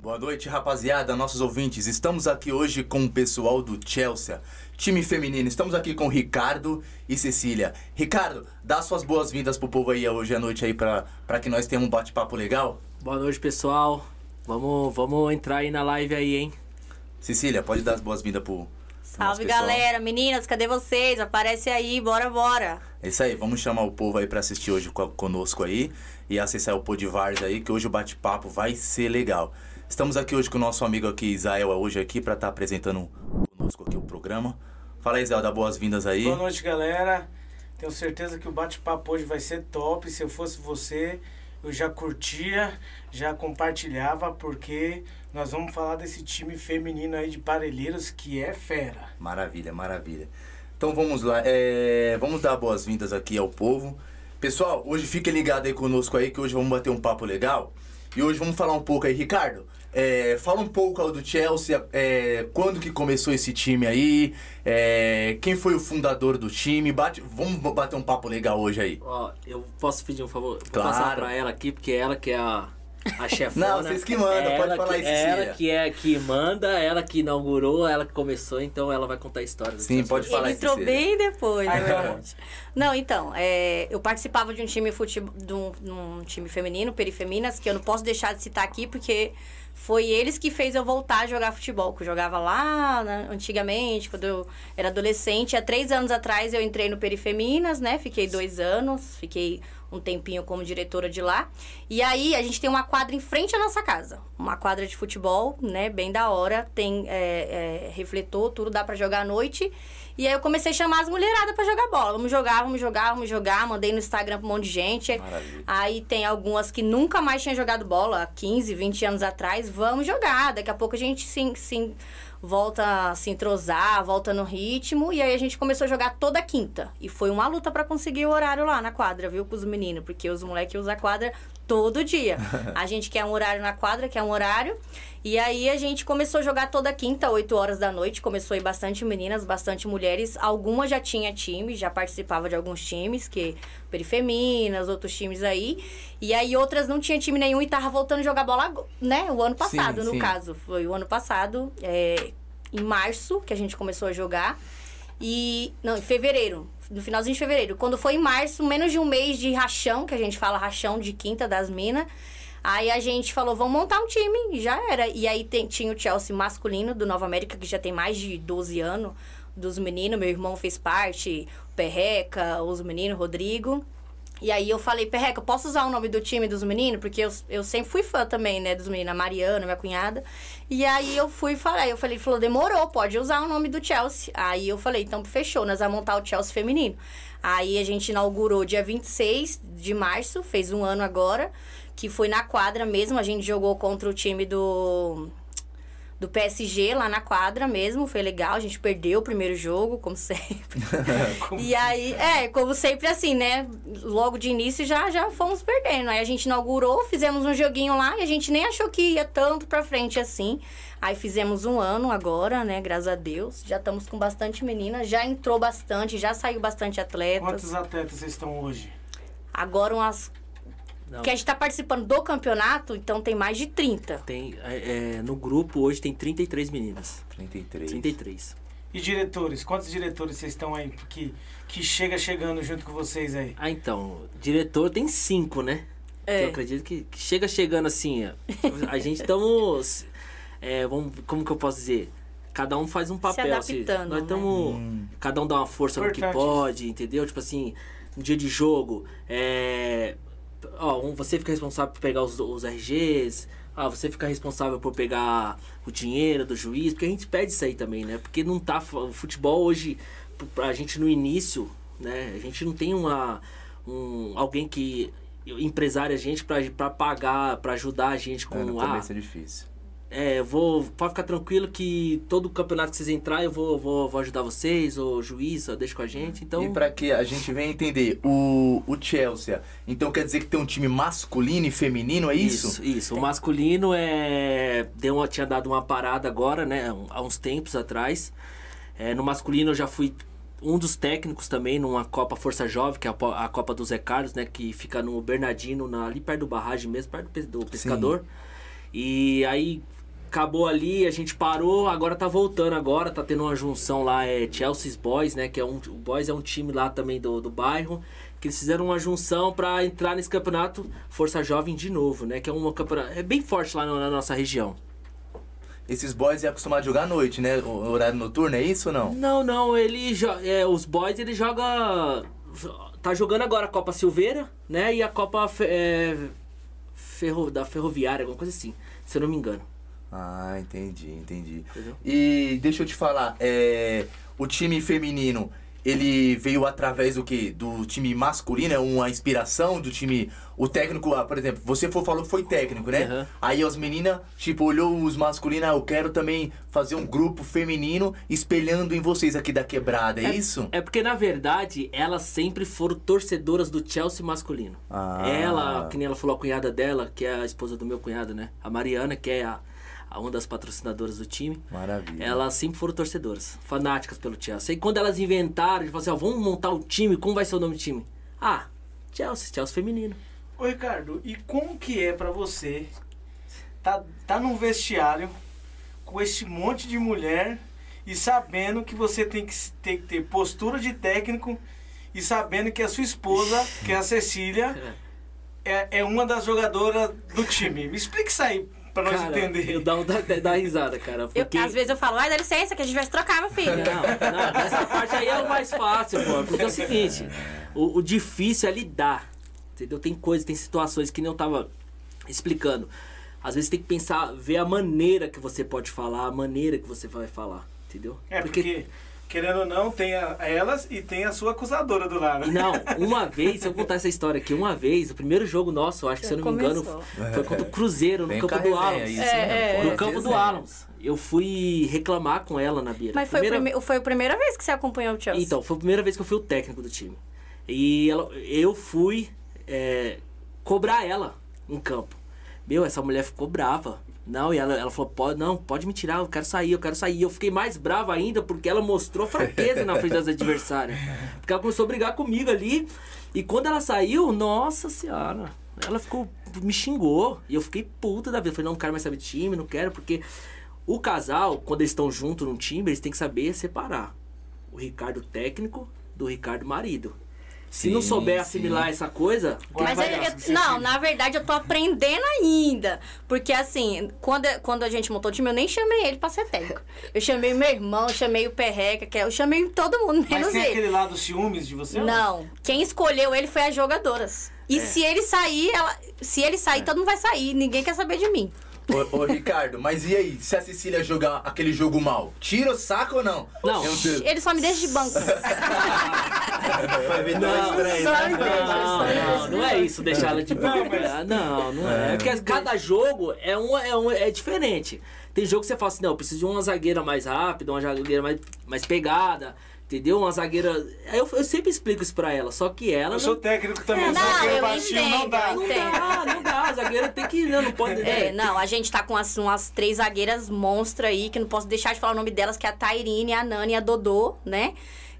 Boa noite, rapaziada, nossos ouvintes. Estamos aqui hoje com o pessoal do Chelsea, time feminino. Estamos aqui com Ricardo e Cecília. Ricardo, dá suas boas-vindas pro povo aí hoje à noite aí pra, pra que nós tenhamos um bate-papo legal. Boa noite, pessoal. Vamos, vamos entrar aí na live aí, hein? Cecília, pode dar as boas-vindas pro. pro nosso Salve pessoal. galera, meninas, cadê vocês? Aparece aí, bora, bora. É isso aí, vamos chamar o povo aí pra assistir hoje co- conosco aí e acessar o Podvars aí, que hoje o bate-papo vai ser legal. Estamos aqui hoje com o nosso amigo aqui, Isael, hoje aqui pra estar apresentando conosco aqui o programa. Fala aí, Isael, dá boas-vindas aí. Boa noite, galera. Tenho certeza que o bate-papo hoje vai ser top. Se eu fosse você, eu já curtia, já compartilhava, porque nós vamos falar desse time feminino aí de Parelheiros que é fera. Maravilha, maravilha. Então vamos lá, é, vamos dar boas-vindas aqui ao povo. Pessoal, hoje fiquem ligados aí conosco aí que hoje vamos bater um papo legal. E hoje vamos falar um pouco aí, Ricardo. é, fala um pouco ao do Chelsea, é, quando que começou esse time aí, é, quem foi o fundador do time, bate, vamos bater um papo legal hoje aí. Ó, eu posso pedir um favor? Vou Claro. passar pra ela aqui, porque ela que é a, a chefona. Não, vocês que mandam, pode ela falar que, aí, É Cecília. ela que é que manda, ela que inaugurou, ela que começou, então ela vai contar a história. do Sim, Chelsea. pode falar Ele aí, entrou Cecília. bem depois, Ah, na então. verdade. Não, então, é, eu participava de um time futebol, de um, de um time feminino, Perifeminas, que eu não posso deixar de citar aqui, porque foi eles que fez eu voltar a jogar futebol. Que eu jogava lá né, antigamente, quando eu era adolescente. Há três anos atrás eu entrei no Perifeminas, né? Fiquei dois anos, fiquei um tempinho como diretora de lá. E aí a gente tem uma quadra em frente à nossa casa. Uma quadra de futebol, né? Bem da hora. Tem é, é, refletor, tudo dá pra jogar à noite. E aí eu comecei a chamar as mulheradas pra jogar bola. Vamos jogar, vamos jogar, vamos jogar. Mandei no Instagram pra um monte de gente. Maravilha. Aí tem algumas que nunca mais tinham jogado bola, há 15, 20 anos atrás. Vamos jogar. Daqui a pouco a gente se, se volta a se entrosar, volta no ritmo. E aí a gente começou a jogar toda quinta. E foi uma luta pra conseguir o horário lá na quadra, viu? Com os meninos, porque os moleques usam a quadra todo dia. a gente quer um horário na quadra, quer um horário. E aí a gente começou a jogar toda quinta, 8 horas da noite. Começou aí bastante meninas, bastante mulheres. Algumas já tinha time, já participava de alguns times, que Perifeminas, outros times aí. E aí outras não tinha time nenhum e tava voltando a jogar bola, ago- né? O ano passado, Sim, no sim. caso. Foi o ano passado, é, em março, que a gente começou a jogar. E. Não, em fevereiro. No finalzinho de fevereiro. Quando foi em março, menos de um mês de rachão, que a gente fala rachão de quinta das minas. Aí a gente falou, vamos montar um time, e já era. E aí tem- tinha o Chelsea masculino do Nova América, que já tem mais de 12 anos, dos meninos. Meu irmão fez parte, o Perreca, os meninos, Rodrigo. E aí eu falei, Perreca, eu posso usar o nome do time dos meninos? Porque eu, eu sempre fui fã também, né, dos meninos, a Mariana, minha cunhada. E aí eu fui falar, eu falei, ele falou, demorou, pode usar o nome do Chelsea. Aí eu falei, então fechou, nós vamos montar o Chelsea feminino. Aí a gente inaugurou dia 26 de março, fez um ano agora, que foi na quadra mesmo, a gente jogou contra o time do do PSG lá na quadra mesmo, foi legal, a gente perdeu o primeiro jogo, como sempre. Como- E aí, é, como sempre assim, né? Logo de início já já fomos perdendo. Aí a gente inaugurou, fizemos um joguinho lá e a gente nem achou que ia tanto pra frente assim. Aí fizemos um ano agora, né? Graças a Deus. Já estamos com bastante menina, já entrou bastante, já saiu bastante atletas. Quantos atletas vocês estão hoje? Agora umas. Não. Que a gente tá participando do campeonato, então tem mais de 30. Tem, é, é, no grupo hoje tem 33 meninas. 33. 33. E diretores? Quantos diretores vocês estão aí que, que chega chegando junto com vocês aí? Ah, então, diretor tem cinco, né? É. Que Eu acredito que, que chega chegando assim, ó. a gente estamos, é, vamos, como que eu posso dizer? Cada um faz um papel, assim. adaptando, Nós né? estamos, cada um dá uma força no que Importante pode, entendeu? Tipo assim, no dia de jogo, é, ó, um- você fica responsável por pegar os, os RGs, ah, você fica responsável por pegar o dinheiro do juiz, porque a gente pede isso aí também, né? Porque não tá. fa- O futebol hoje, p- pra gente no início, né? A gente não tem uma. Um, alguém que empresária a gente pra, pra pagar, pra ajudar a gente com Ah, no ah, começo é difícil. é, eu vou. Pode ficar tranquilo que todo campeonato que vocês entrar, eu vou, vou, vou ajudar vocês, ou juiz, ou deixa com a gente. Então. E pra que a gente venha entender, o, o Chelsea, então quer dizer que tem um time masculino e feminino, é isso? Isso, isso. O masculino é. Deu uma, tinha dado uma parada agora, né? um- Há uns tempos atrás. É, no masculino eu já fui um dos técnicos também numa Copa Força Jovem, que é a, po- a Copa do Zé Carlos, né? Que fica no Bernardino, na- ali perto do barragem mesmo, perto do, pes- do pescador. E aí acabou ali, a gente parou, agora tá voltando agora, tá tendo uma junção lá, é Chelsea's Boys, né? Que é um, o Boys é um time lá também do, do bairro, que eles fizeram uma junção pra entrar nesse campeonato Força Jovem de novo, né? Que é uma campeonato, é bem forte lá no- na nossa região. Esses boys é acostumado a jogar à noite, né? O horário noturno, é isso ou não? Não, não, ele jo- é, os boys ele joga tá jogando agora a Copa Silveira, né? E a Copa Fe- é, Ferro- da Ferroviária, alguma coisa assim, se eu não me engano. Ah, entendi, entendi. Entendeu? E deixa eu te falar, é, o time feminino, ele veio através do quê? Do time masculino, é uma inspiração do time. O técnico, ah, por exemplo, você for- falou que foi técnico, né? Aham. Aí as meninas, tipo, olhou os masculinos, ah, eu quero também fazer um grupo feminino espelhando em vocês aqui da quebrada, é, isso? É porque, na verdade, elas sempre foram torcedoras do Chelsea masculino. Ah. Ela, que nem ela falou, a cunhada dela, que é a esposa do meu cunhado, né? A Mariana, que é a, a uma das patrocinadoras do time. Maravilha. Elas sempre foram torcedoras, fanáticas pelo Chelsea. E quando elas inventaram, de falar assim, ó, vamos montar o time, como vai ser o nome do time? Ah, Chelsea, Chelsea feminino. Ô Ricardo, e como que é pra você tá, tá num vestiário com esse monte de mulher e sabendo que você tem que, se- tem que ter postura de técnico e sabendo que a sua esposa, que é a Cecília, é, é uma das jogadoras do time? Me explica isso aí pra nós Cara, entender. eu dou, dou, dou risada, cara. Eu, Porque... Às vezes eu falo, ai, dá licença, que a gente vai se trocar, meu filho. Não, não, essa parte aí é o mais fácil, pô. Porque é o seguinte, o, o difícil é lidar. Entendeu? Tem coisas, tem situações que nem eu tava explicando. Às vezes tem que pensar, ver a maneira que você pode falar, a maneira que você vai falar. Entendeu? É porque, querendo ou não, tem a, elas e tem a sua acusadora do lado. Não, uma vez, se eu contar essa história aqui, uma vez, o primeiro jogo nosso, eu acho que se eu não me engano, Começou. foi contra o Cruzeiro, no É. Vem campo com a do resenha, Alamos. isso, É, né? é. Pô, No às campo vezes, do né? Alamos. Eu fui reclamar com ela na beira. Mas foi, Primeira- o prime- foi a primeira vez que você acompanhou o Chelsea. Então, foi a primeira vez que eu fui o técnico do time. E ela- eu fui é, cobrar ela em campo. Meu, essa mulher ficou brava. Não, e ela, ela falou, pode, não, pode me tirar, eu quero sair, eu quero sair. Eu fiquei mais brava ainda porque ela mostrou fraqueza na frente das adversárias. Porque ela começou a brigar comigo ali. E quando ela saiu, nossa senhora, ela ficou, me xingou. E eu fiquei puta da vida. Eu falei, não, não quero mais saber de time, não quero, porque o casal, quando eles estão juntos num time, eles têm que saber separar o Ricardo técnico do Ricardo marido. Se Sim, não souber sim. assimilar essa coisa, quem Mas vai eu- dar? eu- não, na verdade eu tô aprendendo ainda. Porque assim, quando, quando a gente montou o time, eu nem chamei ele pra ser técnico. Eu chamei meu irmão, eu chamei o Perreca, que é- eu chamei todo mundo, Mas menos tem ele. aquele lado ciúmes de você? Não, quem escolheu ele foi as jogadoras. E se ele sair, ela- se ele sair, todo mundo vai sair. Ninguém quer saber de mim. Ô, ô, Ricardo, mas e aí, se a Cecília jogar aquele jogo mal? Tira o saco ou não? Não. Eu sei. Ele só me deixa de banco. Vai ver tão Não, estranho, né? só me deixa, só me deixa. Não, não, não é isso, deixar ela de Não, mas- Ah, Não, não é. É Porque cada jogo é, um, é, um, é diferente. Tem jogo que você fala assim, não, eu preciso de uma zagueira mais rápida, uma zagueira mais, mais pegada, entendeu? Uma zagueira... Aí Eu, eu sempre explico isso pra ela, só que ela... Eu sou não... técnico também, Não, só que eu baixinho não entendo, dá. eu Não dá, não dá. A zagueira tem que... né, Não, não pode... É, não, a gente tá com as, umas três zagueiras monstras aí, que não posso deixar de falar o nome delas, que é a Tairine, a Nani e a Dodô, né?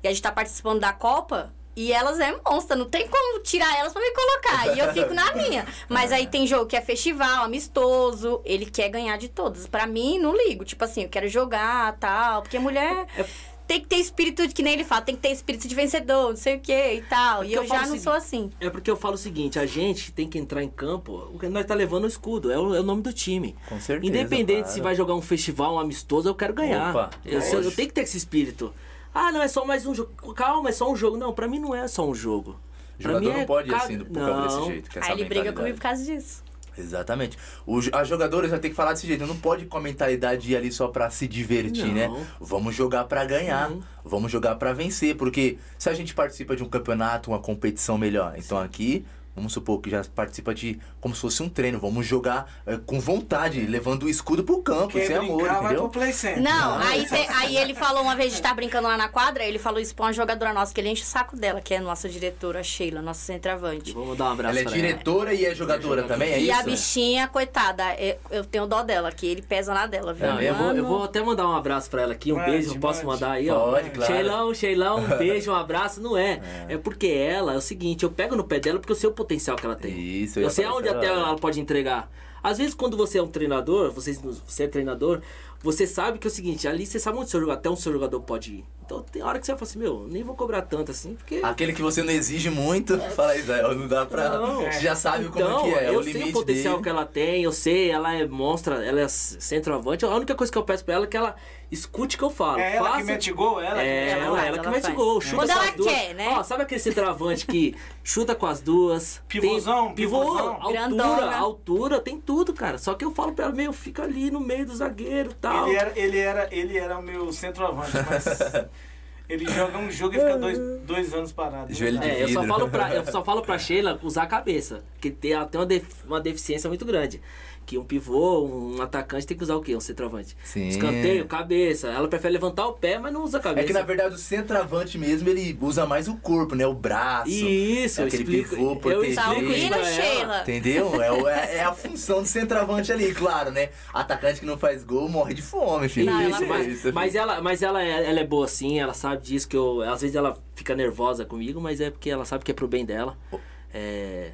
E a gente tá participando da Copa. E elas é monstra, não tem como tirar elas pra me colocar. E eu fico na minha. Mas aí tem jogo que é festival, amistoso, ele quer ganhar de todas. Pra mim, não ligo. Tipo assim, eu quero jogar, tal. Porque mulher É, tem que ter espírito, de- que nem ele fala, tem que ter espírito de vencedor, não sei o quê e tal. É E porque eu, eu falo já não o sou assim. É porque eu falo o seguinte, a gente tem que entrar em campo, o que nós tá levando é o escudo, é o, é o nome do time. Com certeza, Independente claro. se vai jogar um festival, um amistoso, eu quero ganhar. Opa, eu, lógico. eu tenho que ter esse espírito. Ah, não, é só mais um jogo. Calma, é só um jogo. Não, pra mim não é só um jogo. Pra Jogador mim é não pode ir ca- assim, por causa desse Não. jeito. com essa Aí ele briga mentalidade. comigo por causa disso. Exatamente. O, jo- a jogadora já tem que falar desse jeito. Não pode com a mentalidade ir ali só pra se divertir, Não. Uhum. né? Vamos jogar pra ganhar. Vamos jogar pra vencer. Porque se a gente participa de um campeonato, uma competição melhor. Então aqui, vamos supor que já participa de como se fosse um treino. Vamos jogar eh, com vontade, É. levando o escudo pro campo, Quem sem brincar é amor, vai pro entendeu? Play Center. Não, aí, te- aí ele falou uma vez de estar brincando lá na quadra, ele falou isso pra uma jogadora nossa, que ele enche o saco dela, que é a nossa diretora, a Sheila, nossa centroavante. Vou mandar um abraço Ela é pra diretora e é jogadora também, é e a né? isso? bichinha, coitada, é- eu tenho dó dela, que ele pesa na dela, viu? É, Não, eu, vou, eu Mano. vou até mandar um abraço pra ela aqui, um Mande, beijo, eu posso mande. mandar aí, ó. Pode, claro. Sheilão, Sheilão, um beijo, um abraço, não é. é. porque ela, é o seguinte, eu pego no pé dela porque eu sei o potencial que ela tem. Isso, eu eu ia sei falar aonde isso até agora. ela pode entregar. Às vezes, quando você é um treinador, você, você é treinador, você sabe que é o seguinte, ali você sabe onde seu jogador, até onde seu jogador pode ir. Então tem hora que você vai falar assim, meu, nem vou cobrar tanto assim, porque. Aquele que você não exige muito, fala aí, Zé, não dá pra. É. Não. Você já sabe Então, como é que é, eu o sei limite o potencial dele. que ela tem, eu sei, ela é monstra, ela é centroavante. A única coisa que eu peço pra ela é que ela escute o que eu falo. É ela que faça- mete gol, ela que É, mete ela, ela, gol. faz, que ela mete faz. gol, chuta Quando com ela as duas. quer, né? Ó, sabe aquele centroavante que chuta com as duas? Pivôzão, tem, pivô, pivôzão. altura, Grandona. altura, tem tudo, cara. Só que eu falo pra ela, meu, fica ali no meio do zagueiro e tal. Ele é era, ele, era, ele era o meu centroavante, mas ele joga um jogo e fica dois, dois anos parado. né? Joelho de É, eu só, vidro. falo pra, eu só falo pra Sheila usar a cabeça. Que tem, ela tem uma, def- uma deficiência muito grande. Que um pivô, um atacante tem que usar o quê? Um centroavante. Sim. Escanteio, cabeça. Ela prefere levantar o pé, mas não usa a É cabeça. que na verdade o centroavante mesmo, ele usa mais o corpo, né? O braço. Isso, eu aquele explico. pivô eu protegido. Tá explico isso Tranquilo, pra ela. Sheila. Entendeu? É, o- é- é a função do centroavante ali, claro, né? Atacante que não faz gol morre de fome, filho. Não, ela Isso, vai. mas, mas ela, mas ela, é, ela é boa assim, ela sabe disso que eu. Às vezes ela fica nervosa comigo, mas é porque ela sabe que é pro bem dela. Oh. É,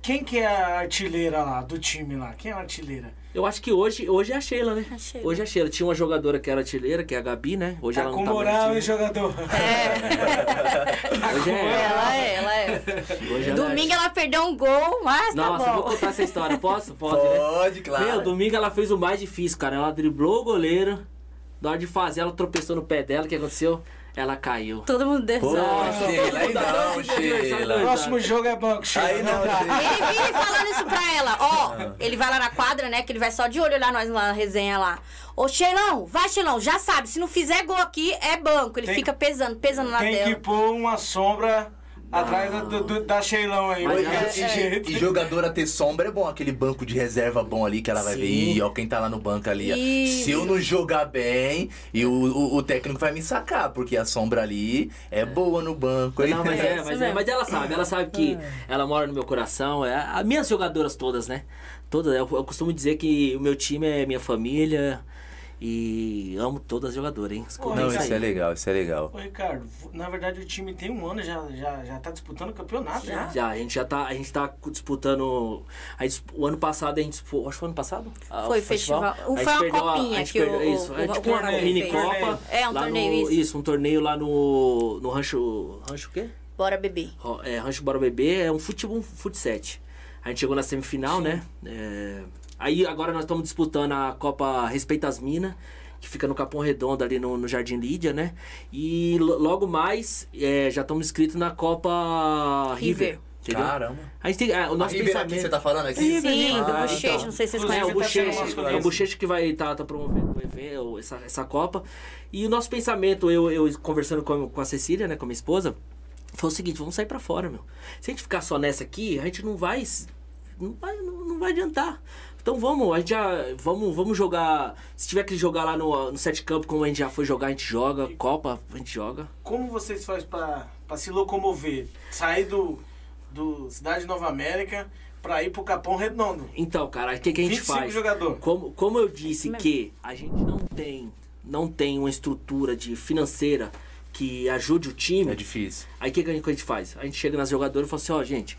Quem que é a artilheira lá, do time lá? Quem é a artilheira? eu acho que hoje, hoje é a Sheila, né? A Sheila. Hoje é a Sheila. Tinha uma jogadora que era artilheira, que é a Gabi, né? Hoje Tá ela com não tá mais no moral, time. hein, jogador? Hoje é ela. Ela é, ela é. Hoje ela é. Domingo ela perdeu um gol, mas Nossa, tá eu vou bom. contar essa história. Posso? Pode, né? Pode, claro. Meu, domingo ela fez o mais difícil, cara. Ela driblou o goleiro. Na hora de fazer, ela tropeçou no pé dela. O que aconteceu? Ela caiu. Todo mundo deu Pô, risada. Sheila, aí não, O Sheila. Próximo jogo é banco, Sheila. Aí não, dá. Sheila. Ele vive falando isso pra ela. Ó, ele vai lá na quadra, né? Que ele vai só de olho olhar nós lá na resenha lá. Ô, Xelão, vai, Xelão, já sabe. Se não fizer gol aqui, é banco. Ele Tem- fica pesando, pesando na Tem que tela. pôr uma sombra atrás da, do- do- da Sheilão aí. Mas Mas ela- desse E- jeito. é, E jogadora ter sombra é bom, aquele banco de reserva bom ali que ela vai ver. Sim. Ih, ó, quem tá lá no banco ali. ó. Isso. Se eu não jogar bem, e o, o- o técnico vai me sacar, porque a sombra ali é boa no banco. hein? Não, mas é, mas, é, mesmo. mas ela sabe, ela sabe que ela mora no meu coração. É, as minhas jogadoras todas, né? Todas. Eu, eu costumo dizer que o meu time é minha família e amo todas as jogadoras, hein? Escuta Não, Mas isso aí. é legal, isso é legal. Ô, Ricardo, na verdade o time tem um ano, já, já, já tá disputando o campeonato, né? já. Já, a gente já tá, a gente tá disputando. a gente- o ano passado a gente disputou. Acho que foi ano passado? ah, Foi o festival. Um A gente Foi uma perdeu a- copinha a gente que perdeu- o- Isso, o- a gente o tem uma torneio mini fez. Copa. É, um lá torneio, no- isso. um torneio lá no. No Rancho. Rancho o quê? Bora, bebê. Ro- é, Rancho Bora Bebê é um futebol, um futset. A gente chegou na semifinal, né? É, aí agora nós estamos disputando a Copa Respeita as Minas, que fica no Capão Redondo, ali no, no Jardim Lídia, né? E lo- logo mais, é, já estamos inscritos na Copa River. River. entendeu? Caramba. A gente tem, ah, o A nosso Ribeira aqui, pensamento... você tá falando aqui? Sim, do Ah, Bochecha, então. não sei se vocês É, conhecem. Inclusive, o tá sendo Bochecha, uma é surpresa. o Bochecha que vai estar promovendo o evento, essa, essa Copa. E o nosso pensamento, eu, eu conversando com, a- com a Cecília, né, com a minha esposa, foi o seguinte, vamos sair pra fora, meu. Se a gente ficar só nessa aqui, a gente não vai s- não vai, não, não vai adiantar. Então vamos, a gente já, vamos, vamos jogar, se tiver que jogar lá no, no sete campo, como a gente já foi jogar, a gente joga, Copa, a gente joga. Como vocês fazem pra, pra se locomover? Sair do, do Cidade Nova América pra ir pro Capão Redondo. Então, cara, o que, que a gente 25 faz? jogador. Como, como eu disse Mesmo. que a gente não tem, não tem uma estrutura de financeira que ajude o time, É difícil. aí o que, que a gente- que a gente faz? A gente chega nas jogadoras e fala assim, ó, gente,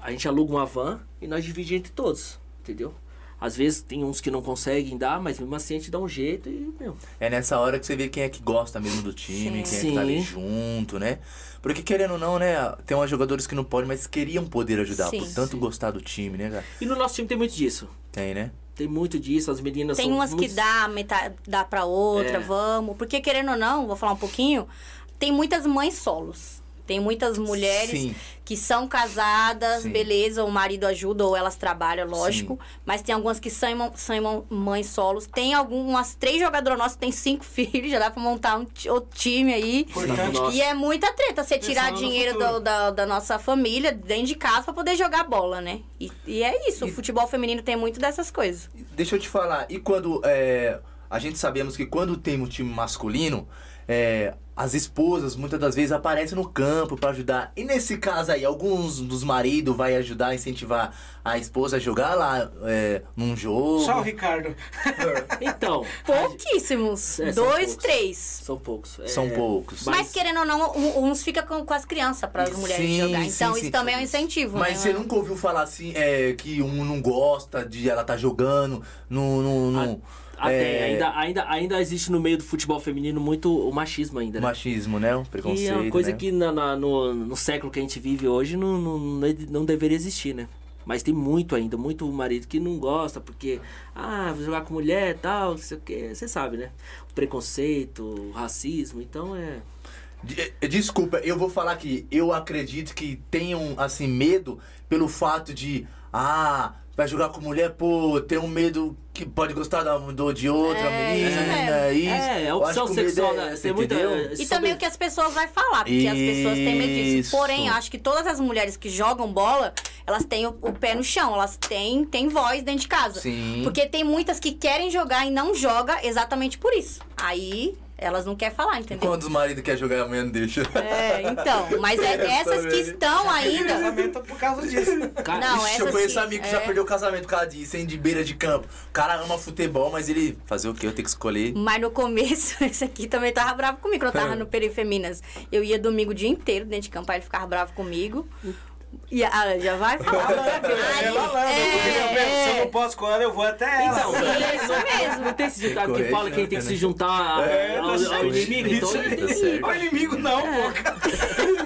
a gente aluga uma van e nós dividimos entre todos, entendeu? Às vezes tem uns que não conseguem dar, mas mesmo assim a gente dá um jeito e, meu, É nessa hora que você vê quem é que gosta mesmo do time, Sim. quem é que tá ali Sim. junto, né? Porque querendo ou não, né? Tem umas jogadores que não podem, mas queriam poder ajudar, Sim. por tanto gostar do time, né, cara? E no nosso time tem muito disso. Tem, né? Tem muito disso, as meninas então, Tem são umas que muito- dá, metade, dá pra outra, É. vamos. Porque, querendo ou não, vou falar um pouquinho, tem muitas mães solos. Tem muitas mulheres Sim. que são casadas, Sim. beleza, o marido ajuda ou elas trabalham, lógico. Mas tem algumas que são, irmão- são irmão- mães solos. Tem algumas, três jogadoras nossas que têm cinco filhos, já dá pra montar um ti- outro time aí. Importante Nossa. E é muita treta você tirar Pensando no dinheiro futuro. do- da, da nossa família, dentro de casa, pra poder jogar bola, né? E, e é isso, o futebol feminino tem muito dessas coisas. Deixa eu te eh, falar, e quando. é, a gente sabemos que quando tem um time masculino, é, as esposas muitas das vezes aparecem no campo pra ajudar. E nesse caso aí, alguns dos maridos vai ajudar, incentivar a esposa a jogar lá é, num jogo. Só o Ricardo. Então, Pouquíssimos. É, são Dois, poucos. três. são poucos. É, São poucos. Mas, mas- querendo ou não, um- uns fica com, com as crianças para as mulheres Sim, jogar. sim, Então sim. isso também é um incentivo. Mas você né? nunca ouviu falar assim, é, que um não gosta de ela tá jogando no. no, no Ah, tem. é, Ainda, ainda, ainda existe no meio do futebol feminino muito o machismo ainda, né? Machismo, né? O E preconceito. é uma coisa né? que na- na- no, no século que a gente vive hoje não, não, é não deveria existir, né? Mas tem muito ainda, muito marido que não gosta, porque, ah, vou jogar com mulher e tal, não sei o quê, você sabe, né? O preconceito, o racismo, então é. De- eh, Desculpa, eu vou falar que eu acredito que tenham, assim, medo pelo fato de, ah, vai jogar com mulher, pô, tem um medo que pode gostar da, do, de outra É, isso menina, é mesmo. isso. É, é a Eu acho opção que o medo sexual, é né? esse, Tem muita- entendeu? E sobre- também o que as pessoas vão falar, porque as pessoas têm medo disso. Isso. Porém, eu acho que todas as mulheres que jogam bola, elas têm o, o pé no chão, elas têm, têm voz dentro de casa. Sim. Porque tem muitas que querem jogar e não joga exatamente por isso. Aí elas não querem falar, entendeu? Quando os maridos querem jogar, a mulher não deixa. É, então. Mas é Essa essas que mesmo. estão ainda. Casamento por causa disso. Cara, Não, Ixi, essas eu conheço que- amigo que já é. perdeu o casamento por causa disso, hein, de beira de campo. O cara ama futebol, mas ele... Fazer o quê? Eu tenho que escolher. Mas no começo, esse aqui também tava bravo comigo. Quando eu tava no Perifeminas, eu ia domingo o dia inteiro dentro de campo, aí ele ficava bravo comigo. E ah, já vai falar. É, Aí, Ela lembra, É porque é eu penso, se eu não posso com ela, eu vou até ela. Então, É isso mesmo. não tem esse ditado que Correto, fala que né, ele tem que né? se juntar É, ao, tá ao certo. inimigo, então Isso ele aí, tem tá que- certo. Não é inimigo não, pô, cara.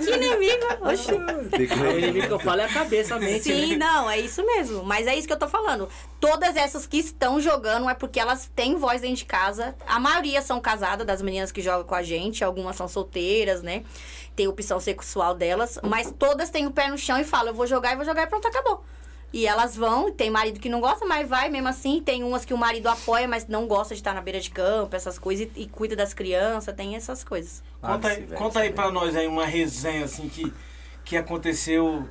Que inimigo? Oxi. Tem que O inimigo que eu falo é a cabeça, a mente. né? Sim, não, é isso mesmo. Mas é isso que eu tô falando. Todas essas que estão jogando é porque elas têm voz dentro de casa. A maioria são casadas, das meninas que jogam com a gente. Algumas são solteiras, né? Tem opção sexual delas. Mas todas têm o pé no chão e falam: eu vou jogar e vou jogar e pronto, acabou. E elas vão, tem marido que não gosta, mas vai mesmo assim. Tem umas que o marido apoia, mas não gosta de estar na beira de campo, essas coisas, e, e cuida das crianças, tem essas coisas. Ah, Conta aí, conta aí pra nós aí uma resenha assim que, que aconteceu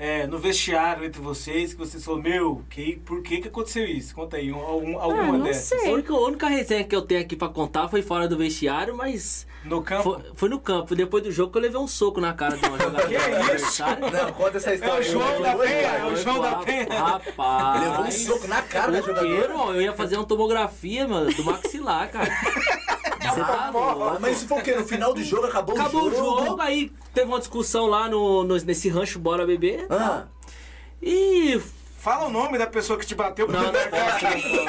é, no vestiário entre vocês, que vocês falaram, meu, que, por que, que aconteceu isso? Conta aí, um- algum- alguma não dessas. sei. A única, a única resenha que eu tenho aqui pra contar foi fora do vestiário, mas No campo. Foi, foi no campo. Depois do jogo que eu levei um soco na cara de uma jogadora. Que do isso? adversário. Não, conta essa história. É o João Eu- da eu- Penha, eu- é o João da Penha. Rapaz. Levou um soco na cara da Por quê, jogadora. irmão? Eu ia fazer uma tomografia, mano, do maxilar, cara. Ah, louco. Mas isso foi o quê? No final do jogo acabou, Acabou o o jogo? jogo, aí teve uma discussão lá no, no- nesse rancho Bora Beber. Ah, E. Fala o nome da pessoa que te bateu pra Não, não mandar posso. aqui. Eu,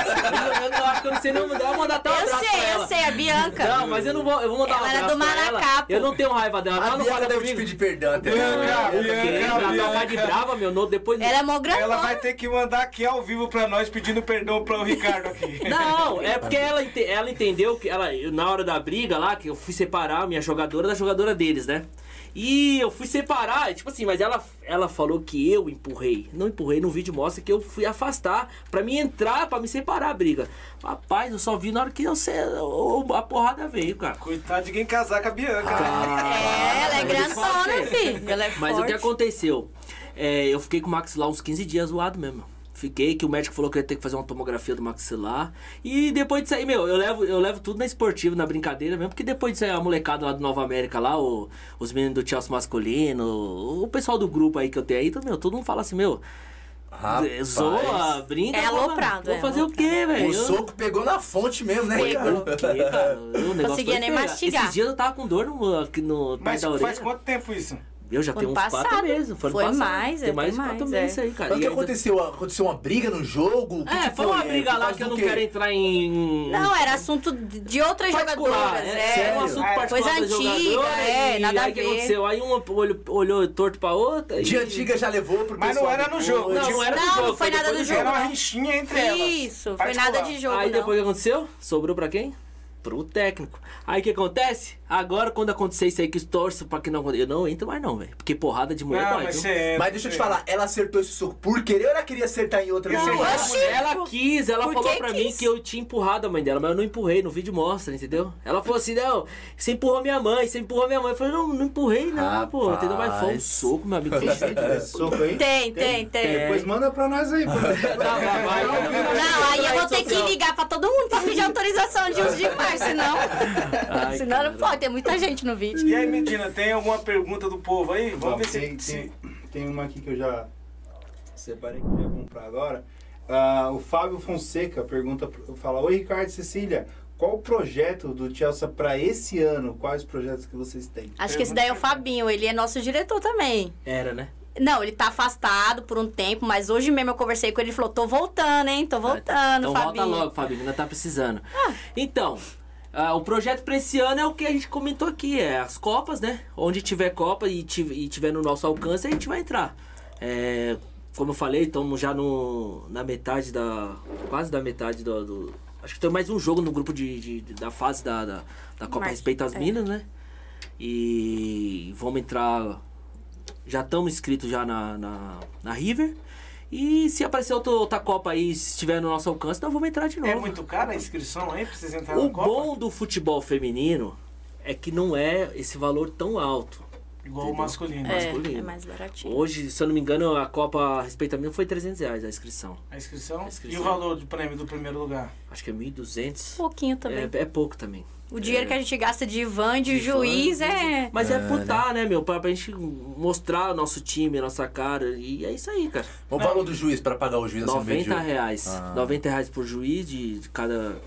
eu acho que eu não sei nem mandar. Eu vou mandar até um Eu abraço pra sei, ela. eu sei, a Bianca. Não, mas eu não vou. Eu vou mandar um Ela era abraço do pra ela. Maracá, pô. Eu não tenho raiva dela. a Ela não Bianca fala deve te comigo. pedir é, perdão até. Bianca, Bianca, Bianca. Porque ela tá mais de brava, meu. No, depois. Ela é mó grandona. Ela vai ter que mandar aqui ao vivo pra nós pedindo perdão para o Ricardo aqui. Não, é porque ela, ente- ela entendeu que ela, eu- na hora da briga lá, que eu fui separar a minha jogadora da jogadora deles, né? E eu fui separar, tipo assim, mas ela, ela falou que eu empurrei. Não empurrei, no vídeo mostra que eu fui afastar pra me entrar, pra me separar a briga. Rapaz, eu só vi na hora que eu, se- eu- a porrada veio, cara. Coitado de quem casar com a Bianca. né? É, ela é Mas eu falo pra grandona, você. filho. Ela é forte. Mas o que aconteceu? É, eu fiquei com o maxilar uns 15 dias zoado mesmo. Fiquei, que o médico falou que eu ia ter que fazer uma tomografia do maxilar. E depois disso aí, meu, eu levo, eu levo tudo na esportiva, na brincadeira mesmo. Porque depois disso aí, a molecada lá do Nova América lá, o- os meninos do Chelsea masculino, o pessoal do grupo aí que eu tenho aí, então, meu, todo mundo fala assim, meu, Rapaz, zoa, brinca. É fala, aloprado, Vou é fazer o quê, velho? O Eu- soco pegou na fonte mesmo, né? Pegou o quê, cara? O negócio Conseguia foi nem feio. mastigar. Esses dias eu tava com dor no, aqui no perto Mas da orelha. faz quanto tempo isso? Eu já Ano tenho uns passado. quatro meses. Foi, ano Foi passado. mais, é, Tem mais de tem quatro mais, meses é. aí, cara. Mas o que E ainda- aconteceu? Aconteceu uma briga no jogo? O que É, que foi uma briga Por lá causa que eu do não quê? quero entrar em. Não, era assunto de de outras particular. jogadoras. É, É. era um assunto Coisa particular. da antiga, jogadora, é, e nada aí a o que ver. aconteceu? Aí uma olhou, olhou torto pra outra. De e... antiga já levou pro Mas não pessoal era no depois. jogo. né? Não, não um era do Não, jogo. foi nada depois do Era jogo. uma rinchinha entre elas. Isso, foi nada de Particular. jogo, Aí não. depois o que aconteceu? Sobrou pra quem? Pro técnico. Aí o que acontece? Agora, quando acontecer isso aí que torço pra que não aconteça. Eu não entro mais, não, velho. Porque porrada de mulher Não, dói, mas viu? você é. Mas deixa eu te você é. falar, ela acertou esse soco por querer ou ela queria acertar em outra Não, pessoa? Ela- Oxi! ela quis, ela Por falou que pra quis? mim que eu tinha empurrado a mãe dela, mas eu não empurrei, no vídeo mostra, entendeu? Ela falou assim, não, você empurrou minha mãe, você empurrou minha mãe. Eu falei, não, não empurrei não, pô, Rapaz. entendeu? Mas foi um soco, meu amigo, fez vídeo. Esse soco aí? Tem, tem, tem. Depois manda pra nós aí. pô. Tá, vai, vai, vai. Não, aí eu vou ter que Social. ligar pra todo mundo pra pedir autorização de uso de porque senão. Ai, senão não cara. pode, tem muita gente no vídeo. E aí, Medina, tem alguma pergunta do povo aí? Vamos Não, ver se. tem, se- tem, tem uma aqui que eu já separei que eu ia comprar agora. Ah, o Fábio Fonseca pergunta, fala, Oi Ricardo e Cecília, qual o projeto do Chelsea para esse ano? Quais projetos que vocês têm? Acho que esse daí é o Fabinho, ele é nosso diretor também. Era, né? Não, ele tá afastado por um tempo, mas hoje mesmo eu conversei com ele e falou: tô voltando, hein? Tô voltando, então volta Fabinho. logo, Fabinho, ainda tá precisando. Então, ah, o projeto pra esse ano é o que a gente comentou aqui, é as Copas, né? Onde tiver Copa e tiv- e tiver no nosso alcance, a gente vai entrar. É, como eu falei, estamos já no, na metade da... quase da metade do... do- acho que tem mais um jogo no grupo de, de- de- da fase da, da, da Copa Mas- Respeito às é. Minas, né? E vamos entrar já estamos inscritos já na, na, na River. E se aparecer outra, outra Copa aí, se estiver no nosso alcance, nós vamos entrar de novo. É muito cara a inscrição aí pra vocês entrarem o na Copa? bom do futebol feminino é que não é esse valor tão alto. Igual o Entendeu? masculino. É, masculino. é mais baratinho. Hoje, se eu não me engano, a Copa a respeito a mim foi 300 reais a inscrição. A inscrição. A E inscrição. o valor do prêmio do primeiro lugar? Acho que é Um 1.200. pouquinho também. É, é pouco também. o dinheiro que a gente gasta de van, de, De juiz, fã, é. Mas é, por tá, né, meu? Pra, pra gente mostrar o nosso time, a nossa cara. E é isso aí, cara. O valor do juiz pra pagar o juiz assim, no meio de 90 jogo. reais. Ah. 90 reais por juiz de, de cada.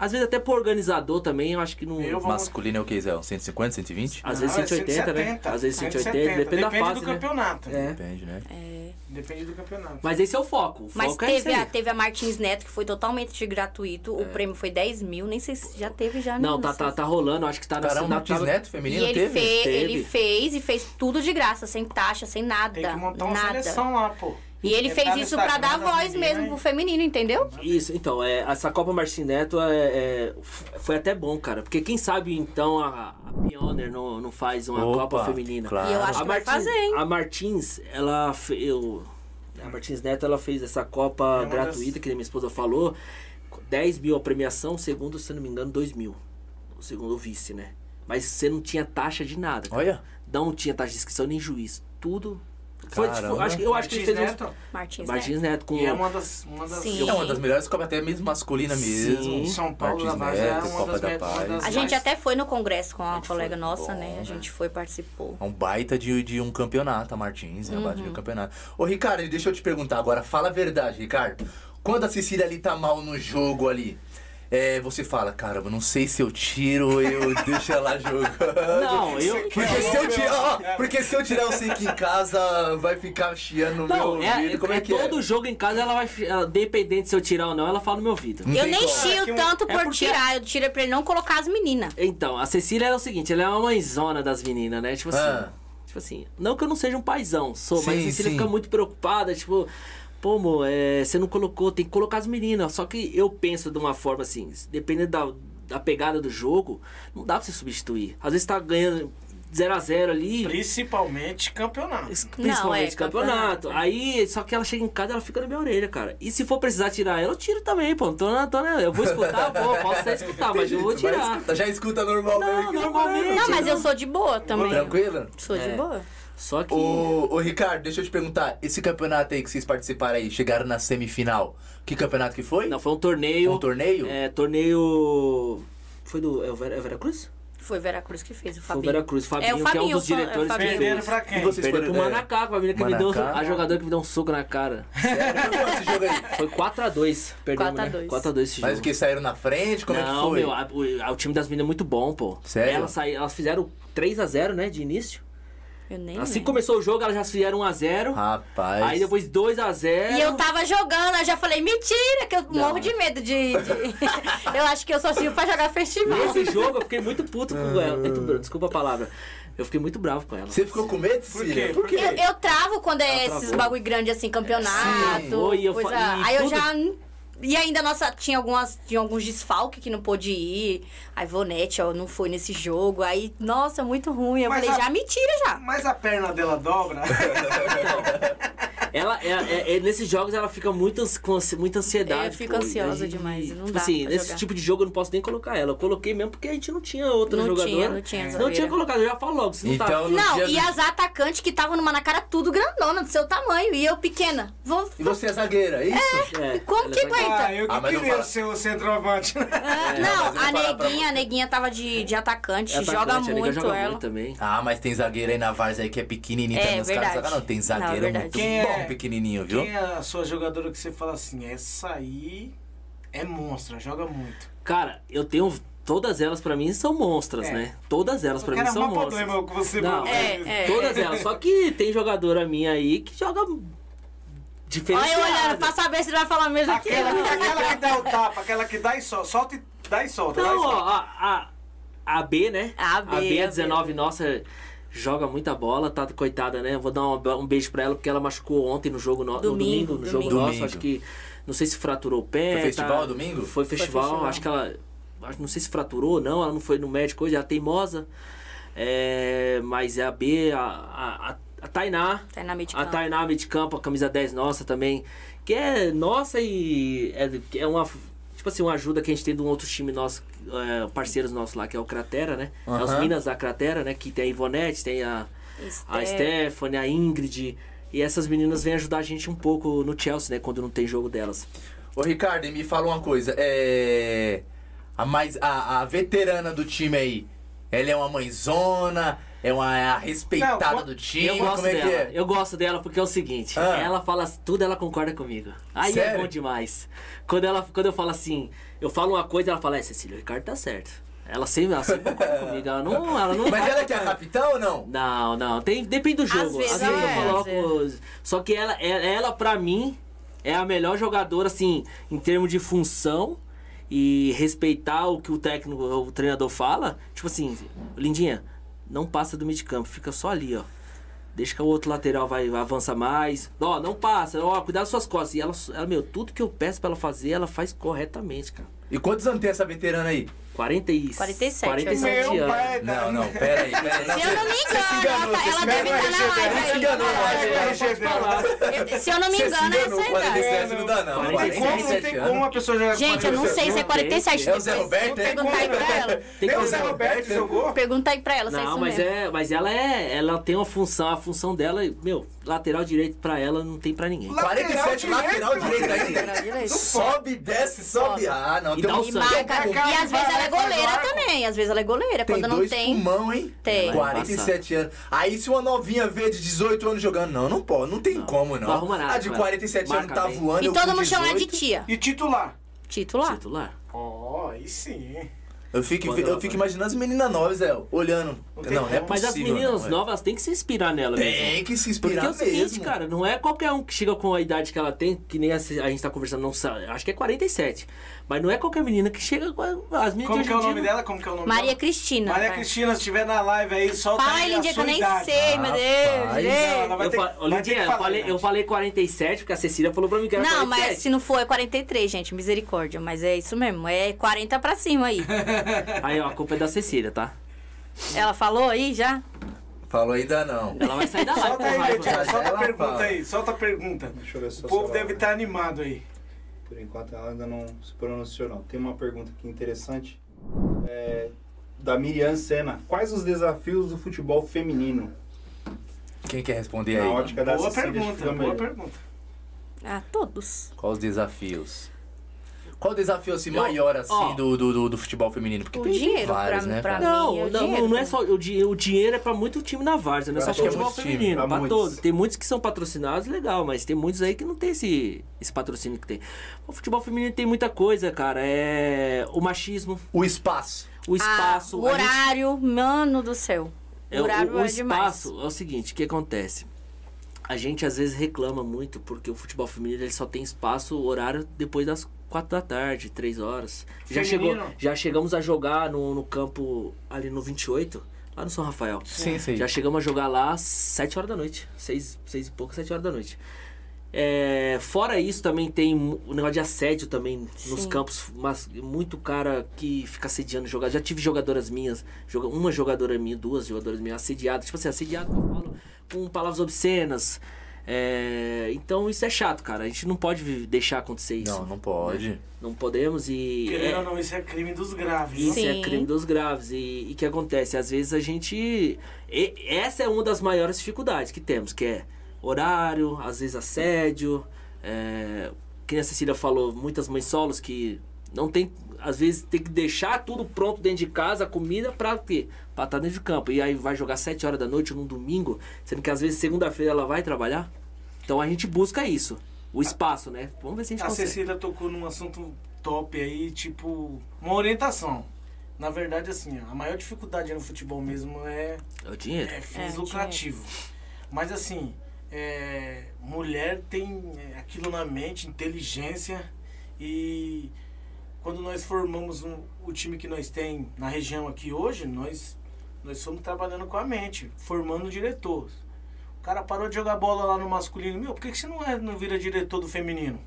Às vezes até por organizador também, eu acho que não. Eu vou- Masculino é o que, Zé? 150, 120? Às vezes Não, é 180, né? 170, Às vezes 180, 170, depende da fase. do né? campeonato. É. Depende, né? Depende do campeonato. Mas esse é o foco. O Mas foco é esse teve, aí. É. a, teve a Martins Neto, que foi totalmente de gratuito. O prêmio foi 10 mil, nem sei se já teve já. Não, tá, sei tá, se- tá rolando, acho que tá na Caramba, é na- um Martins tá- Neto E feminino ele, teve? fe- Teve. ele fez e fez tudo de graça, sem taxa, sem nada. Tem que montar uma nada. seleção lá, pô. E ele Entrar fez no isso pra Instagram dar das voz meninas mesmo e- pro feminino, entendeu? Isso, então, é, essa Copa Martins Neto é, é, f- foi até bom, cara. Porque quem sabe então a, a Pioneer não, não faz uma Opa, Copa Feminina. claro. E eu acho a que vai Martins, fazer, hein? a Martins, ela fe- eu, a Martins Neto, ela fez essa Copa É uma gratuita das- que a minha esposa falou, 10 mil a premiação, o segundo, se eu não me engano, 2 mil. O segundo vice, né? Mas você não tinha taxa de nada. cara. Olha. Não tinha taxa de inscrição nem juiz. Tudo. Foi, tipo, Caramba. acho que- eu acho que ele fez Martins uns- Neto, Martins, Neto. Martins Neto com E é uma das. Uma das Sim. É uma das melhores Copas, até mesmo masculina mesmo. Sim. São Paulo Martins da Várzea é Neto, uma Copa das da me- uma Paz. das A Mas- gente até foi no congresso com A uma é gente colega foi. nossa, Bom, né? né? A gente foi, participou. É um baita de, de um campeonato, a Martins, é um baita de um campeonato. Ô, Ricardo, e deixa eu te perguntar agora, fala a verdade, Ricardo. Quando a Cecília ali tá mal no jogo ali, é, você fala, caramba, não sei se eu tiro ou eu deixo ela jogando. Não, eu. Porque se, eu tirar, ó, porque se eu tirar o cinco em casa, vai ficar chiando no meu Não, é, ouvido. Como é, é que é? todo jogo em casa ela vai. fi- ela, dependente se eu tirar ou não, ela fala no meu ouvido. Não Eu tem nem como. chio que um- tanto é por porque- tirar, eu tiro pra ele não colocar as meninas. Então, a Cecília é o seguinte, ela é uma mãezona das meninas, né? Tipo assim. Ah. Tipo assim, não que eu não seja um paizão, sou, mas a Sim, Cecília sim. fica muito preocupada, tipo. Pô, amor, é, você não colocou, tem que colocar as meninas. Só que eu penso de uma forma assim, dependendo da, da pegada do jogo, não dá pra você substituir. Às vezes tá ganhando 0 a 0 ali. Principalmente campeonato. Principalmente campeonato. é, campeonato. Aí, só que ela chega em casa, ela fica na minha orelha, cara. E se for precisar tirar ela, eu tiro também, pô. Tô na, tô na- eu vou escutar, vou, posso até escutar, mas eu vou Vai tirar. escutar, tá, já escuta normal Não, mesmo, que É, normalmente. Não, mas eu sou de boa também. Tranquilo? Sou de É. boa. Só que. Ô, ô, Ricardo, deixa eu te perguntar, esse campeonato aí que vocês participaram aí, chegaram na semifinal, que campeonato que foi? Não, foi um torneio. Um torneio? É, torneio. Foi do. É o Vera, é o Veracruz? Foi o Veracruz que fez, o Foi o Fabinho. Veracruz. Fabinho, que é um Fabinho, dos o Fa- é o diretores que Fabinho. Perderam fez. pra quem? E vocês Perdeu pro foram- é, Manacá, com a menina que me deu. Manacá. A jogadora que me deu um soco na cara. Sério? Como é foi esse jogo aí? Foi 4x2. Perdemos, 4 a 2. né? 4x2 esse jogo. Mas o que? Saíram na frente? Como é que não, foi? meu, a- o, a- o time das meninas é muito bom, pô. Sério? Elas, saí- elas fizeram 3x0, né, de início. Eu nem Assim que lembro. começou o jogo, elas já fizeram 1x0. Rapaz. Aí depois 2x0. E eu tava jogando, eu já falei, mentira, que eu morro de medo de. de- eu acho que eu só sirvo pra jogar festival. Nesse jogo eu fiquei muito puto com ela. Muito Ah. bra- Desculpa a palavra. Eu fiquei muito bravo com ela. Você ficou com medo, Cecília? Por Eu, eu travo quando é Ela esses travou. bagulho grande assim, Sim, campeonato. foi, eu coisa- fa- e aí eu tudo. já. E ainda, nossa, tinha algumas. Tinha alguns desfalques que não pôde ir. A Ivonete, ó, não foi nesse jogo. Aí, nossa, muito ruim. Eu Mas falei, a- já me tira já. então. Mas a perna dela dobra. Ela, é- é- é- nesses jogos ela fica muito ans- com ansi- muita ansiedade. Eu fico pô. ansiosa Aí, demais, não tipo dá assim, pra nesse jogar. tipo de jogo eu não posso nem colocar ela. Eu coloquei mesmo porque a gente não tinha outra Não jogadora. É. tinha, não tinha Não tinha zagueira. colocado, eu já falo logo. Se não tá. Então, no Não, dia e do- as atacantes que estavam numa na cara tudo grandona, do seu tamanho, e eu pequena. Vou... E você é zagueira, é isso? É, Como ela que é zagueira. aguenta? Ah, eu que Ah, mas não queria fala. ser o centroavante. né? Ah, É, não, mas eu a vou falar pra tá, neguinha, a neguinha tava de, de atacante, É atacante, joga a nega muito joga ela. muito também. Ah, mas tem zagueiro aí na Varsa aí que é pequenininho É, também. Os caras verdade. jogam, não, tem Não, zagueiro verdade. muito Quem bom é- pequenininho, viu? Quem é a sua jogadora que você fala assim, essa aí é monstra, joga muito. Cara, eu tenho. Todas elas pra mim são monstras, É. né? Todas elas pra O mim cara é são um monstras. problema com você. Não, mano. é, é. Todas elas. Só que tem jogadora minha aí que joga Olha eu diferenciada. é olhando pra saber se ele vai falar mesmo que Aquela, eu. aquela que dá o tapa, aquela que dá e solta, solta e dá e solta. dá e Não, ó, solta. a, a, a B, né? A B, a B, a é B. 19, nossa, joga muita bola, tá coitada, né? Vou dar uma- um beijo pra ela, porque ela machucou ontem no jogo no, no domingo, Domingo, no domingo. jogo nosso, Domingo. acho que. Não sei se fraturou o pé. Foi festival tá- domingo? Foi festival, festival. acho que ela. acho- Não sei se fraturou ou não, ela não foi no médico hoje, ela é teimosa. É, mas é a B, a, a, a- a Tainá. Tá na meio de A campo. Tainá meio de campo, a camisa 10 nossa também. Que é nossa e é, que é uma. Tipo assim, uma ajuda que a gente tem de um outro time nosso, é, parceiros nossos lá, que é o Cratera, né? É os Aham. Minas da Cratera, né? Que tem a Ivonete, tem a, a Esther. Stephanie, a Ingrid. E essas meninas vêm ajudar a gente um pouco no Chelsea, né? Quando não tem jogo delas. Ô, Ricardo, e me fala uma coisa. É. A, mais, a, a veterana do time aí, ela é uma mãezona, é uma é a respeitada Não, do time, Eu gosto como é dela. que é? Eu gosto dela porque é o seguinte, Ah. ela fala tudo, ela concorda comigo. Aí é Sério? bom demais. Quando, ela, quando eu falo assim, eu falo uma coisa, ela fala, é, Cecília, o Ricardo tá certo. Ela sempre, ela sempre concorda comigo. Ela não. Ela não Mas ela que é a capitã ou não? Não, não. Tem, depende do jogo. Às vezes, vezes ela é, eu às coloco. Só que ela, ela, ela, pra mim, é a melhor jogadora, assim, em termos de função e respeitar o que o técnico, o treinador fala. Tipo assim, Lindinha, não passa do meio de campo, fica só ali, ó. Deixa que o outro lateral vai, vai avança mais. Ó, não passa, ó, cuidado das suas costas. E ela, ela, meu, tudo que eu peço pra ela fazer, ela faz corretamente, cara. E quantos anos tem essa veterana aí? 40 e... 47, 47 Meu anos. Né? pai, Não, Então, não, pera aí, pera aí. Se eu não me Você se engano, enganou, ela, você ela se deve enganou, estar você na live se aí. enganou, vai, vai, você vai, vai, vai. Eu- Se eu não me se engano, é enganou, essa idade. 47 não dá, não. Não tem como, não 47 tem anos. como a pessoa jogar com Gente, eu não sei se é 47. É o Zé depois Roberto, vou é? Perguntar aí pra Tem ela. Nem o que- Zé Roberto jogou. Pergunta aí pra ela, se é Não, isso mas mesmo. é, mas ela é, ela tem uma função, a função dela, meu, lateral direito pra ela não tem pra ninguém. Lá- 47 Lateral lateral direito Lateral ainda. direito. Sobe, desce, sobe. Ah, não. E Tem, dá um- o E Nossa, marca. tem um cara E às que vezes vai ela é lá e faz goleira arco. também. Às vezes ela é goleira. tem Quando não dois tem. pulmão, hein? É, Tem. 47 anos. Aí se uma novinha vê de 18 anos jogando, não, não pode. Não tem como, não. Não arruma nada A de com 47 ela. anos Marca tá bem. voando. E eu todo com mundo chama ela de 18. tia. E titular. Titular. Titular. Ó, aí sim. Eu fico, Quando eu ela fico vai. imaginando as meninas novas, Zé, olhando. Não, Não não, tem é possível. como. Mas as meninas não, é. novas têm que se inspirar nela mesmo. Tem que se Porque inspirar é o seguinte, mesmo. cara, não é qualquer um que chega com a idade que ela tem, que nem essa- a gente tá conversando, não sabe, acho que é 47. Mas não é qualquer menina que chega com a- as meninas Como de que é o hoje em nome dia- dela? Como que é o nome Maria dela? Cristina. Maria vai. Cristina, se estiver na live aí, solta Fala, aí a Lindia, que sua eu nem idade. sei, meu Rapaz. Deus. Não, ela gente. vai Eu, ter- fa- Ô, vai ter que Lindinha, eu falar, né? falei, Lindinha. eu falei 47, porque a Cecília falou pra mim que era Não, 47. mas se não for é 43, gente. Misericórdia. Mas é isso mesmo. É 40 pra cima aí. Aí, ó, a culpa é da Cecília, tá? Ela falou aí já? Falou ainda não. Ela vai sair da live Solta com aí, raiva. Lindinha, solta a Ela pergunta fala. aí, solta a pergunta. Deixa eu ver se O eu povo sei deve tá- estar lá. animado aí. Por enquanto ela ainda não se pronunciou, não. Tem uma pergunta aqui interessante. é, da Miriam Senna. Quais os desafios do futebol feminino? Quem quer responder Na aí? ótica da Boa Cecília, acho que pergunta, fica boa melhor. pergunta. Ah, todos. Qual os desafios? Qual o desafio assim, Eu- maior assim, ó. do, do, do, do futebol feminino? Porque O tem, tem dinheiro pra- vários, né, pra- cara? Não, mim, é o não, dinheiro não é também. só o, di- o dinheiro é pra muito time na Várzea, não é Pra só todos. futebol Pra muitos feminino, times, pra pra todos. muitos. Tem muitos que são patrocinados, legal, mas tem muitos aí que não tem esse, esse patrocínio que tem. O futebol feminino tem muita coisa, cara. É o machismo, O espaço. o Ah, espaço, o a gente- horário, mano do céu. é, o horário o, o é demais. espaço é o seguinte, o que acontece? A gente às vezes reclama muito porque o futebol feminino ele só tem espaço, horário depois das quatro da tarde, três horas. Já chegou, Feminino? já chegamos a jogar no, no campo ali no 28, lá no São Rafael. Sim, sim. Já chegamos a jogar lá às 7 horas da noite. 6, seis e pouco, 7 horas da noite. É, fora isso, também tem mu- o negócio de assédio também nos Sim. campos. Mas muito cara que fica assediando jogador. Já tive jogadoras minhas, joga- uma jogadora minha, duas jogadoras minhas assediadas. Tipo assim, assediado que eu falo com palavras obscenas. É, então isso é chato, cara. A gente não pode vi- deixar acontecer isso. Não, não pode. Não podemos e. Querendo é- ou não, isso é crime dos graves. Isso né? é Sim. crime dos graves. E o que acontece? Às vezes a gente. e- essa é uma das maiores dificuldades que temos, que é horário, às vezes assédio. É, que nem a Cecília falou, muitas mães solos que não tem. Às vezes tem que deixar tudo pronto dentro de casa, a comida, pra quê? Pra estar dentro de campo. E aí vai jogar 7 horas da noite num domingo, sendo que às vezes segunda-feira ela vai trabalhar. Então a gente busca isso. O espaço, né? Vamos ver se a gente A consegue. Cecília tocou num assunto top aí, tipo, uma orientação. Na verdade, assim, ó, a maior dificuldade no futebol mesmo é, É o dinheiro. é fins dinheiro. lucrativos. Mas assim, é, mulher tem é, aquilo na mente, inteligência e quando nós formamos um- o time que nós tem na região aqui hoje, nós nós fomos trabalhando com a mente, formando diretores. O cara parou de jogar bola lá no masculino, meu, por que, que você não, é, não vira diretor do feminino?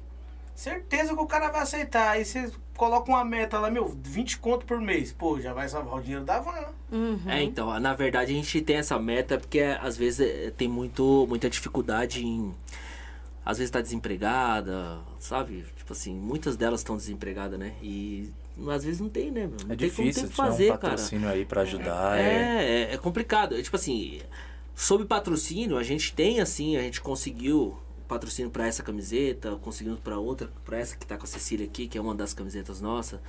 Certeza que o cara vai aceitar. Aí você coloca uma meta lá, meu, 20 conto por mês. Pô, já vai salvar o dinheiro da van. Uhum. É, então, na verdade a gente tem essa meta porque às vezes eh, tem muito, muita dificuldade em. Às vezes tá desempregada, sabe? Tipo assim, muitas delas estão desempregadas, né? E às vezes não tem, né? Meu? Não É tem como difícil tem que tirar fazer, um cara. patrocínio aí pra Ah, ajudar. É. É, é, é complicado. É, tipo assim, sob patrocínio, a gente tem assim, a gente conseguiu patrocínio para essa camiseta, conseguimos para outra, para essa que tá com a Cecília aqui, que é uma das camisetas nossas.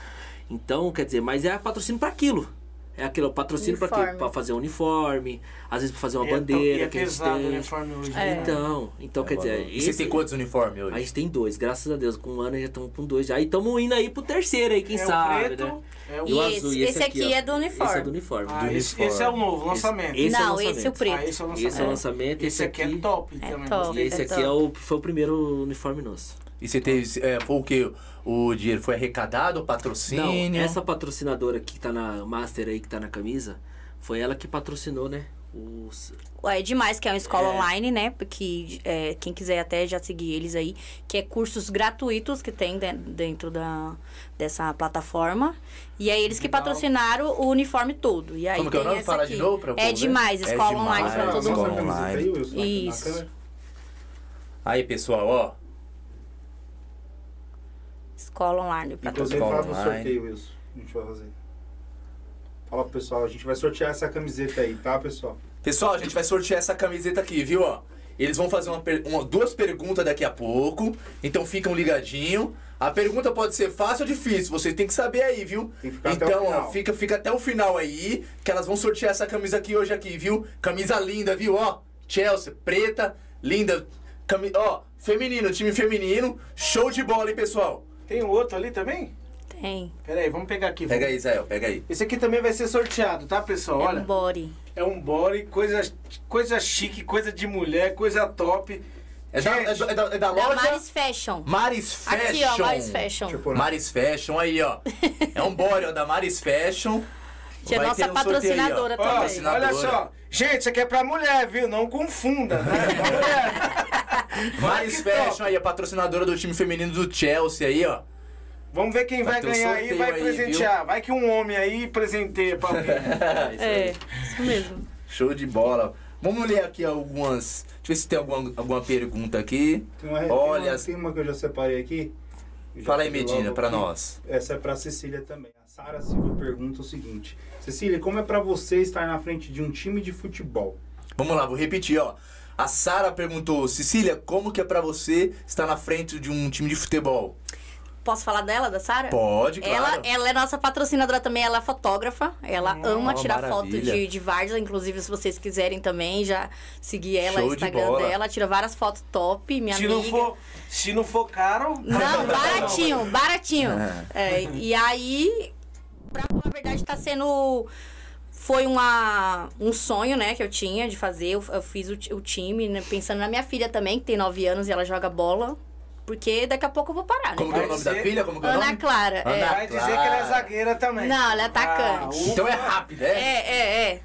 Então, quer dizer, mas é patrocínio para aquilo. É aquilo, é patrocínio para Uniforme. para fazer um uniforme, às vezes para fazer uma E é tão- bandeira e é que a gente pesado o tem. uniforme hoje. É. né? Então, então quer dizer, um E você esse- tem quantos uniformes a hoje? gente tem dois, graças a Deus, com um ano já estamos com dois já. E estamos indo aí pro terceiro aí, quem é sabe, o preto, né? é o E esse- esse aqui ó. é Esse do é uniforme. do uniforme. Ah, do esse, uniforme. esse é o novo lançamento. esse é o não, esse é o lançamento. Ah, preto. esse é o lançamento. Esse é o lançamento, esse, aqui, é top É também. top. E gostei. esse aqui é o, foi o primeiro uniforme nosso. E você teve. É, foi o quê? O dinheiro foi arrecadado, patrocínio? Não, essa patrocinadora aqui que tá na Master aí, que tá na camisa, foi ela que patrocinou, né? Os, É demais, que é uma escola online, né? Porque é, quem quiser até já seguir eles aí, que é cursos gratuitos que tem de- dentro da, dessa plataforma. E é eles que Legal. patrocinaram o uniforme todo. E aí Como que é tem o nome? essa Fala aqui. de novo pra eu É ver? demais, É escola demais, online pra é todo demais. mundo. Mostra a camiseta aí, Wilson, na Isso. câmera. Aí, pessoal, ó. Escola online pra todo Inclusive, Inclusive, Escola fala do online. sorteio, Wilson. A gente vai fazer. Fala pro pessoal, a gente vai sortear essa camiseta aí, tá, pessoal? Pessoal, a gente vai sortear essa camiseta aqui, viu? Ó, eles vão fazer uma per- uma- duas perguntas daqui a pouco, então ficam ligadinho. A pergunta pode ser fácil ou difícil, vocês têm que saber aí, viu? Tem que ficar até então, o final. ó, fica, fica até o final aí, que elas vão sortear essa camisa aqui hoje aqui, viu? Camisa linda, viu? Ó, Chelsea, preta, linda. Cami... Ó, feminino, time feminino. Show de bola, hein, pessoal? Tem um outro ali também? mundo. Tem. Pera aí, vamos pegar aqui. Pega aí, Israel, pega aí. Esse aqui também vai ser sorteado, tá, pessoal? É Olha, um body. é um body, coisa, coisa chique, coisa de mulher, coisa top. É da, é da- é da- é da Da loja Maris Fashion. Maris Fashion. Aqui, ó, Maris Fashion. Deixa eu pôr na- Maris Fashion, aí, ó. É um body, ó, da Maris Fashion. Que é Vai nossa ter um sorteio aí, ó. patrocinadora Ó, também. Patrocinadora. olha só. Gente, isso aqui é pra mulher, viu? Não confunda, né? Pra mulher. Maris Olha que top. Fashion aí, a patrocinadora do time feminino do Chelsea aí, ó. Vamos ver quem Vai vai, ter um ganhar aí e sorteio vai aí, presentear. Vai que um homem aí presenteia pra alguém. É, isso mesmo. Show de bola. Vamos ler aqui algumas. Deixa eu ver se tem alguma, alguma pergunta aqui. Tem uma, tem, Olha, uma, tem uma que eu já separei aqui. Eu já fala aí, peguei Medina, logo pra aqui. nós. Essa é pra Cecília também. A Sara Silva pergunta o seguinte: Cecília, como é pra você estar na frente de um time de futebol? Vamos lá, vou repetir, ó. A Sara perguntou, Cecília, como que é pra você estar na frente de um time de futebol? Posso falar dela, da Sara? Pode, claro. É. Ela, ela é nossa patrocinadora também, ela é fotógrafa. Ela ama oh, tirar foto maravilha. de, de várzea, inclusive se vocês quiserem também já seguir ela, Show o de Instagram bola. dela. Tira várias fotos top, minha Se amiga. não, for, se não for caro. Não, baratinho, baratinho. Ah. É, e aí, pra falar a verdade, tá sendo. Foi uma, um sonho, né, que eu tinha de fazer. Eu, eu fiz o, ti- o time, né, pensando na minha filha também, que tem 9 anos e ela joga bola. Porque daqui a pouco eu vou parar, Como né? que é o nome da Vai filha? Como que é o Ana nome? Clara. é. Ana Vai dizer que ela é zagueira também. Não, ela é atacante. Ah, Então é ufa. rápido, é? É, é, é.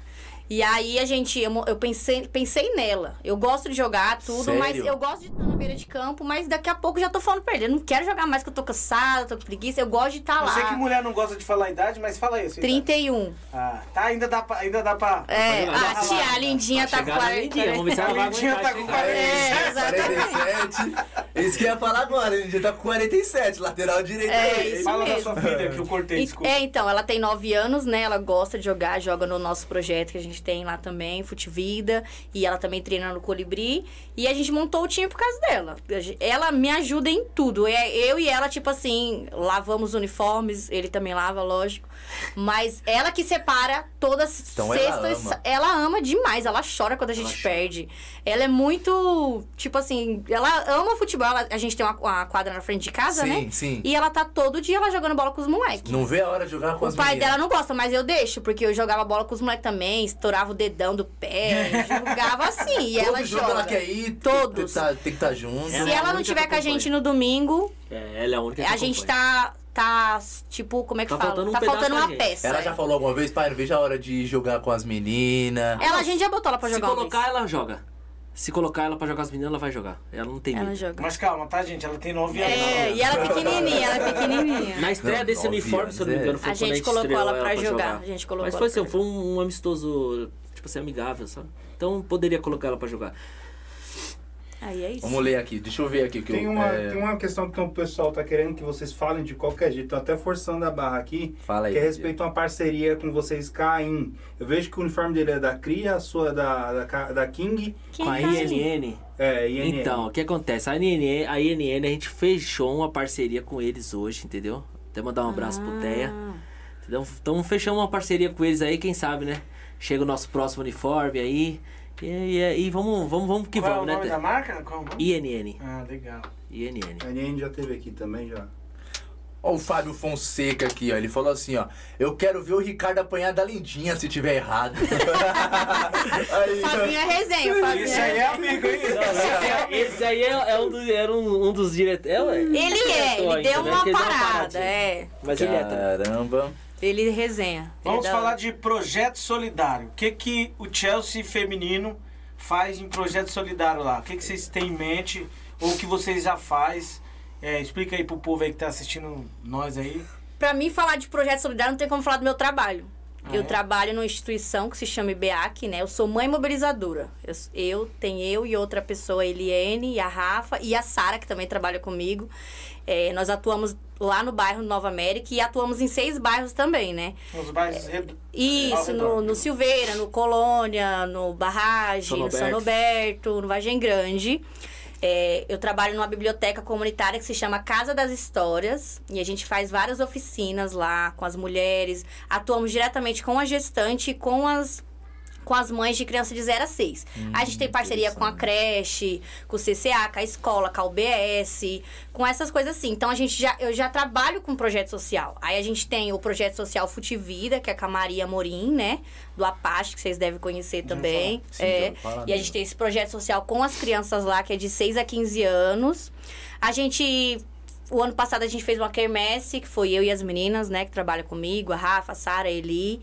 E aí a gente, eu, mo- eu pensei, pensei nela. Eu gosto de jogar tudo, mas Sério? eu gosto de estar na beira de campo, mas daqui a pouco já tô falando pra ele. Eu não quero jogar mais, que eu tô cansada, tô com preguiça. Eu gosto de estar Eu lá. é sei que mulher não gosta de falar a idade, mas fala isso. 31. Ah, tá, ainda dá pra. Ainda dá pra... É, Tá a falando. tia, a lindinha tá com Chegar na Lindinha, vamos ver 40. se ela vai A Lindinha aguentar tá com chegar. 40. É, exatamente. 47. Isso que eu ia falar agora, ele já tá com 47, lateral direito. É, aí. isso Fala da mesmo. sua filha que eu cortei, E- desculpa. É, então, ela tem 9 anos, né? Ela gosta de jogar, joga no nosso projeto que a gente tem lá também, Futivida. E ela também treina no Colibri. E a gente montou o time por causa dela. A gen- Ela me ajuda em tudo. É, Eu e ela, tipo assim, lavamos uniformes, ele também lava, lógico. Mas ela que separa todas Então ela sexta e ama. sa- ela ama demais, ela chora quando a gente chora. perde. Ela é muito, tipo assim, ela ama futebol. Ela- a gente tem uma, uma quadra na frente de casa, né? Sim, sim. E ela tá todo dia lá jogando bola com os moleques. Não vê a hora de jogar com O as pai meninas. dela não gosta, mas eu deixo, porque eu jogava bola com os moleques também, estourava o dedão do pé, jogava assim. E Todo ela jogo joga. ela quer ir, Todos. Tem, que tá- tem que estar junto. Ela Se é a ela não única tiver que com a acompanha. gente no domingo, É, ela é a única que a gente acompanha. tá. Tá, tipo, como é que Tá fala? faltando um tá pedaço faltando da uma gente. peça. Ela já falou alguma vez, pai, não vejo a hora de jogar com as meninas. Ela, a gente já botou ela pra Se jogar uma vez. colocar, ela joga. Se colocar ela pra jogar as meninas, ela vai jogar. Ela não tem Ela medo. joga. Mas calma, tá, gente? Ela tem 9 anos. É, e ela é pequenininha, ela é pequenininha. Na estreia Não, desse nove uniforme, anos, se eu não me é. engano, foi A quando a gente gente colocou estreou ela pra jogar. jogar. A gente colocou Mas ela foi assim, pra foi um, um amistoso, tipo assim, amigável, sabe? Então poderia colocar ela pra jogar. Aí é isso. Vamos ler aqui, deixa eu ver aqui. o Que Tem eu, uma, é, tem uma questão que o pessoal tá querendo que vocês falem de qualquer jeito, tô até forçando a barra aqui, Fala aí. que é respeito a uma parceria com vocês, Caim. Eu vejo que o uniforme dele é da Cria, a sua é da, da, Ca- da King, Quem Com a tá aí? INN. é, e Então, o que acontece? A INN, a INN, a gente fechou uma parceia com eles hoje, entendeu? Até mandar um abraço pro Teia. Ah. Entendeu? Então fechamos uma parceria com eles aí, quem sabe, né? Chega o nosso próximo uniforme aí. E, e- e vamos, vamos, vamos que Qual é o vamos, nome né? da Teia? marca? Qual é o nome? INN. Ah, legal. INN. A NN já teve aqui também, já. Ó, o Fábio Fonseca aqui, ó. Ele falou assim, ó. Eu quero ver o Ricardo apanhar da lindinha se tiver errado. aí, Fabinho é resenha, o Fabinho Isso é aí é amigo, hein? Esse aí é, é um dos, era um, um dos diretores. Ele é, né? ele deu uma parada, é. Mas ele é também. Caramba. Ele resenha. Vamos Ele dá- falar de projeto solidário. O que, que o Chelsea feminino faz em projeto solidário lá? O que, que vocês têm em mente? Ou o que vocês já faz? É, explica aí pro povo aí que tá assistindo nós aí. Pra mim, falar de projeto solidário não tem como falar do meu trabalho. Ah, eu é? trabalho numa instituição que se chama IBEAC, né? Eu sou mãe mobilizadora. Eu, eu tenho eu e outra pessoa, a Eliane, e a Rafa, e a Sara, que também trabalha comigo. É, nós atuamos lá no bairro Nova América e atuamos em seis bairros também, né? Nos bairros redu- ao Isso, redor. no, no Silveira, no Colônia, no Barragem, São no São Roberto. Roberto, no Vargem Grande. É, eu trabalho numa biblioteca comunitária que se chama Casa das Histórias. E a gente faz várias oficinas lá com as mulheres. Atuamos diretamente com a gestante e com as, com as mães de criança de 0 a 6. a gente Hum, tem parceria com a creche, com o CCA, com a escola, com a UBS, com essas coisas assim. Então a gente já eu já trabalho com projeto social. Aí a gente tem o projeto social Futivida, que é com a Maria Morim, né, do Apache, que vocês devem conhecer também. Sim, então. é. já fala E a mesmo. gente tem esse projeto social com as crianças lá, que é de 6 a 15 anos. A gente. O ano passado a gente fez uma quermesse, que foi eu e as meninas, né, que trabalham comigo, a Rafa, a Sara, a Eli.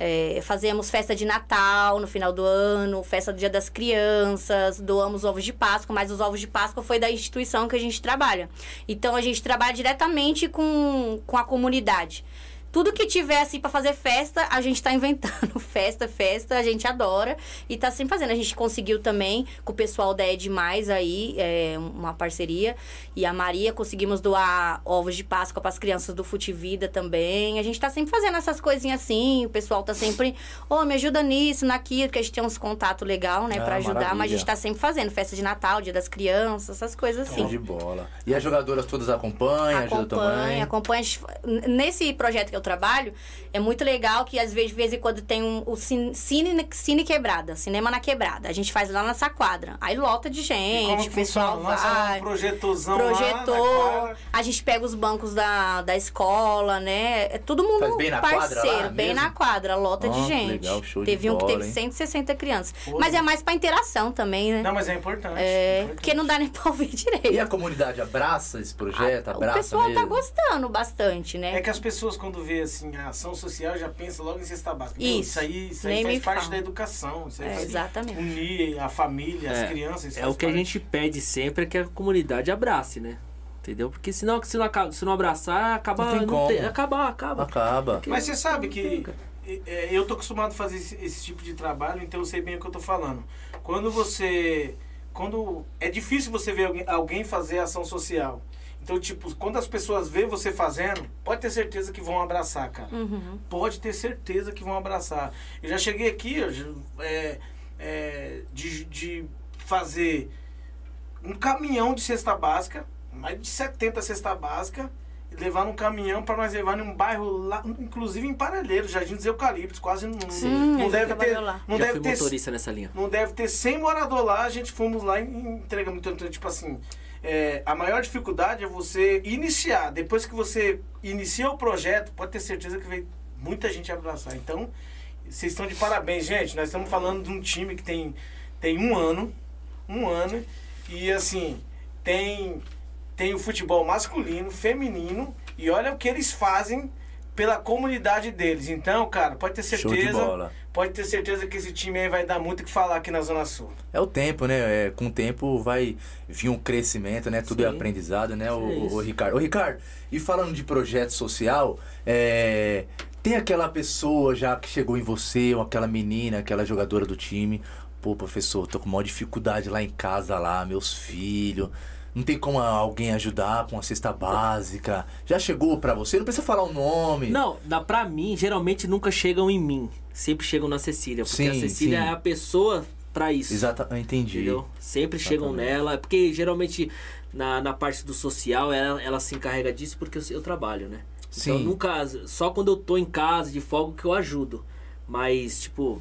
É, fazemos festa de Natal no final do ano, festa do Dia das Crianças, doamos ovos de Páscoa, mas os ovos de Páscoa foi da instituição que a gente trabalha. Então a gente trabalha diretamente com, com a comunidade. Tudo que tiver assim pra fazer festa, a gente tá inventando. Festa, festa, a gente adora e tá sempre fazendo. A gente conseguiu também com o pessoal da Ed Mais aí, é, uma parceria. E a Maria conseguimos doar ovos de Páscoa pras crianças do Futivida também. A gente tá sempre fazendo essas coisinhas assim. O pessoal tá sempre, ô, me ajuda nisso, naquilo, porque a gente tem uns contatos legal, né, Ah, pra ajudar. Mas a maravilha. gente tá sempre fazendo festa de Natal, dia das crianças, essas coisas assim Show de bola. E as jogadoras todas acompanham, ajudam acompanha, também. acompanha. as- n- Nesse projeto que eu trabalho, é muito legal que às vezes, de vez em quando, tem um, o cine, cine, cine quebrada, cinema na quebrada. A gente faz lá nessa quadra. Aí lota de E É, gente, o que pessoal funciona? Lança vai. um projetozão lá na Projetor, quadra. a gente pega os bancos da, da escola, né? É todo mundo Faz bem na quadra parceiro, lá bem mesmo? na quadra, lota Ó, de que gente. legal, show de teve um que bola, teve hein? 160 crianças. Pô. Mas é mais pra interação também, né? Não, mas é importante. é, importante. porque não dá nem pra ouvir direito. E a comunidade abraça esse projeto? o abraça pessoal é, tá mesmo? tá gostando bastante, né? É que as pessoas quando vê vê assim, a ação social já pensa logo em cesta básica. Meu, Isso. Isso aí, isso aí Nem faz me parte fala. da educação. Isso aí É, faz- exatamente. Unir a família, as crianças. isso É faz o que a parte. gente pede sempre é que a comunidade abrace, né? Entendeu? Porque senão, se não, acaba- se não abraçar, acaba. Não tem como. acabar, acaba. Acaba. Ah, Mas você sabe que é, eu tô acostumado a fazer esse, esse tipo de trabalho, então eu sei bem o que eu tô falando. Quando você. Quando. É difícil você ver alguém, alguém fazer ação social. Então, tipo, quando as pessoas vê você fazendo, pode ter certeza que vão abraçar, cara. Uhum. Pode ter certeza que vão abraçar. Eu já cheguei aqui, eu já- é, é, de, de fazer um caminhão de cesta básica, mais de 70 cesta básica, e levar num caminhão para nós levar num bairro lá, inclusive em Paralheiro, Jardim dos Eucaliptos, quase não, Sim, não ele deve trabalhou ter, lá. não Já deve fui ter, motorista nessa linha. não deve ter 100 morador lá, a gente fomos lá e entregamos então, então, tipo assim, é, a maior dificuldade é você iniciar, depois que você inicia o projeto, pode ter certeza que vem muita gente abraçar. Então, vocês estão de parabéns, gente. Nós estamos falando de um time que tem tem um ano, um ano, e assim, tem, tem o futebol masculino, feminino, e olha o que eles fazem pela comunidade deles. Então, cara, pode ter Show de certeza, bola. pode ter certeza que esse time aí vai dar muito o que falar aqui na Zona Sul. É o tempo, né? É, com o tempo vai vir um crescimento, né? Tudo é Sim. aprendizado, né, o, Isso é o- o isso. Ricardo? Ô, Ricardo, e falando de projeto social, é, tem aquela pessoa já que chegou em você, ou aquela menina, aquela jogadora do time. Pô, professor, tô com maior dificuldade lá em casa, lá, meus filhos. Não tem como alguém ajudar com uma cesta básica. Já chegou pra você? Não precisa falar o nome. Não, dá pra mim, geralmente nunca chegam em mim. Sempre chegam na Cecília. Porque a Sim, Cecília sim. é a pessoa pra isso. Exata, eu entendi. Entendeu? Sempre chegam Exatamente. nela. Porque geralmente na, na parte do social ela, ela se encarrega disso porque eu, eu trabalho, né? Então Sim. nunca. Só quando eu tô em casa de folga que eu ajudo. Mas, tipo,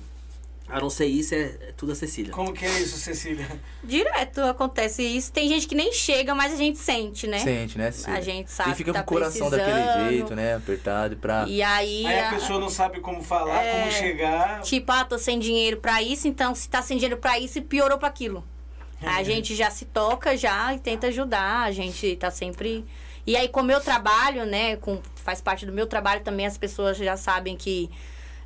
a não ser isso, é, é tudo a Cecília. Como que é isso, Cecília? Direto acontece isso. Tem gente que nem chega, mas a gente sente, né? Sente, né? Cê- A gente sabe E fica que tá com o coração daquele precisando. jeito, né? Apertado pra. E aí. Aí a a- pessoa não sabe como falar, É. como chegar. Tipo, ah, tô sem dinheiro pra isso, então se tá sem dinheiro pra isso, piorou pra aquilo. A gente já se toca já e tenta ajudar, a gente tá sempre. E aí, com o meu trabalho, né, com, faz parte do meu trabalho também, as pessoas já sabem que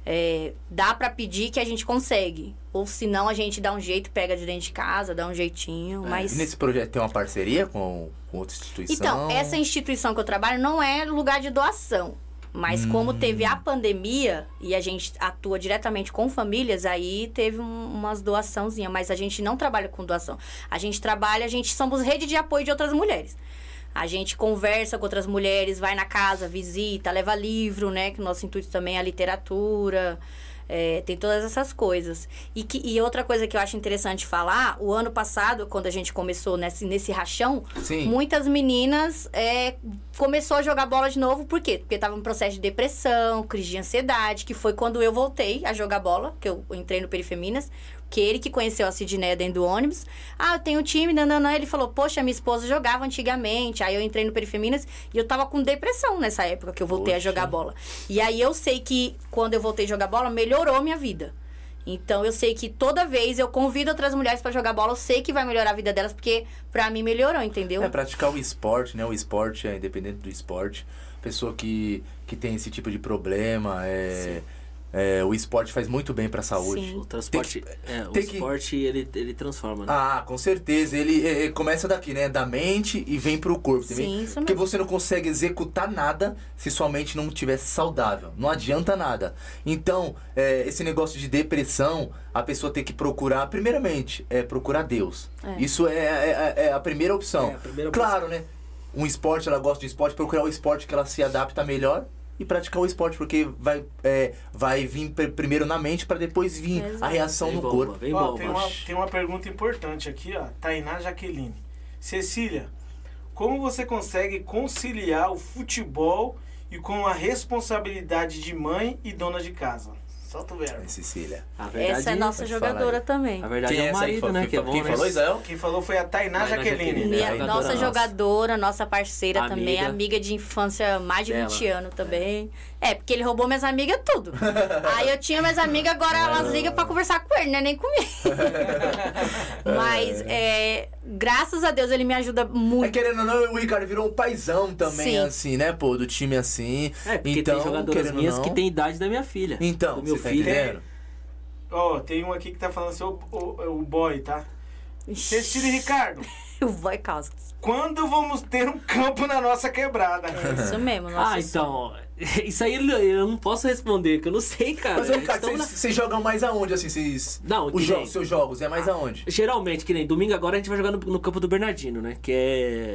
é, dá pra pedir que a gente consegue. Ou se não, a gente dá um jeito, pega de dentro de casa, dá um jeitinho, mas... É, E nesse projeto tem uma parceria com, com outra instituição? Então, essa instituição que eu trabalho não é lugar de doação. Mas como teve a pandemia e a gente atua diretamente com famílias, aí teve um- umas doaçãozinhas. Mas a gente não trabalha com doação. A gente trabalha, a gente somos rede de apoio de outras mulheres. A gente conversa com outras mulheres, vai na casa, visita, leva livro, né? Que o nosso intuito também é a literatura. é, tem todas essas coisas. E, que, e outra coisa que eu acho interessante falar, o ano passado, quando a gente começou nesse, nesse rachão, Sim. muitas meninas é, começou a jogar bola de novo, por quê? Porque tava em processo de depressão, crise de ansiedade, que foi quando eu voltei a jogar bola, que eu entrei no Perifeminas, que ele que conheceu a Sidneia dentro do ônibus. Ah, eu tenho um time, nananã. Ele falou, poxa, minha esposa jogava antigamente. Aí eu entrei no Perifeminas e eu tava com depressão nessa época que eu voltei a Poxa. jogar bola. E aí eu sei que quando eu voltei a jogar bola, melhorou a minha vida. Então eu sei que toda vez eu convido outras mulheres pra jogar bola, eu sei que vai melhorar a vida delas, porque pra mim melhorou, entendeu? É praticar o esporte, né? O esporte é independente do esporte. Pessoa que, que tem esse tipo de problema, é, é, o esporte faz muito bem pra saúde. Sim. O transporte. é, o tem que- esporte, ele, ele transforma, né? Ah, com certeza. Ele é, é, começa daqui, né? Da mente e vem pro corpo. também. Sim, isso Porque mesmo. você não consegue executar nada se sua mente não estiver saudável. Não adianta nada. Então, é, esse negócio de depressão, a pessoa tem que procurar, primeiramente, é procurar Deus. É. Isso é, é- é a primeira opção. É, a primeira claro, né? Um esporte, ela gosta de esporte, procurar o esporte que ela se adapta melhor e praticar o esporte, porque vai, é, vai vir pr- primeiro na mente para depois vir a Exato. reação vem no bomba, corpo. vem Ó, bomba. tem, uma, tem uma pergunta importante aqui, ó. Tainá Jaqueline. Cecília, como você consegue conciliar o futebol e com a responsabilidade de mãe e dona de casa? Solta o verbo. Cecília. A verdade, Essa é nossa pode falar jogadora aí. também. A verdade é o essa aí que marido, falou- né? quem Que é falou- bom, Quem né? falou, Israel? Quem falou foi a Tainá, Tainá Jaqueline. Jaqueline. Minha- jogadora nossa nossa. jogadora, nossa parceira Amiga. também, amiga de infância há mais de Dela. 20 anos também. É. porque ele roubou minhas amigas tudo. Aí eu tinha minhas amigas, agora elas ligam pra conversar com ele, né? Nem comigo. Mas é, graças a Deus, ele me ajuda muito. É, querendo ou não, o Ricardo virou o paizão também, Sim. assim, né, pô, do time assim. É, porque então, tem jogadoras querendo ou minhas não, que tem idade da minha filha. Então, do meu você tá filho. né? entendendo? Ó, tem um aqui que tá falando assim, o, o, o boy, tá? Ixi, Cecília e Ricardo, o boy causa. quando vamos ter um campo na nossa quebrada? É isso mesmo, nossa. Ah, então. Isso aí eu não posso responder, que eu não sei, cara. Mas, ô, Ricardo, Estamos vocês vocês jogam mais aonde, assim, vocês... Não, os que jogos, nem- seus jogos, é mais aonde? Geralmente, que nem domingo agora a gente vai jogar no, no campo do Bernardino, né? Que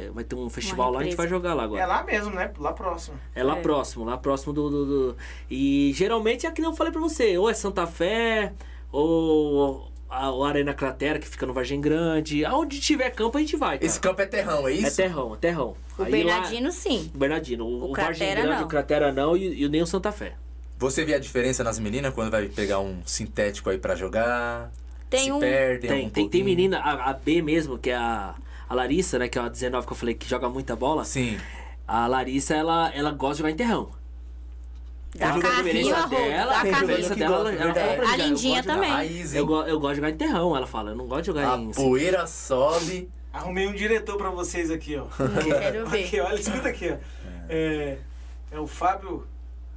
é. Vai ter um festival lá, a gente vai represa. jogar lá agora. É lá mesmo, né? Lá próximo. É lá É. próximo, lá próximo do, do- do- E geralmente é que nem eu falei pra você, ou é Santa Fé, ou a, o Arena Cratera, que fica no Vargem Grande. Aonde tiver campo, a gente vai. cara. Esse campo é terrão, é É isso? terrão, é terrão. O Aí lá- Bernardino, sim. o Bernardino. O, O o Vargem Cratera, Grande, não. o Cratera não, e, e nem o Santa Fé. Você vê a diferença nas meninas quando vai pegar um sintético aí pra jogar? Tem se um- perdem Tem, um tem, tem pouquinho? menina, a, a B mesmo, que é a, a Larissa, né? Que é a 19 que eu falei que joga muita bola. Sim. A Larissa, ela, ela gosta de jogar em terrão. Dá Ela- carrinho a roupa, dela, dá tem jogador a carrinho. diferença que dela, gosta, ela verdade. fala pra mim, A cara, eu Lindinha gosto de também. Raiz, hein? Eu, go- eu gosto de jogar em terrão, ela fala. Eu não gosto de jogar A em. poeira sobe. Arrumei um diretor pra vocês aqui, ó. Quero Aqui, ver. olha, escuta aqui, ó. É, é o Fábio.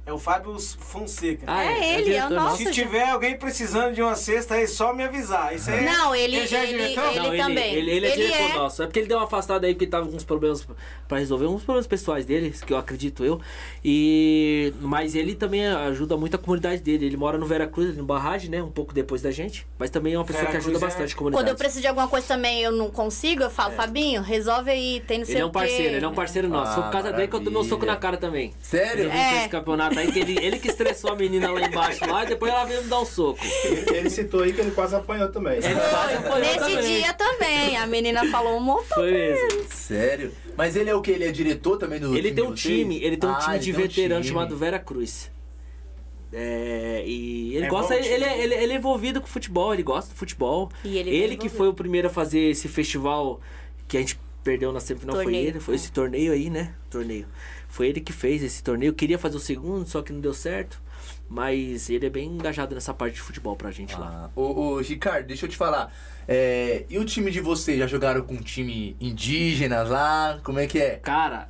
É o Fábio Fonseca. Ah, É é ele, é o diretor nosso. Se tiver alguém precisando de uma cesta, é só me avisar. Isso aí é- Não, ele, Ele já é ele, ele, diretor? Não, também. Ele, ele é diretor nosso. É porque ele deu uma afastada aí porque tava com uns problemas pra resolver, uns problemas pessoais dele, que eu acredito eu. E mas ele também ajuda muito a comunidade dele. Ele mora no Vera Cruz, no Barragem, né, um pouco depois da gente, mas também é uma pessoa que Veracruz ajuda é- bastante a comunidade. Quando eu preciso de alguma coisa também eu não consigo, eu falo, Fabinho, resolve aí, tem não sei É. ele é o um quê. parceiro, ele é um parceiro nosso. Foi por causa dele que eu tomei um soco maravilha. na cara também. Sério? Ele É. fez esse campeonato aí que ele, ele que estressou a menina lá embaixo lá e depois ela veio me dar um soco. Ele, ele citou aí que ele quase apanhou também. Ele é quase apanhou Nesse também. dia também, a menina falou um montão. Foi mesmo. Sério? Mas ele é o quê? Ele é diretor também do Ele time tem de um vocês? time, ele tem um Ah, time ele de tem um veterano time. chamado Vera Cruz. É, e ele É gosta, bom o time. ele, é- ele- ele é envolvido com futebol, ele gosta do futebol. E ele é bem que envolvido. foi o primeiro a fazer esse festival que a gente perdeu na semifinal, foi Torneio, ele, foi é. esse torneio aí, né? Torneio. Foi ele que fez esse torneio, queria fazer o segundo, só que não deu certo. Mas ele é bem engajado nessa parte de futebol pra gente lá. Ah, Ô, ô, Ricardo, deixa eu te falar. É, e o time de vocês? Já jogaram com um time indígena lá? Como é que é? Cara,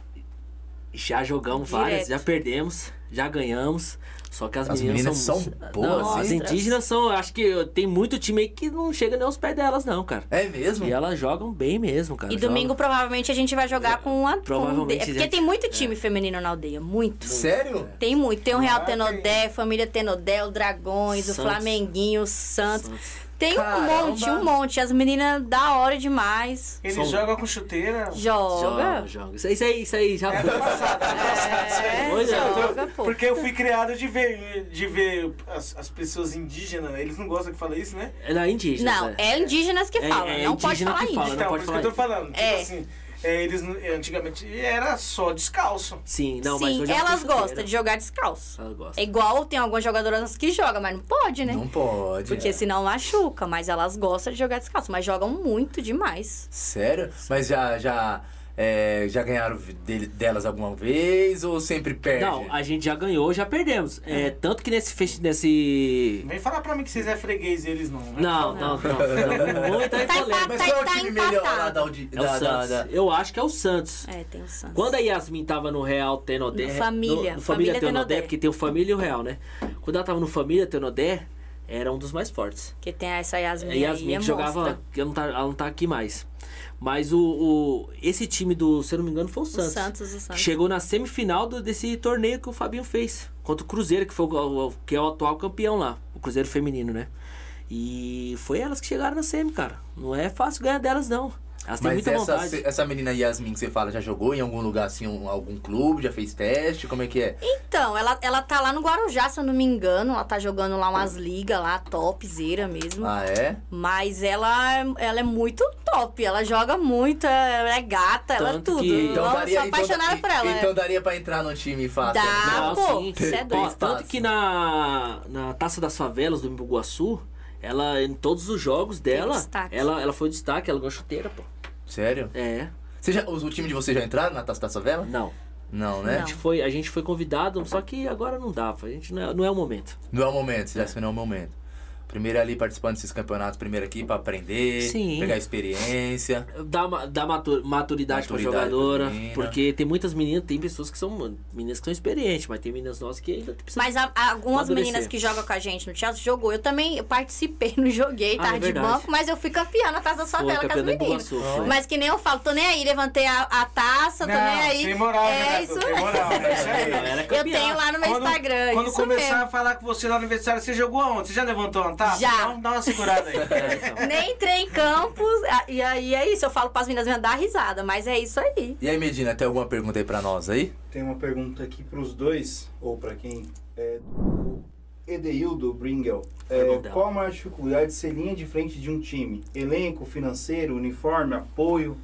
já jogamos várias, já Direto. perdemos, já ganhamos. Só que as, As meninas, meninas são mu- boas, Não, hein? as indígenas são. Acho que tem muito time aí que não chega nem aos pés delas, não, cara. É mesmo? E elas jogam bem mesmo, cara. E jogam. domingo provavelmente a gente vai jogar com uma. com um de- Provavelmente, É porque gente. tem muito time feminino na aldeia, muito. Sério? Tem muito. é, Tem o Ah, Real tem. Tenodé, Família Tenodé, o Dragões, o Santos. Flamenguinho, o Santos. Tem Caramba. um monte, um monte. As meninas da hora demais. Ele São- joga com chuteira. Joga. Jogam, jogam. Isso aí, isso aí, isso aí já foi. É, Pois é. joga, pô. né? Porque eu fui criado de ver, de ver as, as pessoas indígenas, né? eles não gostam que fala isso, né? É na indígena. Não, é indígenas que É- falam, é não pode indígena falar que fala, índio. não então, por pode isso que falar eu tô falando. Tipo É. assim, é, eles não- antigamente era só descalço. Sim, não, mas Sim, hoje é elas gostam de jogar descalço. Elas É gostam. igual tem algumas jogadoras que jogam, mas não pode, né? Não pode. Porque senão machuca, mas elas gostam de jogar descalço, mas jogam muito demais. Sério? Mas já, já, é, já ganharam dele- delas alguma vez ou sempre perde? Não, a gente já ganhou, já perdemos. É, tanto que nesse fest... nesse. Não vem falar pra mim que vocês é freguês eles não. né? Não, não, não. não. Muito aí Tá polêmico. Mas qual é o Tá time melhor lá da, audi- É o da, da, Santos. da- Eu acho que é o Santos. É, tem o Santos. Quando a Yasmin tava no Real Tenodé. No No, Família. no Família, Família Tenodé, Tenodé. porque tem o Família e o Real, né? Quando ela tava no Família Tenodé, era um dos mais fortes. Porque tem essa Yasmin, É aí, Yasmin é que jogava. monstra. Que ela, não tá, ela não tá aqui mais. Mas o, o- Esse time do, se eu não me engano, foi o O Santos. Santos, o Que Santos. chegou na semifinal do- desse torneio que o Fabinho fez. Contra o Cruzeiro, que, foi o- o- que é o atual campeão lá. O Cruzeiro feminino, né? E foi elas que chegaram na semi, cara. Não é fácil ganhar delas, não. Elas têm Mas muita essa, vontade. essa menina Yasmin que você fala, já jogou em algum lugar assim, um- algum clube, já fez teste? Como é que é? Então, ela, ela tá lá no Guarujá, se eu não me engano. Ela tá jogando lá umas ligas lá, topzera mesmo. Ah, é? Mas ela, ela é muito top. Ela joga muito, ela é gata, ela é Tanto tudo. que- Eu Então sou apaixonada então, por ela. é. né? Então daria pra entrar no time fácil. Dá. né? Ah, pô, cê é doido. Ó, tanto que na, na Taça das Favelas do Mbuguaçu, ela, em todos os jogos dela, destaque. ela, ela foi destaque, ela ganhou chuteira, pô. Sério? É, Você já, o, o time de vocês já entraram na Taça da Savela? não. Não, né? A gente foi, a gente foi convidado, só que agora não dá, pô. a gente não é, não é o momento. Não é o momento, já acho que não é o momento. Primeiro ali participando desses campeonatos, primeiro aqui pra aprender, Sim. pegar experiência. Dá, ma- dá matu- maturidade, pra Maturidade pra jogadora. menina. Porque tem muitas meninas, tem pessoas que são mano, meninas que são experientes, mas tem meninas nossas que ainda precisam. Mas a- a- algumas Amadurecer. meninas que jogam com a gente no Chelsea jogou. Eu também eu participei, não Ah, joguei, é tarde de verdade. banco, mas eu fui campeã na taça da Foi favela com as campeã da meninas. Iguaçu, foi. Mas que nem eu falo, tô nem aí, levantei a, a taça, tô nem aí. Tem moral, é né, isso Beto? Tem moral, é isso aí. Ela era Eu campeã. tenho lá no meu Instagram. quando isso começar mesmo. a falar com você lá no aniversário, você jogou aonde? Você já levantou uma taça? Já. Então dá uma segurada aí. É, então. Nem entrei em campos. a- E aí é isso. Eu falo pras meninas, dá risada, mas é isso aí. E aí, Medina, tem alguma pergunta aí pra nós aí? Tem uma pergunta aqui para os dois, ou para quem é do Edeildo Bringel. É, Pergunta. qual a maior dificuldade de ser linha de frente de um time? Elenco, financeiro, uniforme, apoio?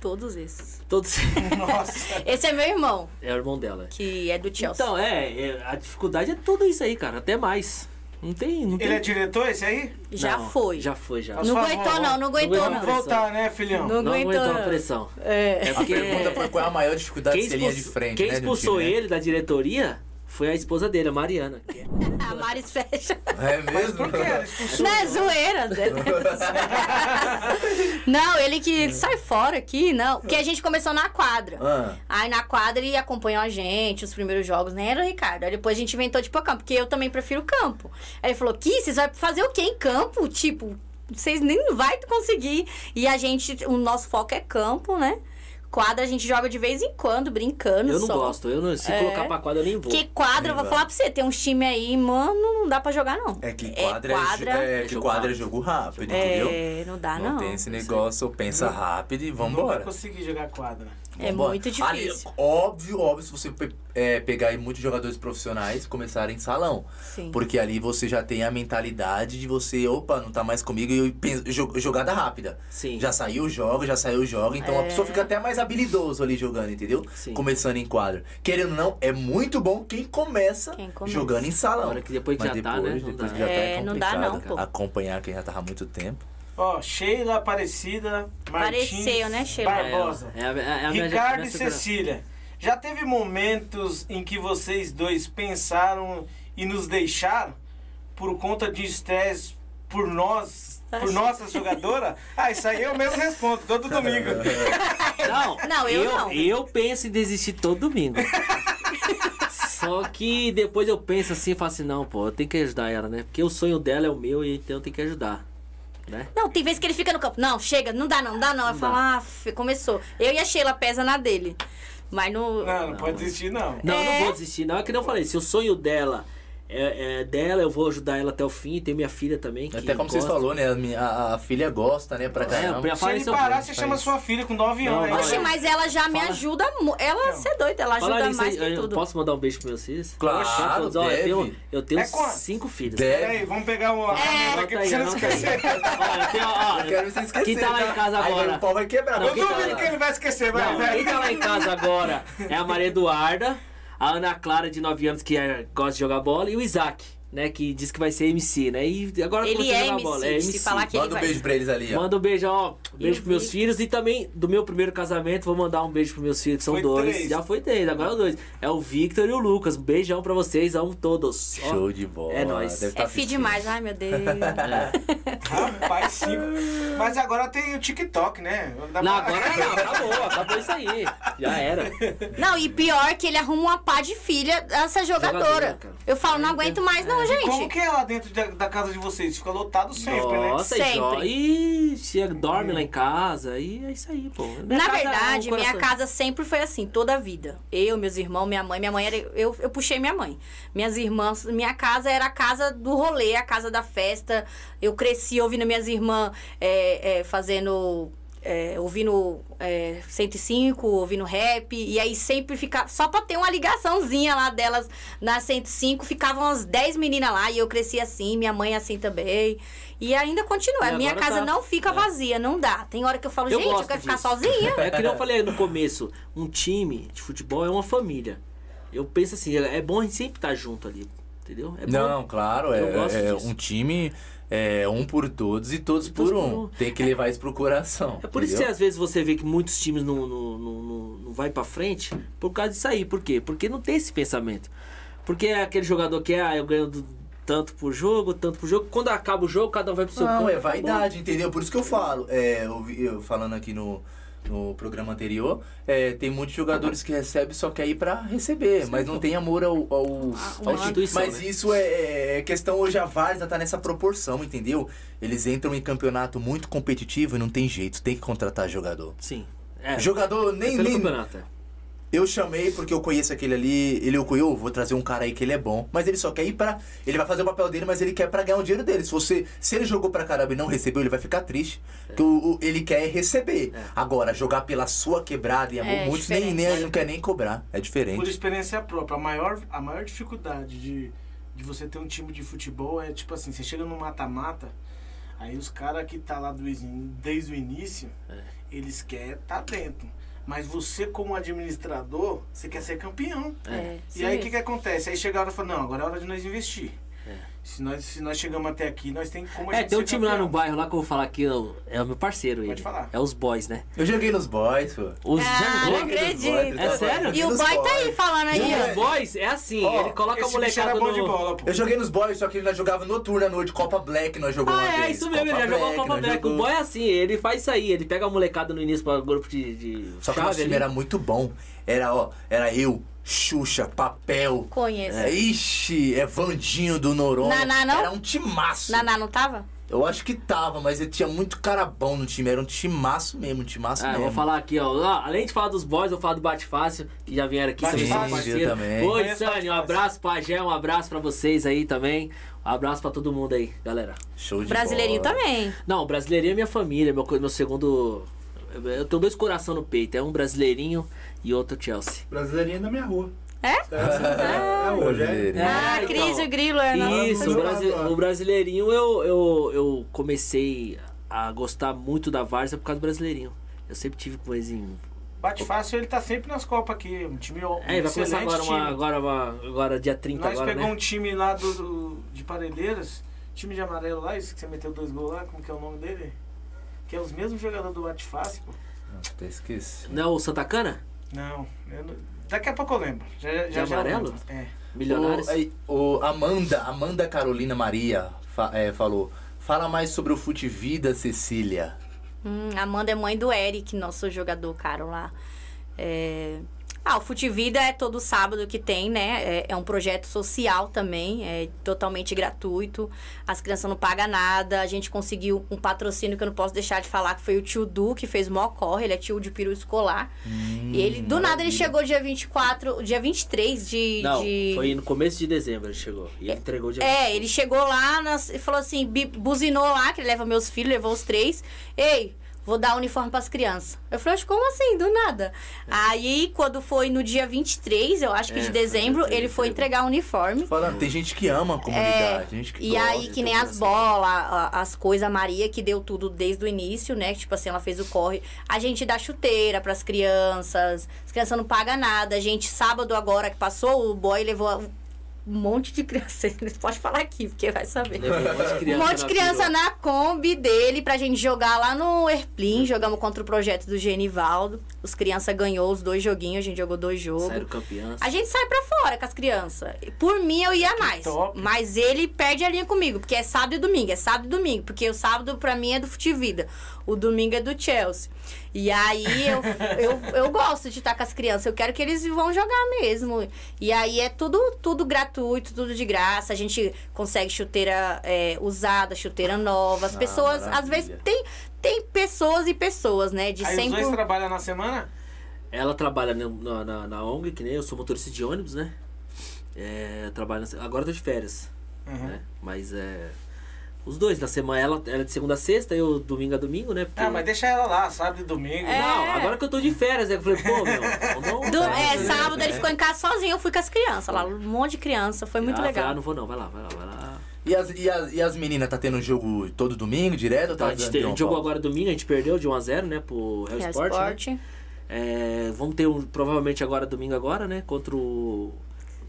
Todos esses. Todos. Nossa. Esse é meu irmão, é o irmão dela. que é do Chelsea. Então, é, é, a dificuldade é tudo isso aí, cara. Até mais. Não tem. Não tem Ele é diretor esse aí? já Não, foi. Já foi, já. Não Não Por aguentou, favor, não, não aguentou, aguentou, Vamos não. voltar, né, filhão? Não Não aguentou a aguentou. pressão. É. É porque. A pergunta foi qual é a maior dificuldade Quem de ser linha de expulsou, frente, quem né, de um expulsou time, né? ele da diretoria foi a esposa dele, a Mariana. que é- A Maris fecha. É mesmo? Por que ela expulsou? Não é zoeira. né? não, ele que sai fora aqui, não. Porque a gente começou na quadra. Ah, Aí na quadra ele acompanhou a gente, os primeiros jogos, né? Era o Ricardo. Aí depois a gente inventou, tipo, a campo, porque eu também prefiro campo. Aí ele falou, Ki, vocês vão fazer o quê em campo? Tipo, vocês nem vai conseguir. E a gente, o nosso foco é campo, né? Quadra a gente joga de vez em quando, brincando Eu não só. gosto. Eu não, se É. colocar pra quadra, eu nem vou. Porque quadra, eu vou Verdade. falar pra você, tem uns times aí, mano, não dá pra jogar, não. é que quadra, é, quadra, é, que jogo quadra é rápido. jogo rápido, entendeu? É, não dá, Não, não. tem esse negócio, pensa rápido e Não vambora. consegui jogar quadra. É Vambora. muito Ali, difícil. óbvio, óbvio, se você pe- é, pegar aí muitos jogadores profissionais começarem em salão. Sim. Porque ali você já tem a mentalidade de você, opa, não tá mais comigo, e eu penso- jo- jogada rápida. Sim. É, Já saiu, joga, já saiu, joga. É. Então a pessoa fica até mais habilidoso ali jogando, entendeu? Sim. Começando em quadra. Querendo ou não, é muito bom quem começa, Quem começa. jogando em salão. Agora que depois que Mas já tá, depois, né, não depois dá. que já tá, é É, não dá não, complicado pô. acompanhar quem já tava há muito tempo. Ó, Sheila Aparecida, Martins Apareceu, né, Sheila? Barbosa, É, é, é a minha- Ricardo minha e segurança. Cecília. Já teve momentos em que vocês dois pensaram e nos deixaram por conta de estresse por nós, Tá assim. por nossa jogadora? Ah, isso aí eu mesmo respondo todo domingo. Não, Não, eu não. Eu penso em desistir todo domingo. Só que depois eu penso assim e falo assim, não, pô, eu tenho que ajudar ela, né? Porque o sonho dela é o meu e então eu tenho que ajudar. Né? Não, tem vezes que ele fica no campo. Não, chega, não dá, não dá, não. Eu Não falo, dá. ah, f- começou. Eu e a Sheila pesa na dele. Mas no. Não, não pode desistir não. Não, eu É. não vou desistir, não. É que nem eu falei, se o sonho dela é, é dela, eu vou ajudar ela até o fim. Tem minha filha também. Que Até como gosta. vocês falaram, né? A, minha- a- a filha gosta, né? Pra É, caramba. pra Se falar ele isso parar, você faz chama isso. sua filha com 9 Não, anos. né? não, aí, Oxe, é. ó. mas ela já me Fala. ajuda muito. Ela, você é doida, ela Falar ajuda nisso mais aí, que eu tudo. posso mandar um beijo pros meus filhos? Claro, Já todos, ó, deve. Eu tenho, eu tenho É quanto? cinco filhos. Deve. Peraí, vamos pegar uma Anota é. aqui pra aí, você não anota aí. esquecer. Ó, eu tenho, ó, Eu quero você esquecer. então. Quem tá lá em casa Aí um agora? o pau vai quebrar. Não, Eu Mas quem tá duvido lá? que ele vai esquecer, vai, Não, vai. quem tá lá em casa agora é a Maria Eduarda, a Ana Clara, de 9 anos, que é- gosta de jogar bola, e o Isaac, né, que diz que vai ser MC, né? E agora Ele começou a é jogar MC, bola. É se MC. falar que ele Manda um vai. beijo pra eles ali, ó. Manda um beijo, ó. Beijo Eu pros meus vi. filhos e também do meu primeiro casamento. Vou mandar um beijo pros meus filhos, que são Foi dois. três. Já foi três, agora é dois. É o Victor e o Lucas. Um Beijão pra vocês, amo todos. Ó, Show de bola. É nóis. Deve tá É fi assistindo. demais, ai meu Deus. Rapaz, cinco. Mas agora tem o TikTok, né? Dá Não, pra- agora não, acabou, acabou isso aí. Já era. não, e pior que ele arruma uma pá de filha dessa jogadora. Jogadora, cara. eu falo, não aguento mais, não, Como gente. que é lá dentro da, da casa de vocês? Fica lotado sempre, né? Nossa, e Sempre. jo- e chega, dorme lá em casa. E é isso aí, pô. Minha Na casa é um verdade, minha coração. casa sempre foi assim, toda a vida. Eu, meus irmãos, minha mãe. Minha mãe era. Eu, eu puxei minha mãe. Minhas irmãs. Minha casa era a casa do rolê, a casa da festa. Eu cresci ouvindo minhas irmãs é, é, fazendo. é, ouvindo é, 105, ouvindo rap, e aí sempre ficava. Só pra ter uma ligaçãozinha lá delas na 105, ficavam umas 10 meninas lá, e eu cresci assim, minha mãe assim também. E ainda continua. E A minha agora casa tá- não fica é. vazia, não dá. Tem hora que eu falo, Eu gente, eu gosto quero ficar disso. sozinha. É que nem eu falei no começo, um time de futebol é uma família. Eu penso assim, é bom a gente sempre estar junto ali, entendeu? É bom. Não, claro, é, Eu gosto é disso. um time, é um por todos e todos por Todos por um. um. Tem que levar isso pro coração. É por isso que entendeu? às vezes você vê que muitos times não, não, não, não- não vai pra frente por causa disso aí. Por quê? Porque não tem esse pensamento. Porque é aquele jogador que é, ah, eu ganho do, tanto por jogo, tanto por jogo. Quando acaba o jogo, cada um vai pro seu Não, canto. é acabou. vaidade, entendeu? Por isso que eu falo, é, eu, vi- eu falando aqui no, no programa anterior, é, tem muitos jogadores que recebem só quer ir pra receber, mas não tem amor ao, ao, uma ao Ah, instituição, Mas né? isso é, é questão hoje, a Varsa tá nessa proporção, entendeu? Eles entram em campeonato muito competitivo e não tem jeito, tem que contratar jogador. Sim. É, Jogador é nem, pelo nem, campeonato. é. eu chamei porque eu conheço aquele ali, ele eu conheço, eu vou trazer um cara aí que ele é bom, mas ele só quer ir pra. Ele vai fazer o papel dele, mas ele quer pra ganhar o dinheiro dele. Se você, se ele jogou pra caramba e não recebeu, ele vai ficar triste. É. Porque o, o- ele quer receber. Agora, jogar pela sua quebrada e amor, É, muitos nem, diferente. nem- não quer nem cobrar. É Por diferente. experiência própria, a maior, a maior dificuldade de, de você ter um time de futebol é tipo assim, você chega no mata-mata, aí os caras que tá lá do, in- desde o início, É. eles querem tá dentro. Mas você como administrador, você quer ser campeão. É, E aí o que, que acontece? Aí chega a hora e fala, não, agora é hora de nós investir. Se, nós, se nós chegamos até aqui, nós tem como a É, gente tem um ser time lá campeão. no bairro lá que eu vou falar aqui, é o- é o meu parceiro Pode ele. falar. É os boys, né? Eu joguei nos boys, pô. Os Ah, já jogou? não acredito. É sério? E o boy tá aí falando aí, Os ó. boys é assim, Ó, ele coloca a Esse bicho molecada era bom de no... bola, pô. Eu joguei nos boys, só que nós jogava noturno à noite, Copa Black, nós jogamos. Ah, é, isso mesmo, ele já né? jogou a Copa Black. O boy é assim, ele faz isso aí, ele pega a molecada no início pra grupo de, de Só que o nosso chave time ali. era muito bom. Era, ó, era eu, Xuxa, Papel. Conheço. É, ixi, é Vandinho do Noronha. Naná, não? Era um timaço. Naná não tava? Eu acho que tava, mas ele tinha muito cara bom no time. Era um timaço mesmo, um timaço Ah, eu mesmo. vou falar aqui, ó. Ah, Além de falar dos boys, eu vou falar do Bate Fácil, que já vieram aqui, Bate também são Fácil, eu parceiros. também. Oi, Conheço Sani, um Bate abraço pra Gé, um abraço pra vocês aí também. Um abraço pra todo mundo aí, galera. Show de Brasileirinho bola. também. Não, brasileirinho é minha família, meu, co- meu segundo. Eu tenho dois coração no peito, é um brasileirinho e outro Chelsea. Brasileirinha da minha rua. É? Os caras são- É hoje, Brasileirinho. é. Ah, então. Cris e o Grilo é nosso. Isso, o, brasi- o brasileirinho eu, eu, eu comecei a gostar muito da Varsa por causa do brasileirinho. Eu sempre tive com eles em. Bate fácil, ele tá sempre nas Copas aqui. Um time um É, vai começar excelente agora, time. uma, agora, uma, agora dia 30 Nós agora, pegamos né? um time lá do, do- de Parelheiras, time de amarelo lá, isso que você meteu dois gols lá, como que é o nome dele? Que é os mesmos jogadores do Bate Fácil, pô. Até esqueci. Não, é o Santa Cana? Não, eu não- daqui a pouco eu lembro. Já, já, já, De amarelo? lembro. É. Milionários? O, aí, o Amanda, Amanda Carolina Maria fa- é, falou. Fala mais sobre o Fute Vida, Cecília. Hum, Amanda é mãe do Eric, nosso jogador caro lá. É, Ah, o Fute Vida é todo sábado que tem, né? É, é um projeto social também, é totalmente gratuito. As crianças não pagam nada. A gente conseguiu um patrocínio que eu não posso deixar de falar, que foi o tio Du, que fez o maior corre. Ele é tio de peru escolar. Hum, e ele, do nada, ele chegou dia 24, dia 23 de... Não, de... foi no começo de dezembro ele chegou. E ele entregou dia É, ele chegou lá nas- e falou assim, bi- buzinou lá, que ele leva meus filhos, levou os três. Ei, vou dar uniforme pras crianças. Eu falei, "Oxe, como assim? Do nada. Aí, quando foi no dia 23, eu acho que É, de foi dia dezembro, 23, ele foi entregou. entregar o uniforme. Falando, tem gente que ama a comunidade, gente que É, E gosta, assim. aí, que tem nem coração. as bolas, a- as coisas, a Maria que deu tudo desde o início, né? Tipo assim, ela fez o corre. A gente dá chuteira pras crianças, as crianças não pagam nada. A gente, sábado agora que passou, o boy levou um monte de criança. Pode falar aqui, porque vai saber. Levou um monte de Um criança. monte de na criança perua. na Kombi dele pra gente jogar lá no Erplim. Jogamos contra o projeto do Genivaldo. Os crianças ganhou os dois joguinhos, a gente jogou dois jogos. Saíram campeãs. A gente sai pra fora com as crianças. Por mim, eu ia mais. top. Mas ele perde a linha comigo, porque é sábado e domingo. É sábado e domingo, porque o sábado pra mim é do Futivida. O domingo é do Chelsea. E aí eu, eu, eu gosto de estar com as crianças. Eu quero que eles vão jogar mesmo. E aí é tudo, tudo gratuito, tudo de graça. A gente consegue chuteira é, usada, chuteira nova. As Ah, pessoas, às maravilha. vezes, tem, tem pessoas e pessoas, né? De Aí os sempre. um- dois trabalham na semana? Ela trabalha na, na, na- na ONG, que nem eu sou motorista de ônibus, né? É, eu trabalho na, agora eu tô de férias, Uhum. né? Mas é. Os dois, na semana ela, ela é de segunda a sexta, eu domingo a domingo, né? Porque- Ah, mas deixa ela lá, sábado e domingo. Não, agora que eu tô de férias, né? Eu falei, pô, meu, não, não Do- dá, é, né? sábado ele ficou em casa sozinho, eu fui com as crianças lá, um monte de criança, foi muito ah, legal. Falei, ah, não vou não, vai lá, vai lá, vai lá. E as, e as, e as meninas, tá tendo jogo todo domingo, direto? ou Então, tá a gente, dando- te- a tem gente uma jogou pausa? agora domingo, a gente perdeu de 1x0, né? Pro Real, É, Real Sport. né? Sport. É, vamos ter um, provavelmente agora domingo agora, né? Contra o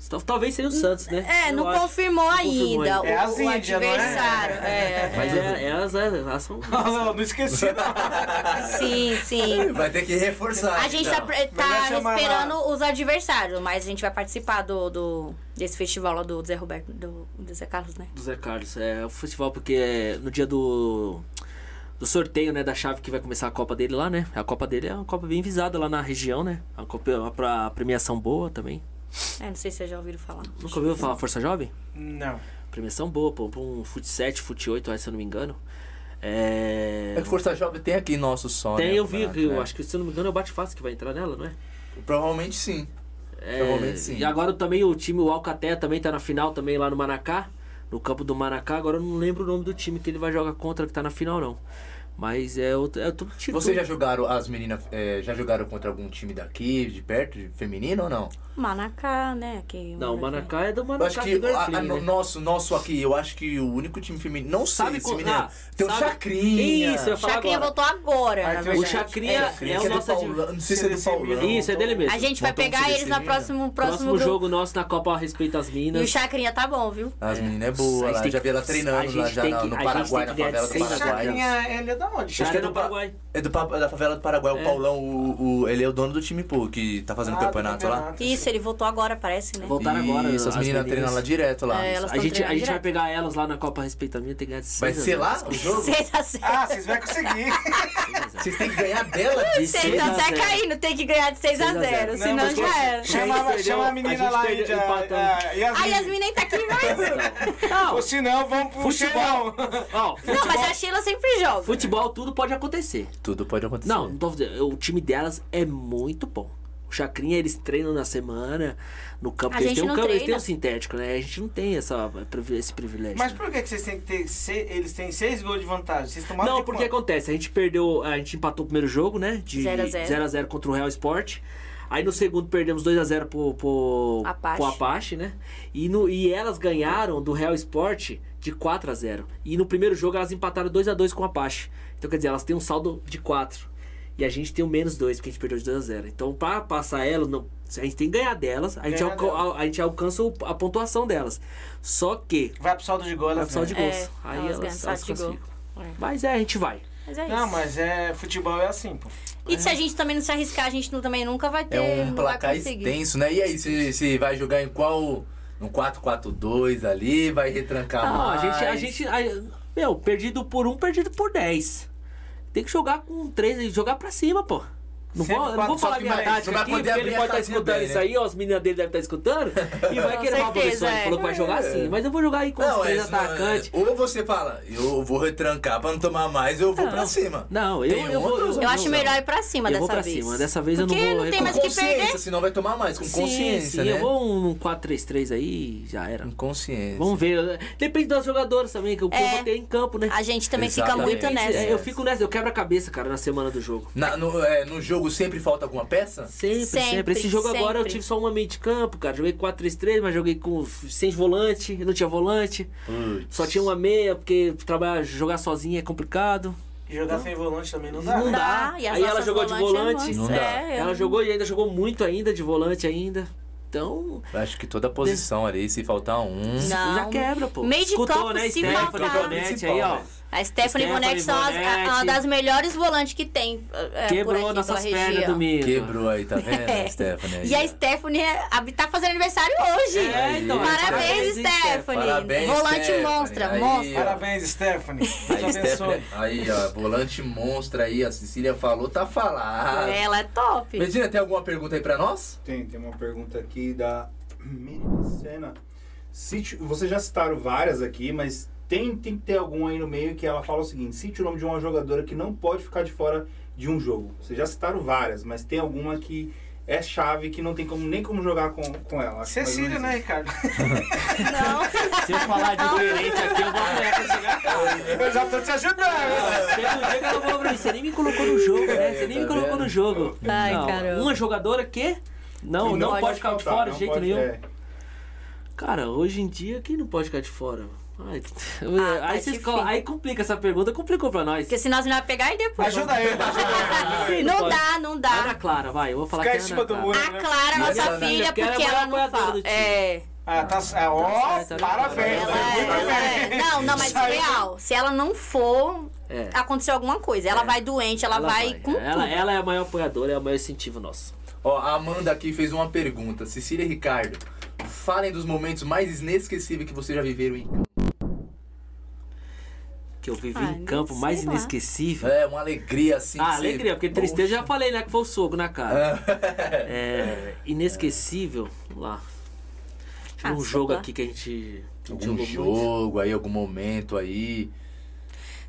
Tal- Talvez seria o Santos, né? É, Eu não acho. confirmou não confirmou ainda ainda. o, É as o Índia, não é? adversário. É, Mas é. é- elas, elas são. não, não esqueci, não. Sim, sim. Vai ter que reforçar. A gente então. tá, pre- Mas vai tá chamar lá. esperando os adversários, mas a gente vai participar do, do- desse festival lá do Zé Roberto, do, do Zé Carlos, né? do Zé Carlos. É o festival porque é no dia do do sorteio, né, da chave que vai começar a Copa dele lá, né? A Copa dele é uma Copa bem visada lá na região, né? A Copa é uma pra premiação boa também. É, não sei se vocês já ouviram falar. Nunca ouviu falar Força Jovem? Não. Premiação boa, pô, pra um fut 7, fut 8, aí, se eu não me engano. É... É que Força Jovem tem aqui nosso sonho. Tem, eu vi, que eu né? acho que se eu não me engano é o Bate-Fácil que vai entrar nela, não é? Provavelmente sim. É, Provavelmente um sim. E agora também o time, o Alcaté, também tá na final também lá no Manacá, no campo do Manacá. Agora eu não lembro o nome do time que ele vai jogar contra que tá na final, não. Mas é outro. É tudo tipo. Vocês já jogaram, as meninas, eh, já jogaram contra algum time daqui, de perto, de feminino ou não? Manacá, né? Que Não, o Manacá é do Eu Manacá. acho que que ganha a- a- Flynn, né? no- nosso, nosso aqui, eu acho que o único time feminino. Não sabe Sabe se quando. menino. é Ah, tem o sabe- Chacrinha. Isso, eu ia falar Chacrinha agora. voltou agora, Aí na tem O verdade. Chacrinha Chacrinha, é que o do nosso. Paulão, Não sei se é do CDC Paulão. Milan. Isso, é dele mesmo. A gente vai Montou um pegar eles CDC, no né? próximo, próximo, Próximo, grupo. jogo nosso na Copa Respeito às E o Minas. Chacrinha tá bom, viu? As meninas é A boa, gente lá, tem já que- vi ela a treinando gente lá já tem na- que- no a gente Paraguai, tem na que ganhar favela de do seis a Paraguai. Chacrinha, ele é da onde? Acho que Cara é do do Paraguai. Paraguai. É. É do pa- da favela do Paraguai, o Paulão, o, o- ele é o dono do time, pô, que tá fazendo Ah, do campeonato lá. campeonato, Isso, sim. ele voltou agora, parece, né? Voltaram agora. Isso, as meninas treinam lá direto lá. É, elas A tão gente, a treinando gente vai direto. pegar elas lá na Copa Respeito às Minas, tem que ganhar de Vai seis a ser zero. lá o jogo? Seis a zero. Ah, vocês vão conseguir. Vocês têm que ganhar dela De Vocês seis estão a tá até zero. caindo, tem que ganhar de 6 a 0, Seis a zero. Não, senão mas já era. você- Chama, perdeu, chama a menina a gente lá, é. perdeu, Índia. empatamos. a Yasmin. assim. A Yasmin nem tá aqui mais. Não, Ou se não, vamos pro futebol. Cheirão. Ó, Não, mas a Sheila sempre joga. futebol tudo pode acontecer. Tudo pode acontecer. Não, não tô dizendo. O time delas é muito bom. O Chacrinha, eles treinam na semana, no campo. A eles gente têm um não campo, eles treina. têm um sintético, né? A gente não tem essa, privi- esse privilégio. Mas né? por que, que vocês têm que ter. se- eles têm seis gols de vantagem? Vocês tomaram Não, de porque quanto? acontece, a gente perdeu, a gente empatou o primeiro jogo, né? De 0 a 0. 0 a 0 contra o Real Sport. Aí no segundo perdemos 2 a 0 pro, pro, Apache. pro Apache, né? E, no, e elas ganharam do Real Sport de 4 a 0 E no primeiro jogo elas empataram 2 a 2 com o Apache. Então quer dizer, elas têm um saldo de 4. E a gente tem o menos 2, porque a gente perdeu de 2 a 0 Então pra passar elas, não, a gente tem que ganhar delas, a gente, Ganhar alca- delas. a, a gente alcança o- a pontuação delas. Só que, Vai pro saldo de né? gol, é elas o saldo de ganham. gols. É, Aí elas elas, ganham elas, saldo de gol. classificam. Mas é, a gente vai. Mas é isso. Não, mas é. Futebol é assim, pô. E né? se a gente também não se arriscar, a gente não- também nunca vai ter. É um não vai placar conseguir. extenso, né? E aí, se, se vai jogar em qual. No 4-4-2 ali, vai retrancar Não, a mais. gente, a gente. a- meu, perdido por um, perdido por 10. Tem que jogar com 13, jogar pra cima, pô. Não Sempre vou, eu não quatro, vou só falar que minha mais. tática Não vai aqui, poder porque ele abrir pode a estar casinha escutando dele, isso né? aí, ó, as meninas dele devem estar escutando, e vai Com querer uma certeza, abolição. Ele é. falou que vai jogar assim, mas eu vou jogar aí com os três isso não é atacantes. Ou você fala, eu vou retrancar pra não tomar mais, eu vou pra cima. Não, eu, Tem eu vou. outras Eu acho não. melhor ir pra cima Eu dessa vou pra vez. cima, dessa vez eu não Porque vou não tem recuar. mais Com o que consciência, perder. senão vai tomar mais. Com Sim, consciência, sim, né? Eu vou um 4-3-3 aí, já era. Com consciência. Vamos ver. Depende das jogadoras também, que eu que eu É. vou ter em campo, né? A gente também Exatamente. fica muito nessa. É, Eu fico nessa, eu quebro a cabeça, cara, na semana do jogo. Na- no, é, no jogo sempre falta alguma peça? Sempre, sempre, Sempre, Esse jogo agora eu sempre. tive só uma meio de campo, cara. Joguei 4-3-3, mas joguei com sem volante, não tinha volante. Só tinha uma meia, porque trabalhar, jogar sozinho é complicado. E jogar sem volante também não dá. Não né? dá. E as Aí ela nossas jogou de volantes volante. é Não mansa. dá. É, eu- Ela jogou e ainda jogou muito ainda de volante ainda. Então, Acho que toda posição ali, se faltar um. Não. já quebra, pô. Meio de Escutou, campo, né? se Stephanie faltar. Bonetti aí, ó. A Stephanie Stephanie Bonetti são as- a- Bonetti. uma das melhores volantes que tem. é, por Quebrou aqui, nossas pela pernas região. domingo. Quebrou aí, tá vendo, Stephanie? É. E a Stephanie é- a- tá fazendo aniversário hoje. É, então, Parabéns, parabéns, Stephanie. Parabéns, Volante Stephanie. monstra, Aí, monstra. Parabéns, Stephanie. Aí, Deus abençoe. Stephanie, aí, ó, volante monstra aí, a Cecília falou, tá falado. Ela é top. Medina, tem alguma pergunta aí pra nós? Tem, tem uma pergunta aqui da Menina Sena. Se ti- Vocês já citaram várias aqui, mas tem, tem que ter algum aí no meio que ela fala o seguinte: cite o nome de uma jogadora que não pode ficar de fora de um jogo. Vocês já citaram várias, mas tem alguma que é chave que não tem como, nem como jogar com, com ela. Acho que mais ou Cecília, né, menos Ricardo? Não. Se eu falar diferente aqui, eu vou apanhar pra chegar. Eu já tô te ajudando. Chega um dia que ela falou pra mim, você nem me colocou no jogo, né? Você nem me tá colocou vendo? no jogo. Ai, não, caramba. uma jogadora que não, isso. não, E pode ficar de fora não de jeito pode- nenhum. é. Cara, hoje em dia, quem não pode ficar de fora? Ai, Ah, aí, tá vocês difícil. colo- aí complica essa pergunta, complicou pra nós. Porque senão você vai pegar e depois. Ajuda ele, ajuda ele. Quem Não pode? dá, não Ana dá. Clara, vai, eu vou falar Ficar que em é cima Ana do Clara. muro. A Clara, Mas nossa ela- filha, porque ela é porque ela não apoiadora fala. do time. É. Ah, tá. ah, Ó, certo, tá parabéns. certo. Ela é, muito ela é. bem. Não, não, mas Saiu. real. Se ela não for, É. aconteceu alguma coisa. Ela vai doente, ela, vai, com ela, tudo. ela é a maior apoiadora, é o maior incentivo nosso. Ó, a Amanda aqui fez uma pergunta. Cecília e Ricardo, falem dos momentos mais inesquecíveis que vocês já viveram em campo. Que eu vivi Ah, em campo sei mais lá. inesquecível. É, uma alegria assim. Ah, que você- alegria, porque tristeza eu já falei, né? Que foi o soco na cara. É. É, inesquecível. Vamos lá. Tinha Ah, um sei jogo lá. aqui que a gente que Algum jogou muito. jogo aí, algum momento aí.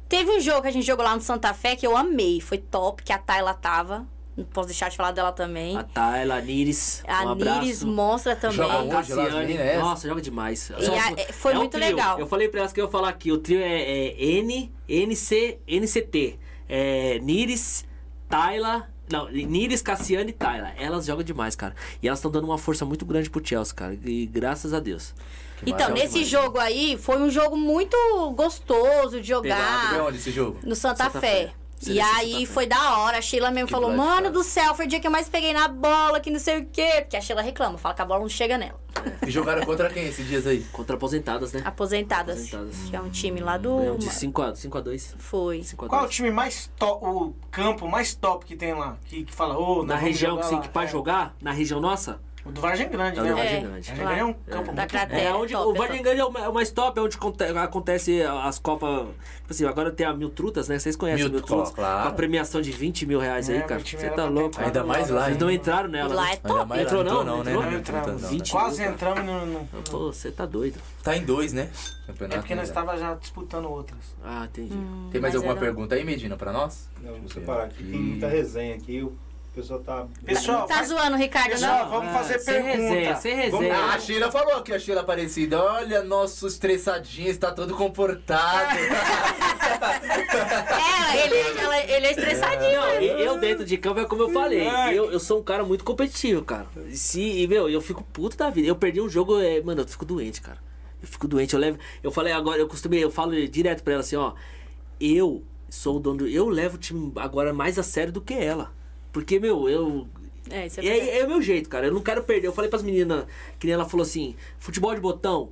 Teve um jogo que a gente jogou lá no Santa Fé que eu amei. Foi top, que a Tayla tava. Não posso deixar de falar dela também. A Tayla, a Niris. A um abraço. Niris Monstra também. Joga A muito. Hoje, lá, as Cassiane. meninas, é? Nossa, joga demais. E a- é, foi um muito trio. legal. Eu falei pra elas que eu ia falar aqui. O trio é, é N, NC, NCT. É, Niris, Tayla... Não, Niris, Cassiane e Tayla. Elas jogam demais, cara. E elas estão dando uma força muito grande pro Chelsea, cara. E graças a Deus. Então, Maravilha, nesse mano. jogo aí, foi um jogo muito gostoso de jogar. Foi onde esse jogo? No Santa, Santa Fé. Fé. E Seleção Santa aí Fé. foi da hora. A Sheila mesmo Que falou: blast, Mano cara." do céu, foi o dia que eu mais peguei na bola, que não sei o quê. Porque a Sheila reclama, fala que a bola não chega nela. E jogaram contra quem esses dias aí? Contra aposentadas, né? Aposentadas. Aposentadas. Que é um time lá do. Ganhamos de 5 a 5 a 2 Foi. 5 a Qual o 2 time mais top, o campo mais top que tem lá? Que, que fala, ô, nós Na vamos região jogar que você lá. que pra jogar, na região nossa, O do Vargem Grande, É, o né? do Vargem É. Grande. Vargem Grande é um campo Da muito Craté. É, onde top, o é Vargem top. Grande é o ma- é o mais top, é onde conte- acontece as Copas. Tipo assim, agora tem a Mil Trutas, né? Vocês conhecem a Mil Mil Trutas? Claro. Com a premiação de 20 mil reais aí, É, cara. meu time Você era tá pra louco. ter Ainda entrado mais lá, lá, Vocês hein? não entraram nela. Lá né? é top. mais Entrou não? não, Entrou? né? Não entramos. Não, não, Vinte. Quase entramos no. no- Pô, você tá doido. Tá em dois, né? Campeonato. É porque nós né? estávamos já disputando outras. Ah, entendi. Tem mais Mas alguma era- pergunta aí, Medina, pra nós? Não, vou Deixa eu separar ver aqui. Tem muita resenha aqui. O pessoal tá. Pessoal, Tá faz- zoando, Ricardo, Pessoal, não? vamos fazer sem pergunta. ah, Resenha, sem resenha. Ah, a Sheila falou aqui, a Sheila Aparecida. Olha, nosso estressadinho está todo comportado. É, ele, ela- ele é estressadinho. Não, e- eu dentro de campo é como eu falei. Moleque. Eu, eu sou um cara muito competitivo, cara. E Se, e, meu, eu fico puto da vida. Eu perdi um jogo, é, mano, eu fico doente, cara. Eu fico doente. Eu levo. Eu falei agora, eu costumei, eu falo direto pra ela assim, ó. Eu sou o dono. do- Eu levo o time agora mais a sério do que ela. Porque, meu, eu. É, isso é E verdade. é, é o meu jeito, cara. Eu não quero perder. Eu falei pras meninas, que nem ela falou assim: futebol de botão,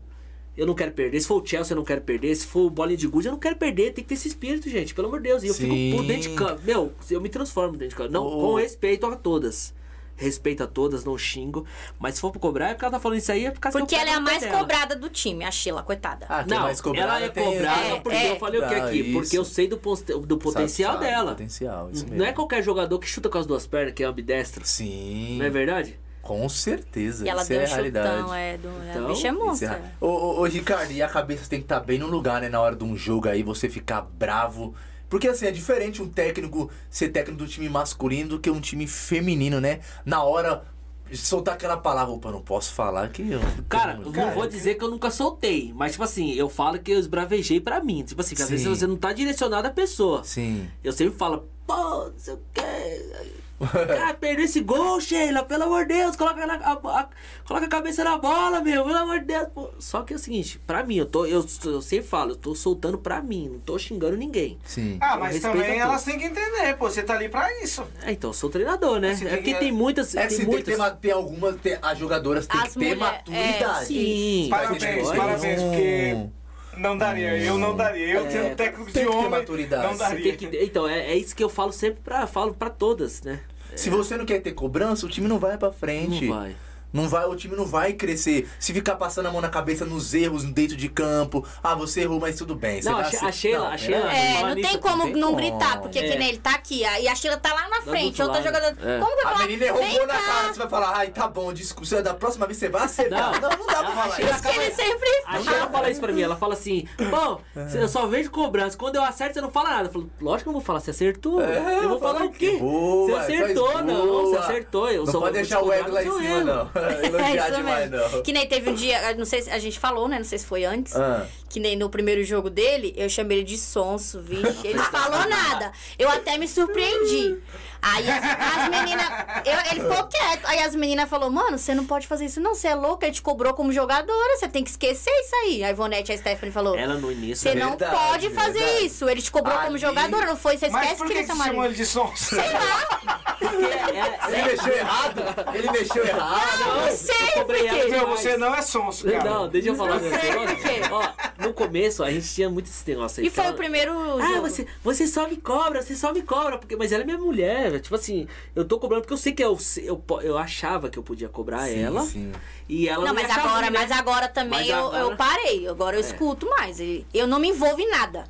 eu não quero perder. Se for o Chelsea, eu não quero perder. Se for o bolinha de gude, eu não quero perder. Tem que ter esse espírito, gente. Pelo amor de Deus. E eu Sim. fico por dentro de campo. Meu, eu me transformo dentro de campo. Não, Oh. com respeito a todas. Respeito a todas, não xingo. Mas se for pra cobrar, é porque ela tá falando isso aí, é por causa que Porque eu pego ela é a no pé mais dela. cobrada do time, a Sheila, coitada. Ah, Não, ela é cobrada É, porque é. eu falei o que aqui? Ah, Porque eu isso. sei do, pos- do potencial Sabe, sabe, dela. Potencial, isso mesmo. Não é qualquer jogador que chuta com as duas pernas, que é ambidestro. Sim. Não é verdade? Com certeza. E ela isso deu é um a realidade. chutão, é. Do, Então, a bicha é Isso é ra- monstra. Ô, ô, ô, Ricardo, e a cabeça tem que estar bem no lugar, né? Na hora de um jogo aí, você ficar bravo. Porque assim, é diferente um técnico ser técnico do time masculino do que um time feminino, né? Na hora, soltar aquela palavra, opa, não posso falar que eu. Cara, que eu- eu não vou dizer que eu nunca soltei, mas tipo assim, eu falo que eu esbravejei pra mim. Tipo assim, que às Sim. vezes você não tá direcionado à pessoa. Sim. Eu sempre falo, pô, não sei o quê. Cara, perdeu esse gol, Sheila, pelo amor de Deus, coloca, na- a, a- coloca a cabeça na bola, meu, pelo amor de Deus. pô. Só que é o seguinte, pra mim, eu, tô, eu, eu sempre falo, eu tô soltando pra mim, não tô xingando ninguém. Sim. Ah, Eu mas respeito também a todos. elas têm que entender, pô. Você tá ali pra isso. É, então, eu sou treinador, né? Você É tem porque que- tem muitas. É que tem se tem, que muitas... ter, ma- tem algumas, tem- as jogadoras têm As que ter mulher- é, maturidade. Sim, Vai ter Parabéns, jogador- parabéns, porque- Não daria, eu não daria. Eu É, sendo técnico tem de que ter homem. maturidade. Não Você Você tem daria. que ter- Então, é, é isso que eu falo sempre pra, falo pra todas, né? Se você não quer ter cobrança, o time não vai pra frente. Não vai. Não vai, o time não vai crescer. Se ficar passando a mão na cabeça nos erros dentro de campo, ah, você errou, mas tudo bem. você Não, vai a She- ace- a Sheila- Não, a Sheila- é. É, Falar não tem nisso, como não tem não como. gritar, porque É. que nem ele tá aqui, a- e a Sheila tá lá na do frente, outro outra lado. jogadora. É. Como que vai A falar? menina errou Vem na cá. cara, você vai falar, ai, tá bom, desculpa, da próxima vez você vai acertar. Não. Ah, Não, não, dá pra Não, falar a isso. Isso que ele sempre A Ah. Sheila fala isso pra mim, ela fala assim, bom, cê- eu só vejo cobrança, quando eu acerto você não fala nada. Eu falo, lógico que eu não vou falar, você acertou, eu vou falar o quê? É, Boa, você acertou, faz não, boa. você acertou. Eu não sou pode deixar o ego lá em cima, não. Ah, É elogiar isso demais, mesmo. não. Que nem teve um dia, não sei se a gente falou, né? Não sei se foi antes. Ah. Que nem no primeiro jogo dele, eu chamei ele de sonso, vixe. Ele não falou nada. Eu até me surpreendi. Aí as, as meninas. eu- Ele ficou quieto. Aí as meninas falaram, mano, você não pode fazer isso, não. Você é louca, ele te cobrou como jogadora, você tem que esquecer isso aí. A Ivonete e a Stephanie falou. Ela no início. né? Você não Verdade, pode fazer verdade. isso. Ele te cobrou como Ali- jogadora, não foi? Você Mas esquece por que que, ele que é seu você chamou marido. ele de sonso? é, Ele mexeu errado? Ele mexeu Ah, errado? Não sei por cobrei ela quê. Meu, você não é sonso, cara. Não, deixa eu falar um sei por negócio. quê. Ó, no começo, a gente tinha muito esse negócio aí. E foi Fala- o primeiro jogo. Ah, você, você só me cobra, você só me cobra, porque, mas ela é minha mulher. velho. Tipo assim, eu tô cobrando porque eu sei que eu, eu, po- eu achava que eu podia cobrar Sim, Ah, ela. sim. E ela Não, não, me mas achava agora, ruim, né? mas agora também Mas eu, agora- É. eu parei. Agora eu escuto mais. E Eu não me envolvo em nada.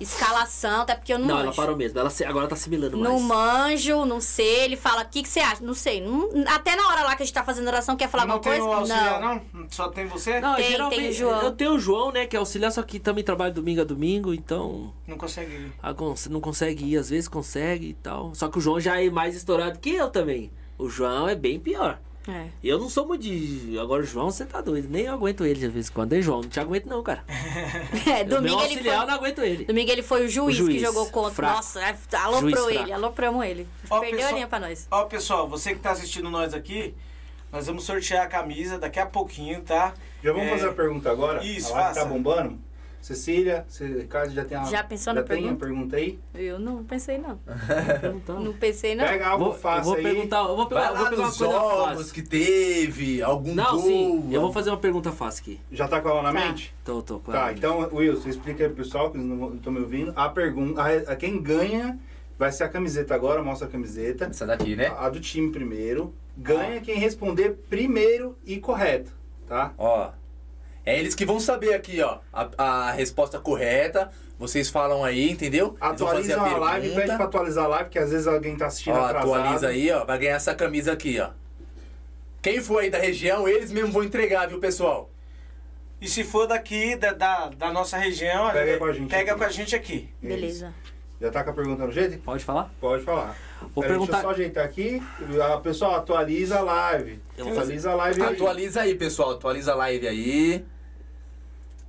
Escalação, até porque eu não, Não, ela manjo. parou mesmo. Ela se- agora tá assimilando Não mais. manjo, não sei. Ele fala, o que, que você acha? Não sei. Não- até na hora lá que a gente tá fazendo oração, quer falar não alguma tem coisa? o auxiliar, não. Só tem você? Não, Tem- geralmente tem o João. eu tenho o João, né, que é auxiliar, só que também trabalha domingo a domingo, então Não consegue ir. a con- não consegue ir, às vezes consegue e tal. Só que o João já é mais estourado que eu também. O João é bem pior. É. Eu não sou muito de. Agora, o João, você tá doido. Nem eu aguento ele de vez em quando. Hein, João? Não te aguento, não, cara. É, domingo Meu ele auxiliar, eu foi. não aguento ele. Domingo ele foi o juiz, O juiz, que jogou contra. fraco. Nossa, é, aloprou Juiz ele, fraco. alopramos ele. Ó, Perdeu pessoal- a linha pra nós. Ó, pessoal, você que tá assistindo nós aqui, nós vamos sortear a camisa daqui a pouquinho, tá? Já vamos É, fazer a pergunta agora? Isso, a live faça. tá bombando? Cecília, você, Ricardo, já tem a, Já pensou já na tem a pergunta? pergunta aí? Eu não pensei, não. Perguntar. Não pensei, não. Pega algo Então, Vou- eu fácil vou aí. perguntar. Eu vou pegar, Vai eu vou lá pegar uma nos coisa jogos fácil. que teve, algum Não, gol. sim. Eu vou fazer uma pergunta fácil aqui. Já tá com ela na Tá. mente? Tô, tô. com Tá, ela. então, Wilson, explica aí pro pessoal que eles não estão me ouvindo. A pergunta, a, a quem ganha vai ser a camiseta agora, mostra a camiseta. Essa daqui, né? A do time primeiro. Ganha quem responder primeiro e correto, tá? Ó. É eles que vão saber aqui, ó. A, a resposta correta. Vocês falam aí, entendeu? Eles vão fazer Atualiza a, live, pede pra pergunta. atualizar a live, porque às vezes alguém tá assistindo Ó, atrasado. atualiza aí, ó. Vai ganhar essa camisa aqui, ó. Quem for aí da região, eles mesmo vão entregar, viu, pessoal? E se for daqui, da, da, da nossa região, Pega é, com a gente pega aqui. com a gente aqui. Isso. Beleza. Já tá com a pergunta no jeito? Pode falar? Pode falar. Vou Pera, perguntar- Deixa eu só ajeitar aqui. Ah, Pessoal, atualiza a live. Eu vou Atualiza a live aí. Atualiza aí, pessoal. Atualiza a live aí.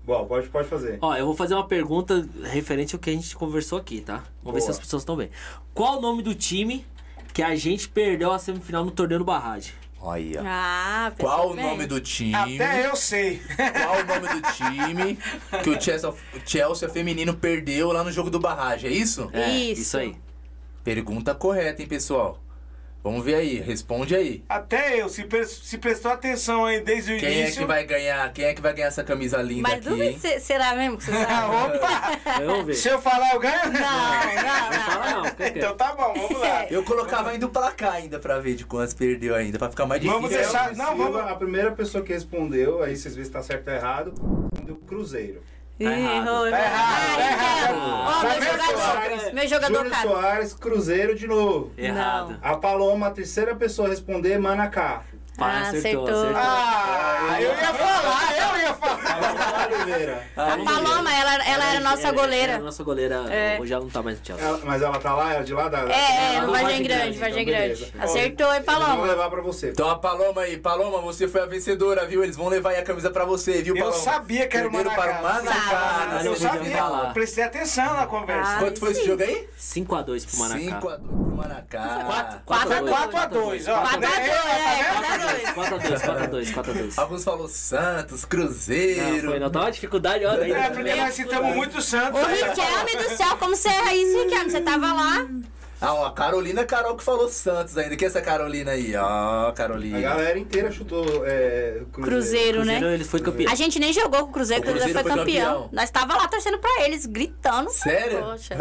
Bom, pode, pode fazer. Ó, eu vou fazer uma pergunta referente ao que a gente conversou aqui, tá? Vamos ver se Boa. as pessoas estão bem. Qual o nome do time que a gente perdeu a semifinal no torneio do Barragem? Olha. aí, ó. Ah, pensei Qual o bem. nome do time? Até eu sei. Qual o nome do time que o Chelsea, o Chelsea feminino perdeu lá no jogo do Barragem, é isso? É, Isso. isso aí. Pergunta correta, hein, pessoal? Vamos ver aí, responde aí. Até eu, se, pre- se prestou atenção aí desde o Quem é início. que vai ganhar? Quem é que vai ganhar essa camisa linda Mas aqui, duvido hein? que cê- será mesmo que você Ah, sabe? Opa! Vamos ver. Se eu falar, eu não, ganho? não. Fala não, fica Então quieto. tá bom, vamos lá. Eu colocava ainda o placar ainda pra ver de quantas perdeu ainda, pra ficar mais difícil. Vamos deixar- Elvis não, é Silva, vamos- A primeira pessoa que respondeu, aí vocês vê se tá certo ou errado, do Cruzeiro. Ih, errado. rolou. Tá errado, tá Ai, errado. Ó, Tá meu vendo, jogador, Soares? meu jogador tá Júnior caro. Soares, Cruzeiro de novo. É. Errado. A Paloma, a terceira pessoa a responder, Manacá. Pai, Ah, acertou, acertou. acertou. Ah, eu ia falar, eu ia falar. Paloma tá Oliveira. A Paloma, ela, ela era nossa Era goleira. nossa goleira. É. Hoje ela não tá mais no Chelsea. Ela- mas ela tá lá, ela de lá É, é, da... Ela no não vai Vargem de Grande, grande, Vargem então Grande. beleza. Acertou, hein, Vou Paloma? levar pra você. Então a Paloma aí, Paloma, você foi a vencedora, viu? Eles vão levar aí a camisa pra você, viu, Eu Paloma? sabia que era o Perderam para o Manacá. Manacá. Sabe. né? Eu Não podia sabia, falar. prestei atenção na conversa. Ah. Quanto foi esse Sim. jogo aí? 5x2 pro Maracá. 5x2 pro Manacá. Quatro- né? Quatro a Foi dois. 4x2, ó. tá 4 a 2, é, 4 a 2. 4x2, 4x2, 4x2. Alguns falam Santos, Não, Cruzeiro. foi, não. Tá uma dificuldade, olha aí. É, porque nós citamos muito o Santos. Ô, Riquelme do céu, como você erra isso, Riquelme? Você tava lá? Ah, ó, a Carolina Carol que falou Santos ainda. Que essa Carolina aí, ó, Carolina. A galera inteira chutou é, Cruzeiro. Cruzeiro, né? Cruzeiro, ele foi campeão. A gente nem jogou com o Cruzeiro, O o Cruzeiro Cruzeiro, foi foi campeão. campeão. Nós tava lá torcendo pra eles, gritando. Sério? Poxa.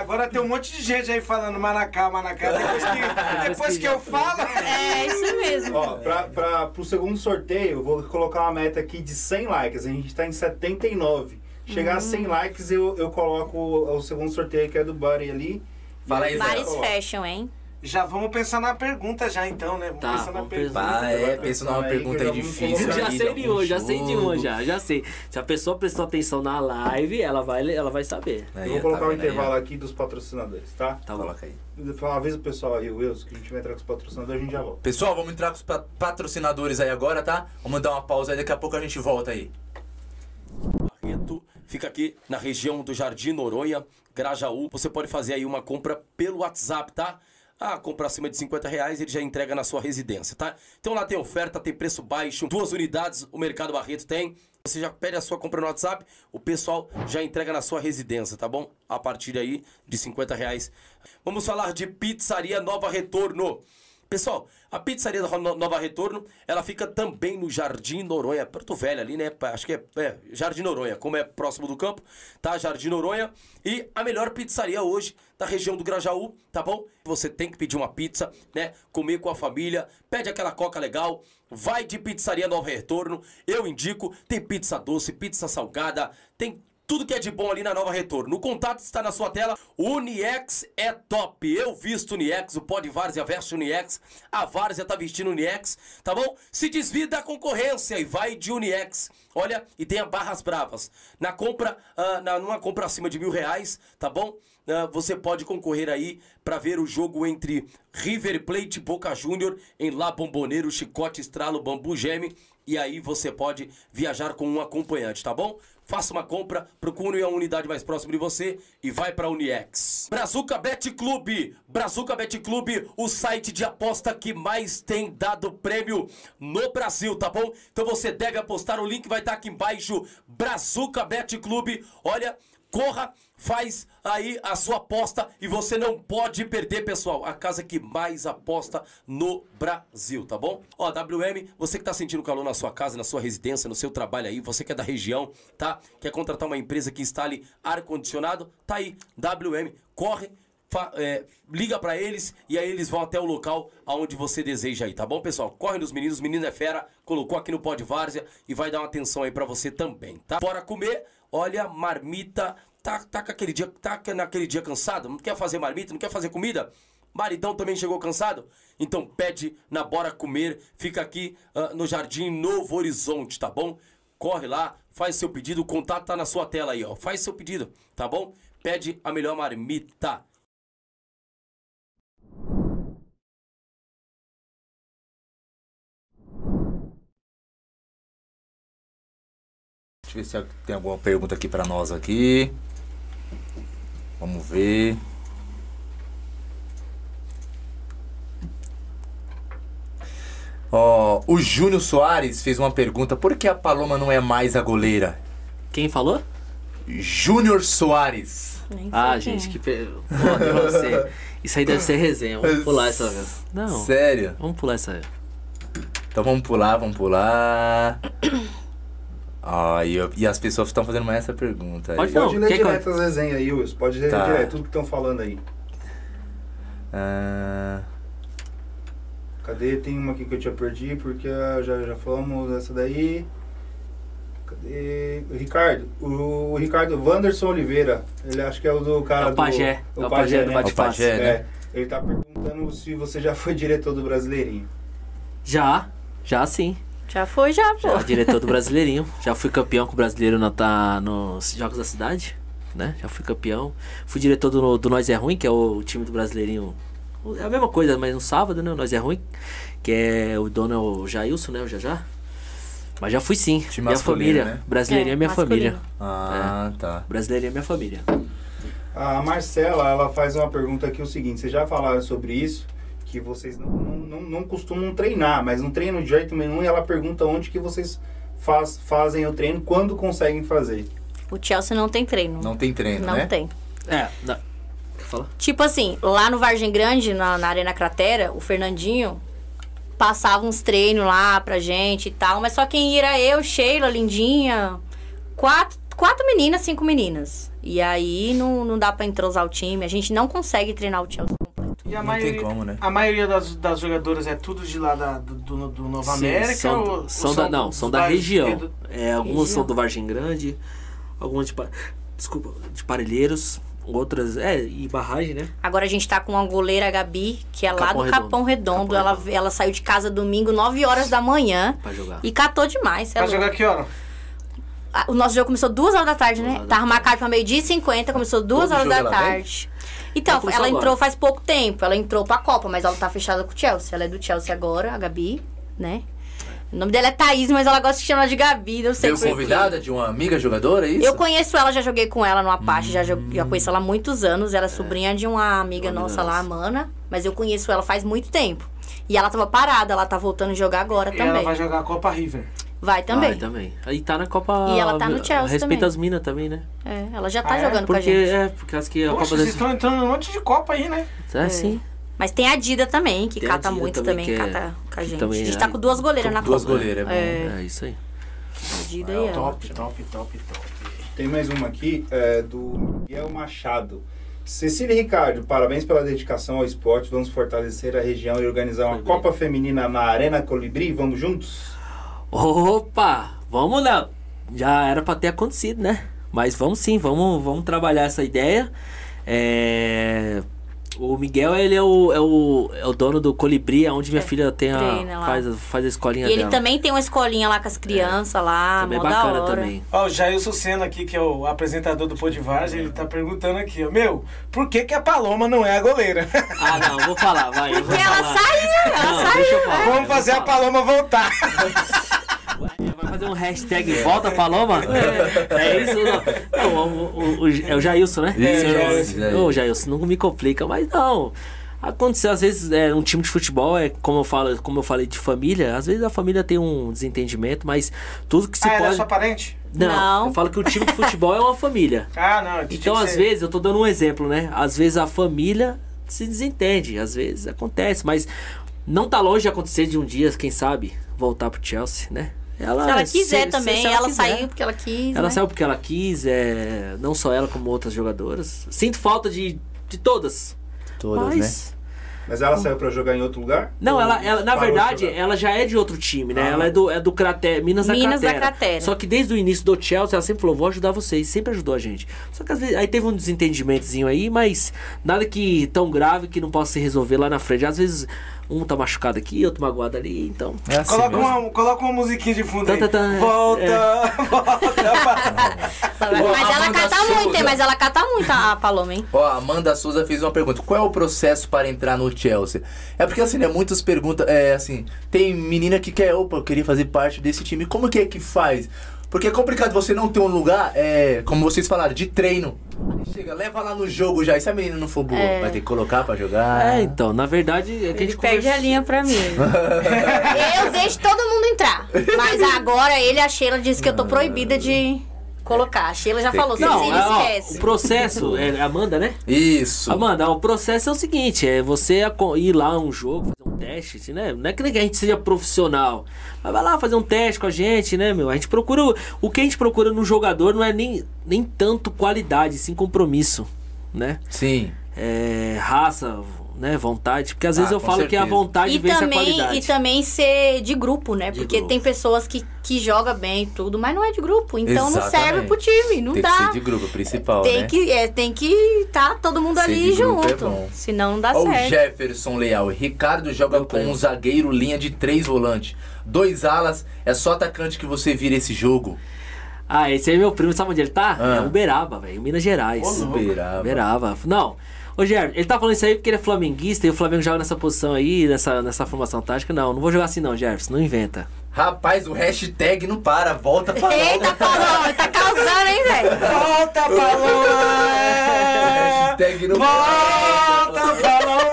Agora tem um monte de gente aí falando Manacá, Manacá. Depois que, depois que eu falo. É, isso mesmo. Ó, pra, pra, pro segundo sorteio, eu vou colocar uma meta aqui de 100 likes. A gente tá em 79. Chegar a 100 likes, eu, eu coloco o, o segundo sorteio que é do Buddy ali. Fala aí, Zé. Vários Ó, fashion, hein? Já vamos pensar na pergunta já então, né? Vamos Tá, pensar na vamos pergunta. Pá, é, pensa numa Aí que pergunta já vamos difícil. colocar um Já aí, sei de hoje, já algum sei de jogo. hoje, já, já sei. Se a pessoa prestou atenção na live, ela vai, ela vai saber. Aí, Eu vou tá colocar o vendo aí, ó? intervalo aqui dos patrocinadores, tá? Tá bom. Coloca aí. Fala, avisa o pessoal aí, o Wilson, que a gente vai entrar com os patrocinadores, a gente já volta. Pessoal, vamos entrar com os pa- patrocinadores aí agora, tá? Vamos dar uma pausa aí, daqui a pouco a gente volta aí. Barreto, fica aqui na região do Jardim Noronha, Grajaú. Você pode fazer aí uma compra pelo WhatsApp, tá? Ah, compra acima de 50 reais, ele já entrega na sua residência, tá? Então lá tem oferta, tem preço baixo, duas unidades o Mercado Barreto tem. Você já pede a sua compra no WhatsApp, o pessoal já entrega na sua residência, tá bom? A partir aí de 50 reais. Vamos falar de Pizzaria Nova Retorno. Pessoal, a pizzaria da Ro- Nova Retorno, ela fica também no Jardim Noronha, Porto Velho ali, né? Pa- Acho que é, é, Jardim Noronha, como é próximo do campo, tá? Jardim Noronha. E a melhor pizzaria hoje da região do Grajaú, tá bom? Você tem que pedir uma pizza, né? Comer com a família, pede aquela coca legal, vai de pizzaria Nova Retorno. Eu indico, tem pizza doce, pizza salgada, tem tudo que é de bom ali na Nova Retorno. O contato está na sua tela. Uniex é top. Eu visto Uniex, o pó de Várzea veste Uniex. A Várzea tá vestindo Uniex, tá bom? Se desvia da concorrência e vai de Uniex. Olha, e tem a Barras Bravas. Na compra, ah, na, numa compra acima de mil reais, tá bom? Ah, você pode concorrer aí para ver o jogo entre River Plate e Boca Júnior em Lá Bomboneiro, Chicote, Estralo, Bambu Geme. E aí você pode viajar com um acompanhante, tá bom? Faça uma compra, procure a unidade mais próxima de você e vai para Uniex. Brazuca Bet Clube. Brazuca Bet Clube, o site de aposta que mais tem dado prêmio no Brasil, tá bom? Então você deve apostar, o link vai estar aqui embaixo. Brazuca Bet Clube. Olha, corra, faz aí a sua aposta e você não pode perder, pessoal. A casa que mais aposta no Brasil, tá bom? Ó, WM, você que tá sentindo calor na sua casa, na sua residência, no seu trabalho aí, você que é da região, tá? Quer contratar uma empresa que instale ar-condicionado? Tá aí, WM, corre, Fa- é, liga pra eles e aí eles vão até o local aonde você deseja aí, tá bom, pessoal? Corre nos meninos, o menino é fera, colocou aqui no pó de várzea e vai dar uma atenção aí pra você também, tá? Bora comer, olha, marmita, tá, tá, com aquele dia, tá naquele dia cansado, não quer fazer marmita, não quer fazer comida? Maridão também chegou cansado? Então pede na Bora Comer, fica aqui ah, no Jardim Novo Horizonte, tá bom? Corre lá, faz seu pedido, o contato tá na sua tela aí, ó. Faz seu pedido, tá bom? Pede a melhor marmita. Deixa eu ver se tem alguma pergunta aqui pra nós aqui. Vamos ver. Ó, o Júnior Soares fez uma pergunta: por que a Paloma não é mais a goleira? Quem falou? Júnior Soares. Nem sei Ah, quem gente, é. que. Pe... Porra, pra você. Isso aí deve ser resenha. Vamos pular essa. Não. Sério? Vamos pular essa. É Então vamos pular, vamos pular. Ah, e, eu- e as pessoas estão fazendo mais essa pergunta. aí. Pode falar. Pode Não, ler quer que eu- direto as resenhas aí, Wilson. Pode ler Tá. direto tudo que estão falando aí. Ah, Cadê? Tem uma aqui que eu tinha perdi, porque ah, já, já falamos essa daí. Cadê? O Ricardo. O, o Ricardo Wanderson Oliveira. Ele acho que é o do cara É o do. pajé. É o pajé do o Bate Pajé, É, né? Ele tá perguntando se você já foi diretor do Brasileirinho. Já. Já sim. Já foi, já, pô. Já diretor do Brasileirinho. Já fui campeão com o brasileiro na, tá, nos Jogos da Cidade. Né? Já fui campeão. Fui diretor do, do Nós é Ruim, que é o time do Brasileirinho. É a mesma coisa, mas no sábado, né? O Nós é Ruim. Que é o dono é o Jailson, né? O Jajá. Mas já fui sim. Time minha masculino, família. né? Brasileirinho é, É, minha masculino. família. ah, tá. Brasileirinho é minha família. A Marcela, ela faz uma pergunta aqui, o seguinte, vocês já falaram sobre isso, que vocês não, não, não- não costumam treinar, mas não treinam de jeito nenhum, e ela pergunta onde que vocês faz- fazem o treino, quando conseguem fazer. O Chelsea não tem treino. Não tem treino, Não né? tem. É, não. Quer falar? Tipo assim, lá no Vargem Grande, na, na Arena Cratera, o Fernandinho passava uns treinos lá pra gente e tal, mas só quem ia era eu, Sheila, Lindinha, quatro, quatro meninas, cinco meninas. E aí não, não dá pra entrosar o time, a gente não consegue treinar o Chelsea. E a Não maioria, tem como, né? A maioria das, das jogadoras é tudo de lá da- do, do, do Nova Sim, América? são, ou, ou são da, não, dos são da bairros região. do- É, algumas Região. são do Vargem Grande, algumas de, Pa- desculpa, de Parelheiros, outras, é, e barragem, né? Agora a gente tá com a goleira Gabi, que é lá Capão do Redondo. Capão Redondo. Capão ela, Redondo. ela saiu de casa domingo, 9 horas da manhã. Pra jogar. E catou demais, é Vai louco. jogar que hora? Ah, O nosso jogo começou duas horas da tarde, Duas né? horas da Tava tarde. marcado pra meio-dia e 50, começou duas Todo horas jogo da ela tarde. Então, Vai começar ela agora. entrou faz pouco tempo. Ela entrou pra Copa, mas ela tá fechada com o Chelsea. Ela é do Chelsea agora, a Gabi, né? O nome dela é Thaís, mas ela gosta de chamar de Gabi, não sei Veio por quê. convidada um de uma amiga jogadora, é isso? Eu conheço ela, já joguei com ela no Apache, já, jo- já conheço ela há muitos anos. Ela é sobrinha de Uma uma amiga amiga nossa lá, nossa. a Mana. Mas eu conheço ela faz muito tempo. E ela tava parada, ela tá voltando a jogar agora E ela também. vai jogar a Copa River. Vai também. Vai, também. Aí tá na Copa. E ela tá no Chelsea Respeita também. as minas também, né? É, ela já tá Ah, é? jogando com a Porque, gente. é, porque acho que a Poxa, Copa vocês das. estão entrando num monte de Copa aí, né? É, sim. Mas tem a Dida também, que Tem a cata Dida muito também, também, que é- cata com a que gente. também a gente é- tá com duas goleiras na Duas Copa. goleiras, é bom. É, isso aí. A Dida e É, ela. Top, top, top, top. Tem mais uma aqui, é, do Miguel Machado. Cecília e Ricardo, parabéns pela dedicação ao esporte. Vamos fortalecer a região e organizar uma Foi bem. Copa Feminina na Arena Colibri. Vamos juntos? Opa! Vamos lá! Já era pra ter acontecido, né? Mas vamos sim, vamos, vamos trabalhar essa ideia. É, O Miguel, ele é o, é, o, é o dono do Colibri, é onde minha filha tem treina a, lá. faz, a- faz a E escolinha ele dela. É. também tem uma escolinha lá com as crianças lá, Também é mó da bacana hora. também. Ó, o Jailson Senna aqui, que é o apresentador do Podivars, ele tá perguntando aqui, ó, meu, por que que a Paloma não é a goleira? Ah, não, vou falar, vai. eu vou Porque ela falar. saiu, ela Não, saiu. né? deixa eu falar, eu vou Vamos fazer a falar. Paloma voltar. Vai fazer um hashtag volta Paloma? É, isso? Não, Não, o, o- o- é o Jailson, né? Isso, Senhor- Jailson, Jailson. Ô, Jailson, não me complica, mas não. Aconteceu, às vezes, é, um time de futebol, é como eu, falo, como eu falei, de família. Às vezes a família tem um desentendimento, mas tudo que se ah, ela é pode. sua parente? Não, Não. eu falo que o time de futebol é uma família. Ah, não. tinha tipo Então, que às ser- vezes, eu tô dando um exemplo, né? Às vezes a família se desentende, às vezes acontece, mas não tá longe de acontecer de um dia, quem sabe, voltar pro Chelsea, né? Se ela quiser se- se- também, se ela, quiser. saiu porque ela quis. Ela né? saiu porque ela quis, é, não só ela, como outras jogadoras. Sinto falta de, de todas. Todas, né? mas... Mas ela saiu pra jogar em outro lugar? Hum. Não, Ou ela, ela- na parou de verdade, jogar? ela já é de outro time, né? Ah. Ela é do, é do Crater, Minas, Minas da, da cratera. Cratera. Só que desde o início do Chelsea, ela sempre falou, vou ajudar vocês. Sempre ajudou a gente. Só que às vezes, aí teve um desentendimentozinho aí, mas nada que tão grave que não possa se resolver lá na frente. Às vezes, um tá machucado aqui, outro magoado ali, então... É assim Coloca mesmo. uma, coloca uma musiquinha de fundo Tá, aí. tá, tá. Volta, É. volta. Mas ela Amanda cata muito, Souza. hein? Mas ela cata muito a a Paloma, hein? Ó, a Amanda Souza fez uma pergunta. Qual é o processo para entrar no Chelsea? É porque, assim, né, muitas perguntas... É, assim, tem menina que quer... Opa, eu queria fazer parte desse time. Como que é que faz? Porque é complicado você não ter um lugar, é, como vocês falaram, de treino. Aí Chega, leva lá no jogo já. E se a menina não for boa? É. Vai ter que colocar pra Ah. jogar. É, então, na verdade... É que a Ele gente perde conversa- a linha pra mim. eu deixo todo mundo entrar. Mas agora ele, a Sheila, disse que eu tô proibida de colocar. A Sheila já Tem falou, que- Não, Cecília, é, ó, o esquece. processo... É, Amanda, né? Isso. Amanda, o processo é o seguinte: é você aco- ir lá a um jogo, fazer um teste, assim, né? Não é que a gente seja profissional, mas vai lá fazer um teste com a gente, né, meu? A gente procura. o- O que a gente procura no jogador não é nem, nem tanto qualidade, sim compromisso, né? Sim. É, raça, né? Vontade. Porque às Ah, vezes eu com falo que é a certeza. vontade E vence a também, qualidade. e também ser de grupo, né? De Porque grupo. tem pessoas que, que jogam bem e tudo, mas não é de grupo. Então Exatamente. não serve pro time, não tem que dá. ser de grupo principal, tem, né? que, é, tem que tá todo mundo Ser ali de grupo é junto. bom. senão não dá Ó, o Tá certo. Jefferson Leal. Ricardo joga Meu com pai. um zagueiro, linha de três volante. Dois alas, é só atacante que você vira esse jogo. Ah, esse aí é meu primo, sabe onde ele tá? Ah. É Uberaba, velho, Minas Gerais. Ô, louco. Uberaba. Uberaba. Não. Ô, Gerard, ele tá falando isso aí porque ele é flamenguista e o Flamengo joga nessa posição aí, nessa, nessa formação tática. Não, não vou jogar assim não, Jefferson, não inventa. Rapaz, o hashtag não para, volta para Eita, Paloma, tá causando, hein, velho? Volta, É. Paloma. hashtag não para. Volta, Paloma.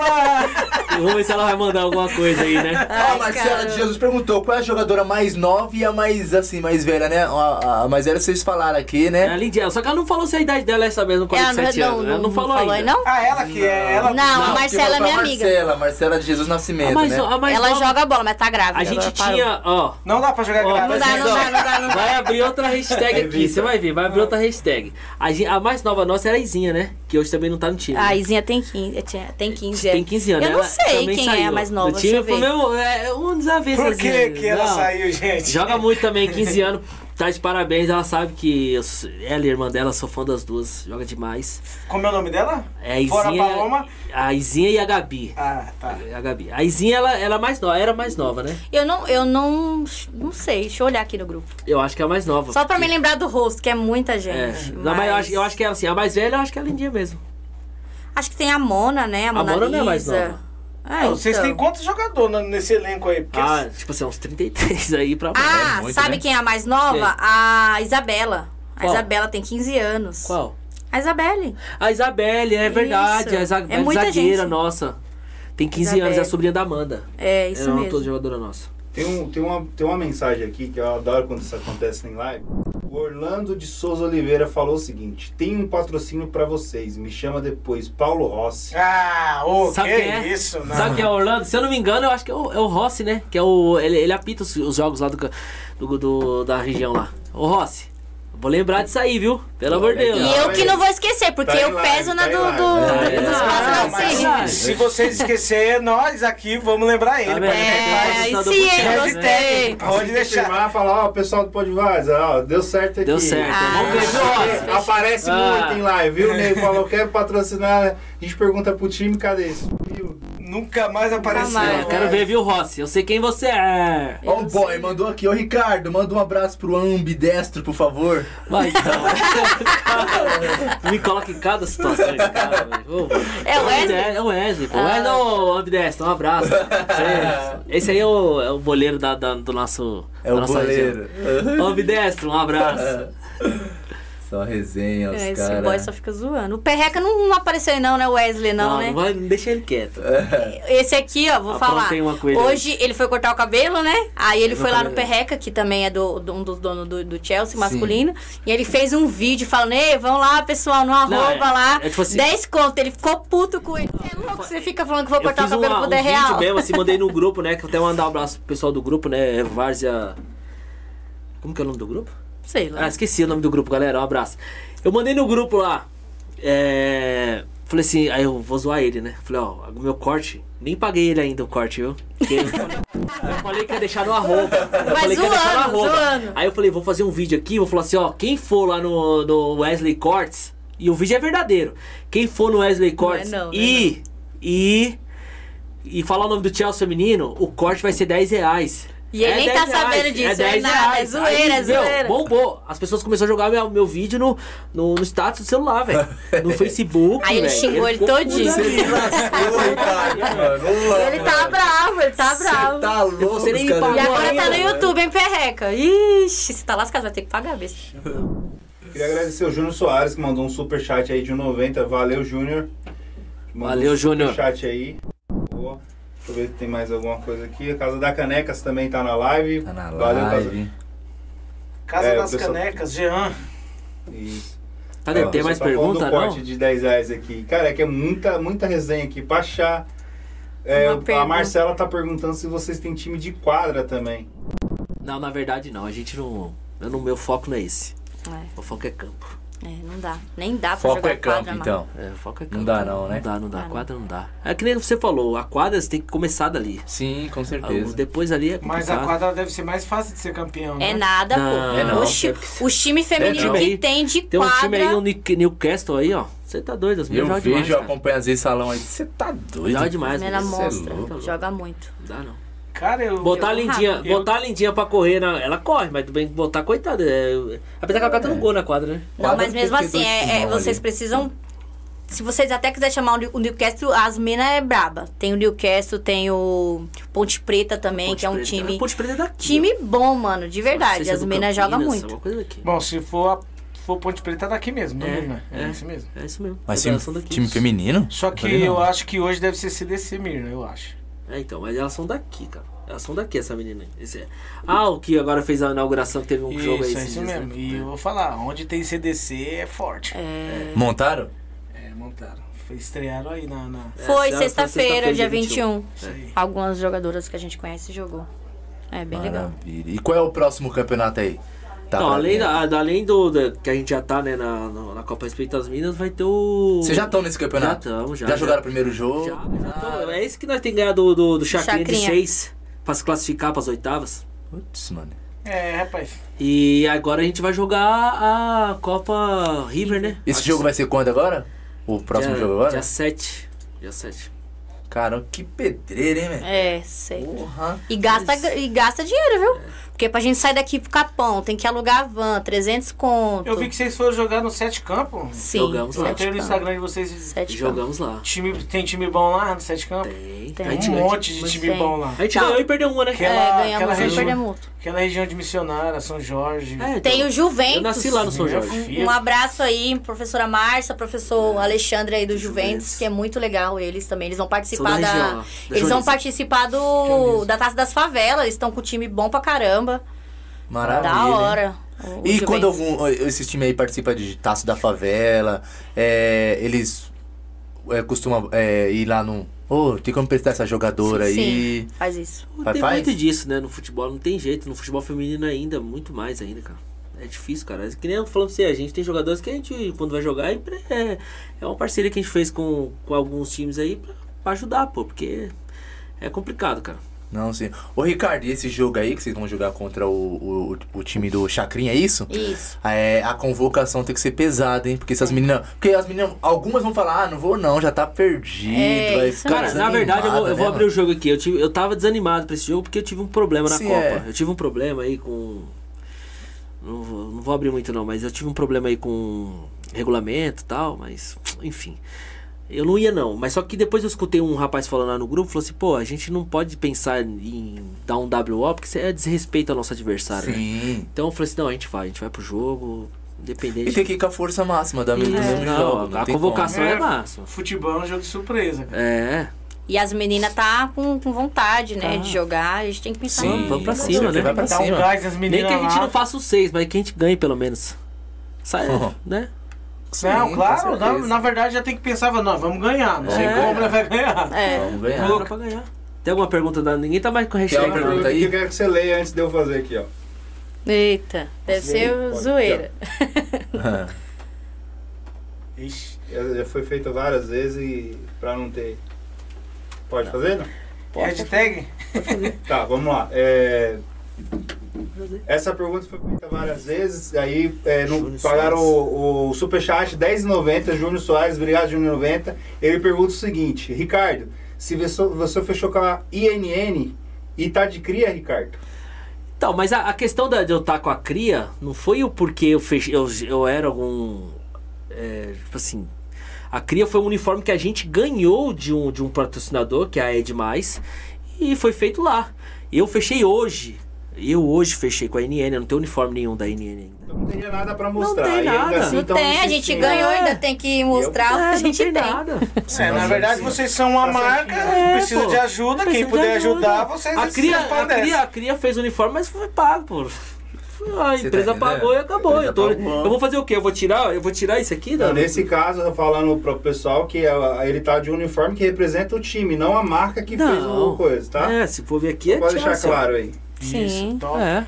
Vamos ver se ela vai mandar alguma coisa aí, né? Ah, Ai, Marcela cara. de Jesus perguntou qual é a jogadora mais nova e a mais, assim, mais velha, né? A, a mais velha vocês falaram aqui, É né? a Lindia, só que ela não falou se a idade dela é essa mesmo, Ela 47 anos. né? Ela não falou ainda. aí, não? Ah, ela que é... Ela... Não, a Não, Marcela é que vai minha pra amiga. Marcela, Marcela de Jesus Nascimento, A mais, né? a mais Ela nova- joga bola, mas tá grávida. ah, A gente agora parou. tinha, ó... Não dá pra jogar assim. Ó, grávida. Não dá, não Mas, ó, dá, não dá, não dá. Vai abrir outra hashtag aqui, você vai ver, vai abrir outra hashtag. A, gen- é a mais nova nossa era a Izinha, né? Que hoje também não tá no time. A né? Izinha tem 15, tinha- tem 15 Tem é. 15 anos, Eu ela- não sei, sei também quem saiu. é a mais nova, Do deixa time eu ver. pro meu, é, um desavença. Por que, que ela saiu, gente? Joga muito também, 15 anos. Tá de parabéns, ela sabe que eu, sou- ela e a irmã dela, sou fã das duas, joga demais. Como é o nome dela? É a Fora Izinha, Paloma. a Izinha e a Gabi. Ah, tá. A Gabi. A Izinha, ela, ela é mais nova, era mais nova, né? Eu não, eu não, não sei, deixa eu olhar aqui no grupo. Eu acho que é a mais nova. Só pra me porque- lembrar do rosto, que é muita É, gente. não, mas eu acho, eu acho que ela assim, a mais velha, eu acho que ela é Lindinha mesmo. Acho que tem a Mona, né? A Mona, Mona não Lisa. é mais nova. Ah, Não, Vocês então. têm quantos jogadores na- nesse elenco aí? Porque É, Ah, tipo assim, uns 33 aí pra É Ah, muito, sabe né? quem é a mais nova? Quem? A Isabela. A Qual? Isabela tem 15 anos. Qual? A Isabelle. A Isabelle, é verdade. A Isa- É muita zagueira gente. nossa. Tem 15 anos, é a Isabelle. sobrinha da Amanda. É, isso Ela é uma mesmo. outra jogadora nossa. Tem, um, tem, uma, tem uma mensagem aqui que eu adoro quando isso acontece em live. O Orlando de Souza Oliveira falou o seguinte: tem um patrocínio pra vocês, me chama depois, Paulo Rossi. Ah, ô, Sabe que quem é? isso, não. Sabe quem é o Orlando? Se eu não me engano, eu acho que é o, é o Rossi, né? Que é o. Ele, ele apita os, os jogos lá do, ca- do- do- da região lá. Ô Rossi, vou lembrar disso aí, viu? Pelo amor de Deus. E eu que não vou esquecer, porque Tá em eu live, peso na tá em do, do, live. do, Tá em dos live. Ah, quatro Não, assim. mas- mas se vocês esquecer, nós aqui vamos lembrar ele. Tá pra vendo? gente. É, e Patrocinador do sim, hein? Thiago, né? gostei. Pode deixar. Lá, falar, ó, pessoal do Podvaz, ó, deu certo aqui. Deu certo. Ah, Vamos ver, viu, Rossi? Porque Aparece Ah. muito em live, viu? O Nego falou, quero patrocinar. A gente pergunta pro time, cadê isso? Nunca mais apareceu. mais. É, Eu quero ver, viu, Rossi? Eu sei quem você é. Ó, o boy mandou aqui, ô Ricardo, manda um abraço pro ambidestro, por favor. Vai, então. Me coloca em cada situação esse cara, velho. Ô, É o Wesley? Ah. É o Wesley, pô. Wesley, ô, Abdesta, um abraço. Esse- Esse aí é o, é o boleiro da, da- do nosso. É da o nossa boleiro. região. Ô, Abdestro, um abraço. Só resenha, É, os Esse boy caras. só fica zoando. O Perreca não, não apareceu aí não, né? O Wesley não, né? vai, deixa ele quieto. Esse aqui, ó, vou Aprontei falar. Ah, uma com ele Hoje ele foi cortar o cabelo, né? Aí ele Eu foi lá no falei. Perreca, que também é do, do- um dos donos do, do Chelsea masculino. E ele fez um vídeo falando: Ei, vão lá, pessoal, no arroba Não, é- lá. é tipo assim- 10 conto. Ele ficou puto com ele. É louco, você fica falando que vou Eu cortar o fiz um, cabelo pro um 10 vídeo real. mesmo, assim, mandei no grupo, né? Que eu até mandar um abraço pro pessoal do grupo, né? Várzea. Como que é o nome do grupo? Sei Ah, lá. esqueci o nome do grupo, galera. Um abraço. Eu mandei no grupo lá. É... Falei assim, aí eu vou zoar ele, né? Falei, ó, o meu corte, nem paguei ele ainda o corte, viu? Porque eu falei- eu falei que ia deixar no arroba. Eu Mas falei que ia deixar no zoando, arroba. zoando. Aí eu falei, vou fazer um vídeo aqui, vou falar assim, ó, quem for lá no, no Wesley Cortes, e o vídeo é verdadeiro. Quem for no Wesley Cortes não, não é e. e. e falar o nome do Chelsea menino, o corte vai ser 10 reais. E ele nem tá 10 reais, sabendo disso, é 10 nada, é reais. zoeira, Aí, é meu, zoeira. bombou. As pessoas começaram a jogar meu, meu vídeo no, no, no status do celular, velho. No Facebook. Aí ele velho. xingou ele ficou puto todinho. da vida. Ô, Ricardo, mano, ô, louco, Ele tá mano. bravo, ele tá Você bravo. tá louco, Você nem os caras- E pagou agora tá no ainda, YouTube, hein, Perreca? Ixi, você tá lascado, vai ter que pagar, besta. Queria agradecer o Júnior Soares, que mandou um superchat aí de 90. Valeu, Júnior. Que mandou Valeu, um Júnior. Superchat aí. Boa. Deixa eu ver se tem mais alguma coisa aqui. A Casa da Canecas também tá na live. Tá na Valeu, Casa. live. Casa É, o das pessoal- Canecas, Jean. Isso. Cadê? Ó, o Tem pessoal mais tá falando pergunta, do não? corte de 10 reais aqui. Cara, é que é muita, muita resenha aqui. Pachá. É, Uma a pergunta. Marcela tá perguntando se vocês têm time de quadra também. Não, na verdade não. A gente não. Eu, não- meu foco não é esse. É, Meu foco é campo. é, não dá. Nem dá pra Foco jogar é campo, quadra, mano. então. É, o foco é campo. Não dá não, né? Não dá, não dá. Ah, não. quadra não dá. É que nem você falou, a quadra você tem que começar dali. Sim, com Ah, certeza. Depois ali é Mas a complicado. quadra deve ser mais fácil de ser campeão, né? É nada, Não, pô. é não. Os, ti- os times femininos É não. que tem de Tem um quadra. time aí, o Nick- Newcastle aí, ó. Você tá doido, as Eu mulheres jogam vejo, demais. eu cara. acompanho às vezes salão aí. Você tá doido? Joga demais, Menina mano. Cê é monstra. louco. Joga muito. Não dá, não. Cara, eu. Botar a eu- lindinha, eu- botar a lindinha pra correr, na, ela corre, mas bem que botar, coitada. é- apesar que ela cata no gol na quadra, né? Não, Quadra mas tem mesmo que ter assim, dois é, é- timão vocês ali. precisam. Se vocês até quiserem chamar o New- o Newcastle, as minas é braba. Tem o Newcastle, tem o Ponte Preta também, Ponte que é um Preta. time. A Ponte Preta é daqui. Time bom, mano, de ó. Não sei verdade. se é As do Campinas, minas jogam muito. alguma coisa daqui. Bom, se for, a, se for Ponte Preta, tá daqui mesmo, né? menina? É, isso mesmo. É Tá isso mesmo. Mas elas time, são daqui. time feminino? Só que Falei, não. eu acho que hoje deve ser CDC, Mirna, eu acho. É, então, mas elas são daqui, cara. Elas são daqui, essa menina. aí. Esse é- Ah, o que agora fez a inauguração, que teve um jogo aí. isso, é esses isso dias, mesmo. né? E eu vou falar, onde tem CDC é forte. É, Montaram? montaram. Estrearam aí na. na- É, Foi essa- foi sexta-feira, sexta-feira, dia dia 21. 21. Algumas jogadoras que a gente conhece jogou. É bem legal. Maravilha. E qual é o próximo campeonato aí? Tá pra Não, Então, além, mim. da, da- além do, da- que a gente já tá, né, na, no- na Copa Respeito das Minas, vai ter o... Vocês já estão nesse campeonato? Já tamo, já, Já já. jogaram o primeiro jogo? Já, já tamo. É esse que nós tem que ganhar do, do, do Chacrinha, de Chacrinha. 6, pra se classificar pras oitavas. Putz, mano. É, rapaz. E agora a gente vai jogar a Copa River, né? Esse jogo vai ser quando agora? O próximo dia, jogo agora? Dia 7. Dia 7. Caramba, que pedreira, hein, velho? É, sei. Porra. E gasta, e gasta dinheiro, viu? Porque pra gente sair daqui pro Capão, tem que alugar a van, 300 conto. Eu vi que vocês foram jogar no Sete Campo. Sim, Jogamos lá. Eu sete entrei no campos. Instagram de vocês. Sete campos. Jogamos lá. Time, tem time bom lá no Sete Campo? Tem. Tem. A gente, Um a gente- monte de time tem. bom lá. A gente ganhou e perdeu uma, né? Que- Aquela- é, aquela ganhamos um, região- perdemos outro. Aquela região de Missionária, São Jorge. É, Tem então, o Juventus. Eu nasci lá no São Meu Jorge. filho. Um abraço aí, professora Márcia, professor Alexandre aí do Juventus. Juventus, que é muito legal eles também. Eles vão São participar da da. região, ó, da eles vão Jolisa. participar do da Taça das Favelas. Eles estão com um time bom pra caramba. Maravilha. da hein? hora. o- o E Juventus. quando algum, esse time aí participa de Taça da Favela, é, eles é, costumam é, ir lá no. Ô, tem como prestar essa jogadora Sim, aí. Faz isso. Vai, Tem vai? muito disso, né? No futebol não tem jeito. No futebol feminino ainda, muito mais ainda, cara. É difícil, cara. Que nem eu falando pra você, a gente tem jogadores que a gente, quando vai jogar, é, é uma parceria que a gente fez com, com alguns times aí pra, pra ajudar, pô. Porque é complicado, cara. Não, sim. Ô, Ricardo, e esse jogo aí que vocês vão jogar contra o, o, o time do Chacrinha, é isso? Isso. É, a convocação tem que ser pesada, hein? Porque essas meninas. Porque as meninas. Algumas vão falar, ah, não vou não, já tá perdido. É, vai isso ficar Cara, na verdade, eu vou, eu vou né, abrir o jogo aqui. Eu, tive, eu tava desanimado pra esse jogo porque eu tive um problema na Sim, Copa. é. Eu tive um problema aí com. Não vou, não vou abrir muito, não, mas eu tive um problema aí com regulamento e tal, mas enfim. Eu não ia, não. Mas só que depois eu escutei um rapaz falando lá no grupo, falou assim, pô, a gente não pode pensar em dar um WO porque isso é desrespeito ao nosso adversário. né? Sim. Então eu falei assim, não, a gente vai, a gente vai pro jogo, independente. E tem que ir com a força máxima da menina Isso, no não, jogo. não a tem convocação como. é massa. Futebol é um jogo de surpresa, cara. É, E as meninas tá com, com vontade, Tá. né, de jogar. A gente tem que pensar Sim, no vamos pra com cima, certeza, né? Vai pra Dá um cima. gás nas Nem meninas que a gente lá. não faça os seis, mas que a gente ganhe pelo menos. Sai, Uhum. né? Sim, Não, com claro, na, um- certeza. na verdade já tem que pensar, fala, não, vamos ganhar. Não sei É. como, mas vai ganhar. um É. Vamos ganhar. Agora pra ganhar. Tem alguma pergunta da. Ninguém tá mais com Tem hashtag. uma pergunta que aí? Então, eu quero que você leia antes de eu fazer aqui, ó. Eita, deve Sim, ser pode, zoeira. Ixi, Já já É, foi feito várias vezes e pra não ter. Pode fazer? Não? é hashtag? Tá, vamos lá. É, Essa pergunta foi feita várias vezes, aí é, não Júnior pagaram Soares. o, o superchat 10,90, Júnior Soares, obrigado Júnior 90. Ele pergunta o seguinte, Ricardo, se você, você fechou com a INN e tá de cria, Ricardo? Então, mas a, a questão da, de eu estar com a cria não foi o porquê eu fechei. Eu, eu era algum. é, tipo assim. A cria foi um uniforme que a gente ganhou de um, de um patrocinador, que é a Edmais, e foi feito lá. Eu fechei hoje. Eu hoje fechei com a NN, eu não tenho uniforme nenhum da NN ainda. Então não teria nada pra mostrar. tem e ainda nada. assim Não tão tem, a gente insistindo. ganhou, É. ainda tem que mostrar o que É, a não gente tem. nada. É, na Nossa, verdade, sim. vocês são uma Tá marca, É, precisa pô. de ajuda. Precisa Quem de puder ajuda. ajudar, vocês a cria, a, respondem. cria, a cria fez o uniforme, mas foi pago, pô. A Você empresa tá entendendo? pagou e acabou. A Eu, empresa tô- pagou. eu vou fazer o quê? Eu vou tirar, eu vou tirar isso aqui? Não, Não, Então, nesse caso, falando pro pessoal que a- ele tá de um uniforme que representa o time, não a marca que fez Não. o coisa, tá? É, se for ver aqui, é Pode tirar deixar isso. claro aí. Sim. Isso, top. É.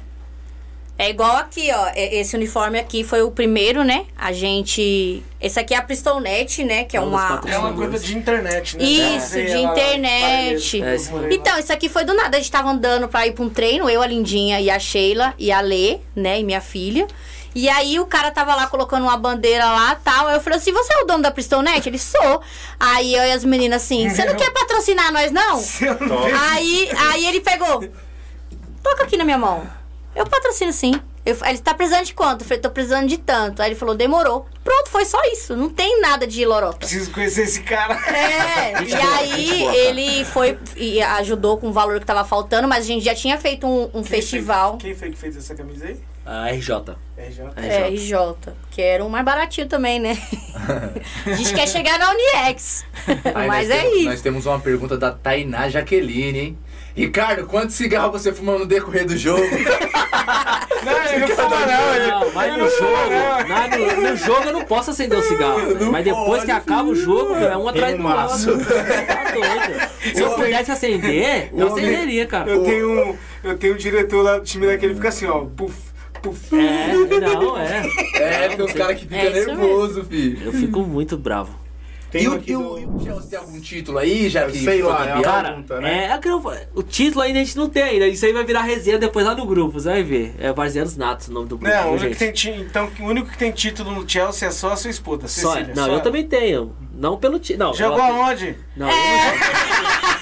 É igual aqui, ó. É- Esse uniforme aqui foi o primeiro, né? A gente. Esse aqui é a Pistolnet, né? Que é É um dos uma. É uma coisa de internet, né? Isso, Tem de ela- internet. parede, É, sim. murei lá. Então, isso aqui foi do nada. A gente tava andando pra ir pra um treino, eu, a Lindinha e a Sheila e a Lê, né? E minha filha. E aí o cara tava lá colocando uma bandeira lá tal. Aí eu falei assim: você é o dono da Pistolnet? Ele sou. Aí eu e as meninas assim, você não quer patrocinar nós, não? Aí, aí ele pegou. Toca aqui na minha mão. Eu patrocino sim. Eu, fa- ele tá precisando de quanto? Eu falei, tô precisando de tanto. Aí ele falou, demorou. Pronto, foi só isso. Não tem nada de lorota. Preciso conhecer esse cara. É, e Gente boa, gente aí boa, cara. ele foi e ajudou com o valor que tava faltando, mas a gente já tinha feito um, um Quem festival foi- Quem foi que fez essa camisa aí? A RJ. RJ. RJ. é, RJ, que era um mais baratinho também, né? Diz que é chegar na Uniex. Aí mas nós é temos- isso. Nós temos uma pergunta da Tainá Jaqueline, hein? Ricardo, quanto cigarro você fumou no decorrer do jogo? É. Não, ele não falou não. ele- Não, mas no jogo, na- no, no jogo eu não posso acender o cigarro. né? Mas depois que acaba o jogo, meu, é um atrás do Fumaço. outro. Tá doido. Se eu pudesse acender, eu acenderia, cara. Eu tenho um, eu tenho um diretor lá do time daquele que fica assim, ó, puf, É, não, é. É, tem uns caras que ficam É isso nervoso, filho. Eu fico muito bravo. Tem e um o, aqui e o, do- e o Chelsea tem algum título aí, já Eu que foi sei lá, campeão? é uma- Cara, pergunta, né? é, é que eu, o título ainda a gente não tem ainda. Isso aí vai virar resenha depois lá no grupo, você vai ver. É Varzianos Natos o nome do grupo, Não, o viu, único, que gente. tem, ti- então, o único que tem título no Chelsea é só a sua esposa, Só, Cecília. não, só eu ela. também tenho. Não pelo título. Não, Jogou eu- aonde? Não, eu não jogo.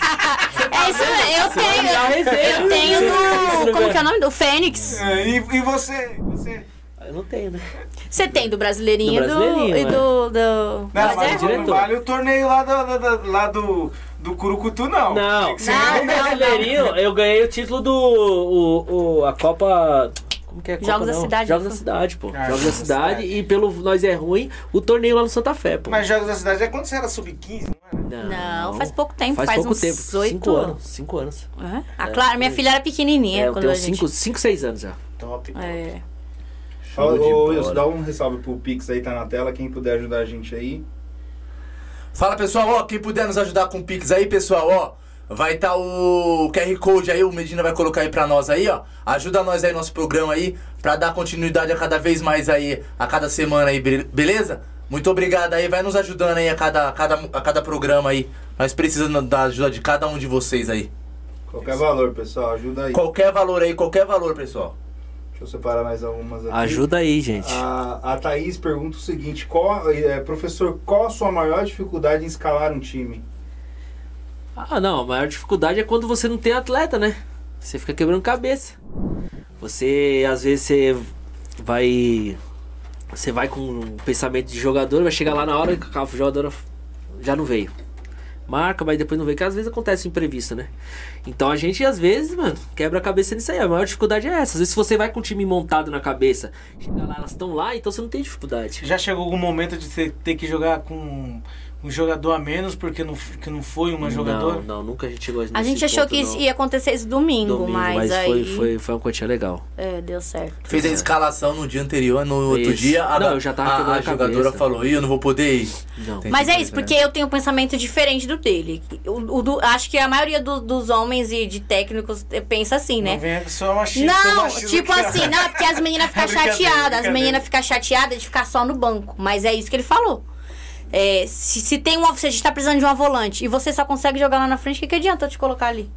É isso mesmo, eu virar resenha. tenho. Eu tenho no. Como que é o nome? Do Fênix. É, E, e você? você? Eu não tenho, né? Você tem do Brasileirinho, Do do Brasileirinho, e é. do. do... Não, vai Mas é- mas não diretor. vale o torneio lá do, do, do- lá do, do Curucutu, não. Não, Tem que ser- um Não, no Brasileirinho eu ganhei o título do. O, o- a Copa. Como que é a Copa, Jogos da não? Cidade, Jogos né? da Cidade, pô. Ah, Jogos da Jogos da Cidade e pelo Nós é Ruim, o torneio lá no Santa Fé, pô. Mas Jogos da Cidade é quando você era sub-15, não era? Não, faz pouco tempo, Faz, faz pouco uns tempo, oito cinco anos. Cinco anos. Aham. A Clara, minha filha era pequenininha É, eu quando tenho a gente. cinco, cinco, seis anos já. Top. É. Ô, Show de ô, bola. Wilson, dá um ressalve pro Pix aí, tá na tela. Quem puder ajudar a gente aí. Fala pessoal, ó, quem puder nos ajudar com o Pix aí, pessoal, ó. Vai estar o QR Code aí, o Medina vai colocar aí pra nós aí, ó. Ajuda nós aí nosso programa aí, pra dar continuidade a cada vez mais aí, a cada semana aí, be- beleza? Muito obrigado aí, vai nos ajudando aí a cada, a cada, a cada programa aí. Nós precisamos da ajuda de cada um de vocês aí. Qualquer valor, pessoal, ajuda aí. Qualquer valor aí, qualquer valor, pessoal. Deixa eu separar mais algumas aqui. Ajuda aí, gente. A, a Thaís pergunta o seguinte: qual, é, professor, qual a sua maior dificuldade em escalar um time? Ah, não, a maior dificuldade é quando você não tem atleta, né? Você fica quebrando cabeça. Você, às vezes, você vai. Você vai com um pensamento de jogador, vai chegar lá na hora que a jogadora já não veio. Marca, mas depois não veio, que às vezes acontece um imprevisto, né? Então a gente, às vezes, mano, quebra a cabeça nisso aí. A maior dificuldade é essa. Às vezes, se você vai com o time montado na cabeça, chega lá, elas estão lá, então você não tem dificuldade. Já chegou algum momento de você ter que jogar com um jogador a menos porque não, f- que não foi uma jogadora? Não, não, nunca a gente chegou nesse A gente achou ponto, que isso não. ia acontecer isso domingo, Domingo, mas, foi, aí. foi, foi uma quantia legal. É, deu certo. Fez a escalação no dia anterior, no outro Isso. dia, a, Não, eu já tava a- quebrando a a jogadora cabeça. falou, Ih, eu não vou poder ir. Não. Tem Mas essa é isso, coisa, né? porque eu tenho um pensamento diferente do dele. O, o do- acho que a maioria do- dos homens e de técnicos eh, pensa assim, né? Não venha que sou um machista. sou Não, machista tipo aqui, ó. assim, não, é porque as meninas ficam Brincadeira, chateadas. As brincadeira. meninas ficam chateadas de ficar só no banco. Mas é isso que ele falou. É, se, se tem uma. Se a gente tá precisando de uma volante e você só consegue jogar lá na frente, o que, que adianta eu te colocar ali?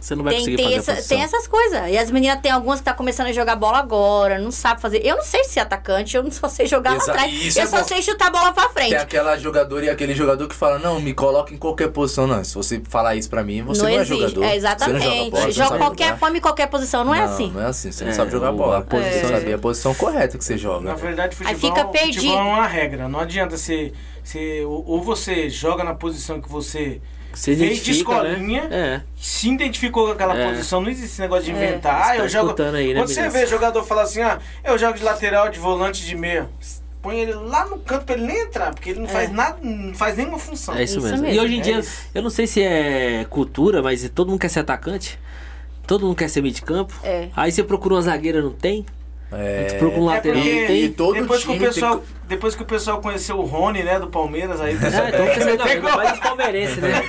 Você não vai Tem, conseguir tem, fazer essa- a posição. tem essas coisas. E as meninas tem algumas que tá começando a jogar bola agora, não sabe fazer. Eu não sei ser atacante, eu não só sei jogar Exa- lá e atrás. isso Eu é só bom. é sei chutar a bola pra frente. Tem aquela jogadora e aquele jogador que fala, não, me coloca em qualquer posição. Não, se você falar isso pra mim, você não, é jogador. É, Você não joga exatamente. bola, você não Joga sabe qualquer, jogar. põe em qualquer posição, não, é assim. Não é assim, você É, não sabe jogar o- bola. É. a Você posição- tem que saber a posição correta que você joga. Né? Na verdade, futebol, Aí fica futebol perdido. é uma regra. Não adianta você. você ou, ou você joga na posição que você Você Fez de identifica, escolinha. Né? se identificou com aquela É. posição. Não existe esse negócio de É. inventar. Ah, Você tá eu jogo. escutando aí, né, quando você menino? vê jogador falar assim, ah, eu jogo de lateral, de volante, de meia. Põe ele lá no canto pra ele nem entrar, porque ele É. não faz nada, não faz nenhuma função. É, é isso, Isso mesmo. E mesmo, hoje em é dia, isso. eu não sei se é cultura, mas todo mundo quer ser atacante. Todo mundo quer ser meio de campo. É. Aí você procura uma zagueira, não tem. É. Você procura um lateral, porque- não tem. e todo depois que time o pessoal, tem Depois que o pessoal conheceu o Rony, né, do Palmeiras, aí o pessoal- É, então você não, ainda mais os palmeirenses, né?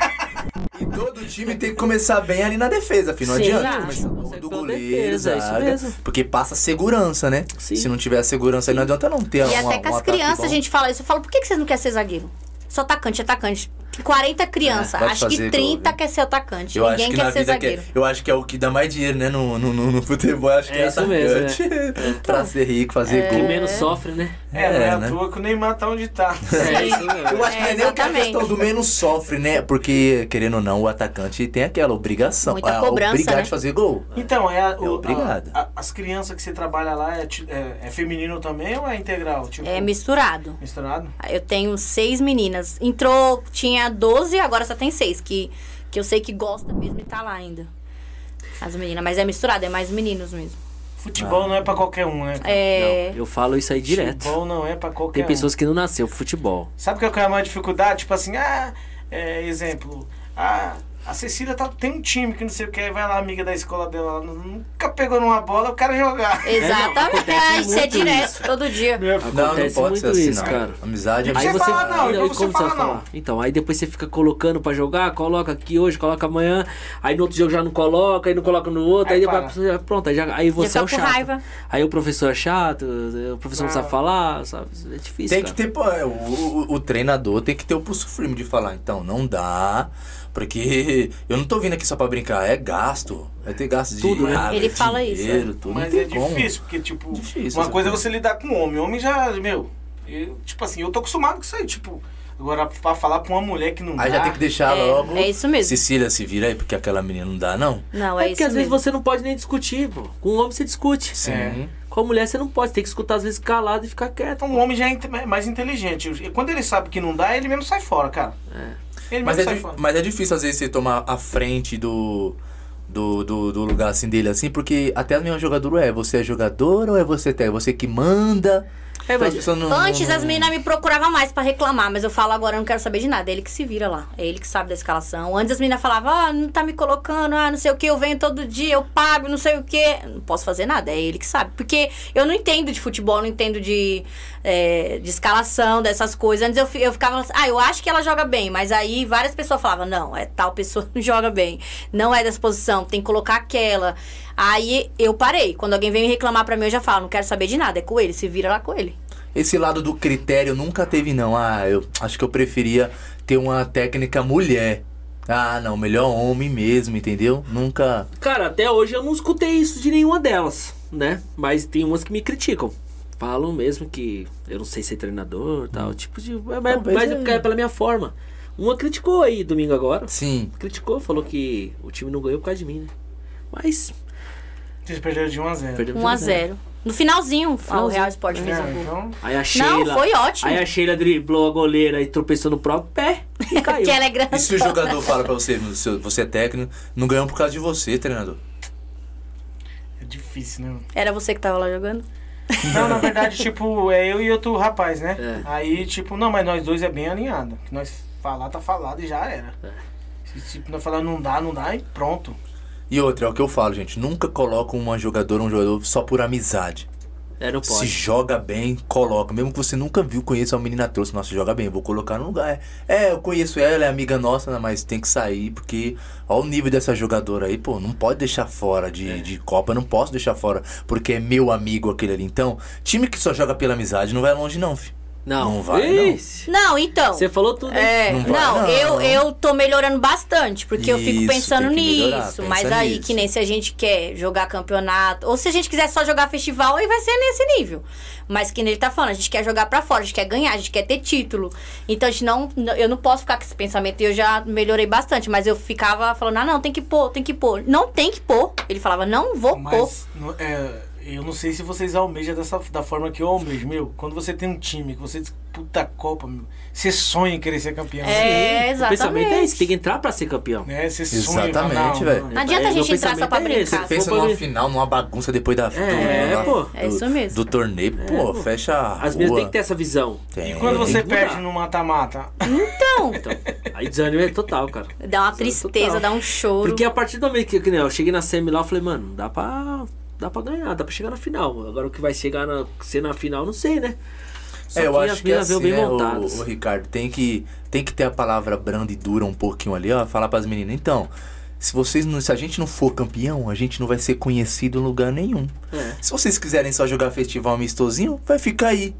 E todo time tem que começar bem ali na defesa, filho. Não Sim, adianta. exato. Começar Consegue do pela goleiro, defesa, é isso zaga, mesmo. Porque passa segurança, né? Sim. Se não tiver segurança aí, não adianta não ter E uma, até com um ataque as bom. crianças a gente fala isso. Eu falo, por que que vocês não querem ser zagueiro? Sou atacante, atacante. Tem 40 crianças, vai acho fazer que 30 gol, viu? quer ser atacante. Eu acho Ninguém que quer na ser vida que zagueiro. é, eu acho que é o que dá mais dinheiro, né? No, no, no, no futebol, eu acho que é, É isso mesmo, né? atacante. pra ser rico, É. fazer Que gol. menos sofre, né? É, não é É, à né? toa que o Neymar tá onde tá. É isso mesmo. Eu acho que não é É, nem que a exatamente. questão do menos sofre, né? Porque, querendo ou não, o atacante tem aquela obrigação. Muita a cobrança, obrigar né? de fazer gol. Então, é, a, o- obrigado. a- a- as crianças que você trabalha lá é, ti- é, é feminino também ou é integral? Tipo, É misturado. misturado? Eu tenho seis meninas. Entrou, tinha 12, agora só tem seis, que, que eu sei que gosta mesmo e tá lá ainda. As meninas, mas é misturado, é mais meninos mesmo. Futebol não é pra qualquer um, né? É. Não, eu falo isso aí direto. Futebol não é pra qualquer Tem um. pessoas que não nasceu pro futebol. Sabe qual que é a maior dificuldade? Tipo assim, ah, é, exemplo, ah, A Cecília tá, tem um time que não sei o que, aí vai lá, a amiga da escola dela, ela nunca pegou numa bola, eu quero jogar. É, Exatamente. acontece isso é muito direto, isso. todo dia. Não, não Acontece pode ser muito assim, isso, não. cara. Amizade é Aí amizade. você fala não, e pra você como falar vai não. Então, aí depois você fica colocando pra jogar, coloca aqui hoje, coloca amanhã, aí no outro jogo já não coloca, aí não coloca no outro, Aí aí, depois para. a pessoa já- pronto, aí, já- aí você é um fica o tá com chato. raiva. Aí o professor é chato, o professor não Ah. sabe falar, sabe? É difícil, Tem que cara. ter, pô, é, o, o- o treinador tem que ter o pulso firme de falar, então, não dá, porque eu não tô vindo aqui só pra brincar, é gasto, é ter gasto de Tudo, né? água, Ele fala isso, né? dinheiro, Tudo, Mas não é tem como. difícil, porque, tipo, Difícil, uma coisa é exatamente. você lidar com homem. Homem já, meu, eu- tipo assim, eu tô acostumado com isso aí, tipo, agora pra falar pra uma mulher que não Aí dá, já tem que deixar É, logo. é isso mesmo. Cecília se vira aí, porque aquela menina não dá, não. Não, É é, porque isso às vezes mesmo. você não pode nem discutir, pô. Com um homem você discute. Sim. Com a mulher você não pode, tem que escutar às vezes calado e ficar quieto. Então o homem já é inte- mais inteligente. E Quando ele sabe que não dá, ele mesmo sai fora, cara. Ele mesmo Mas é, sai di- fora. mas é difícil, às vezes, você tomar a frente do, do, do, do lugar assim dele, assim, porque até a minha jogadora é, você é jogador ou é você até? Você que manda. É, Então mas- as pessoas não- Antes não- as meninas me procuravam mais pra reclamar, mas eu falo agora, eu não quero saber de nada. É ele que se vira lá. É ele que sabe da escalação. Antes as meninas falavam, ah, não tá me colocando, ah, não sei o que, eu venho todo dia, eu pago, não sei o que. Não posso fazer nada, é ele que sabe. Porque eu não entendo de futebol, não entendo de, é, de escalação, dessas coisas. Antes eu, fi- eu ficava assim, ah, eu acho que ela joga bem, mas aí várias pessoas falavam, não, é tal pessoa que não joga bem, não é dessa posição, tem que colocar aquela. Aí eu parei. Quando alguém vem me reclamar pra mim, eu já falo, não quero saber de nada, é com ele, se vira lá com ele. Esse lado do critério nunca teve, não. Ah, eu acho que eu preferia ter uma técnica mulher. Ah, não, melhor homem mesmo, entendeu? Nunca. Cara, até hoje eu não escutei isso de nenhuma delas, né? Mas tem umas que me criticam. Falam mesmo que eu não sei ser treinador tal, tipo de. Mas, Talvez mas é. é porque é pela minha forma. Uma criticou aí domingo agora. Sim. Criticou, falou que o time não ganhou por causa de mim, né? Mas. Vocês perderam de 1 a 0. perdemos de 1 a um 0 No finalzinho, ah, o Real Sport um fez É. Ah, o gol. então, Aí a Sheila. foi ótimo. Aí a Sheila driblou a goleira e tropeçou no próprio pé e caiu. Porque ela é grande. E se o jogador fala pra você, "Seu- você é técnico, não ganhou por causa de você, treinador. é difícil, né? Era você que tava lá jogando? Não, na verdade, tipo, é eu e outro rapaz, né? É. Aí, tipo, não, mas nós dois é bem alinhado. Que nós falar, tá falado e já era. É. Se tipo, nós falar não dá, não dá, e pronto. E outra, é o que eu falo, gente. Nunca coloca uma jogadora, um jogador só por amizade. É, não Se pode. joga bem, coloca. Mesmo que você nunca viu, conheça uma menina trouxe, nossa, joga bem, vou colocar no lugar. É, eu conheço ela, é amiga nossa, né, mas tem que sair, porque olha o nível dessa jogadora aí, pô, não pode deixar fora de, É. de Copa, não posso deixar fora, porque é meu amigo aquele ali. Então, time que só joga pela amizade não vai longe, não, fi. Não. Não vai, não. Ixi, Não, então. Você falou tudo. hein? É, Não não, vai, não. Eu, eu tô melhorando bastante, porque eu Isso, fico pensando tem que nisso. melhorar, pensa mas aí, nisso. que nem se a gente quer jogar campeonato, ou se a gente quiser só jogar festival, aí vai ser nesse nível. Mas que nem ele tá falando, a gente quer jogar pra fora, a gente quer ganhar, a gente quer ter título. Então a gente não. Eu não posso ficar com esse pensamento e eu já melhorei bastante, mas eu ficava falando, ah, não, tem que pôr, tem que pôr. Não tem que pôr. Ele falava, não vou pôr. Mas no- é, eu não sei se vocês almejam dessa, da forma que eu almejo, meu. Quando você tem um time que você disputa a Copa, meu, você sonha em querer ser É, campeão. O pensamento é exatamente. esse, tem que entrar pra ser campeão. Né? Você sonha. Exatamente, fala, não, velho. mano. Não adianta a É, meu gente entrar só pra pensamento é brincar. esse, só Pensa Vou pra numa mim. final, numa bagunça depois da. É, da- pô. É, É isso mesmo. Do torneio, pô, fecha a As minhas rua. têm que ter essa visão. Tem. E quando É, Tem você que mudar. perde no mata-mata, Então, Então, aí desânimo é total, cara. dá uma Total. tristeza, dá um choro. Porque a partir do momento que, que nem eu cheguei na semi lá, eu falei, mano, dá pra, dá pra ganhar, dá pra chegar na final. Agora o que vai chegar na, ser na final, não sei, né? Só é, eu acho que é minas assim, veio bem né, montadas. o, Ricardo, tem que, tem que ter a palavra branda e dura um pouquinho ali, ó, falar pras meninas, então, se vocês não, se a gente não for campeão, a gente não vai ser conhecido em lugar nenhum. É. Se vocês quiserem só jogar festival amistosinho, vai ficar aí.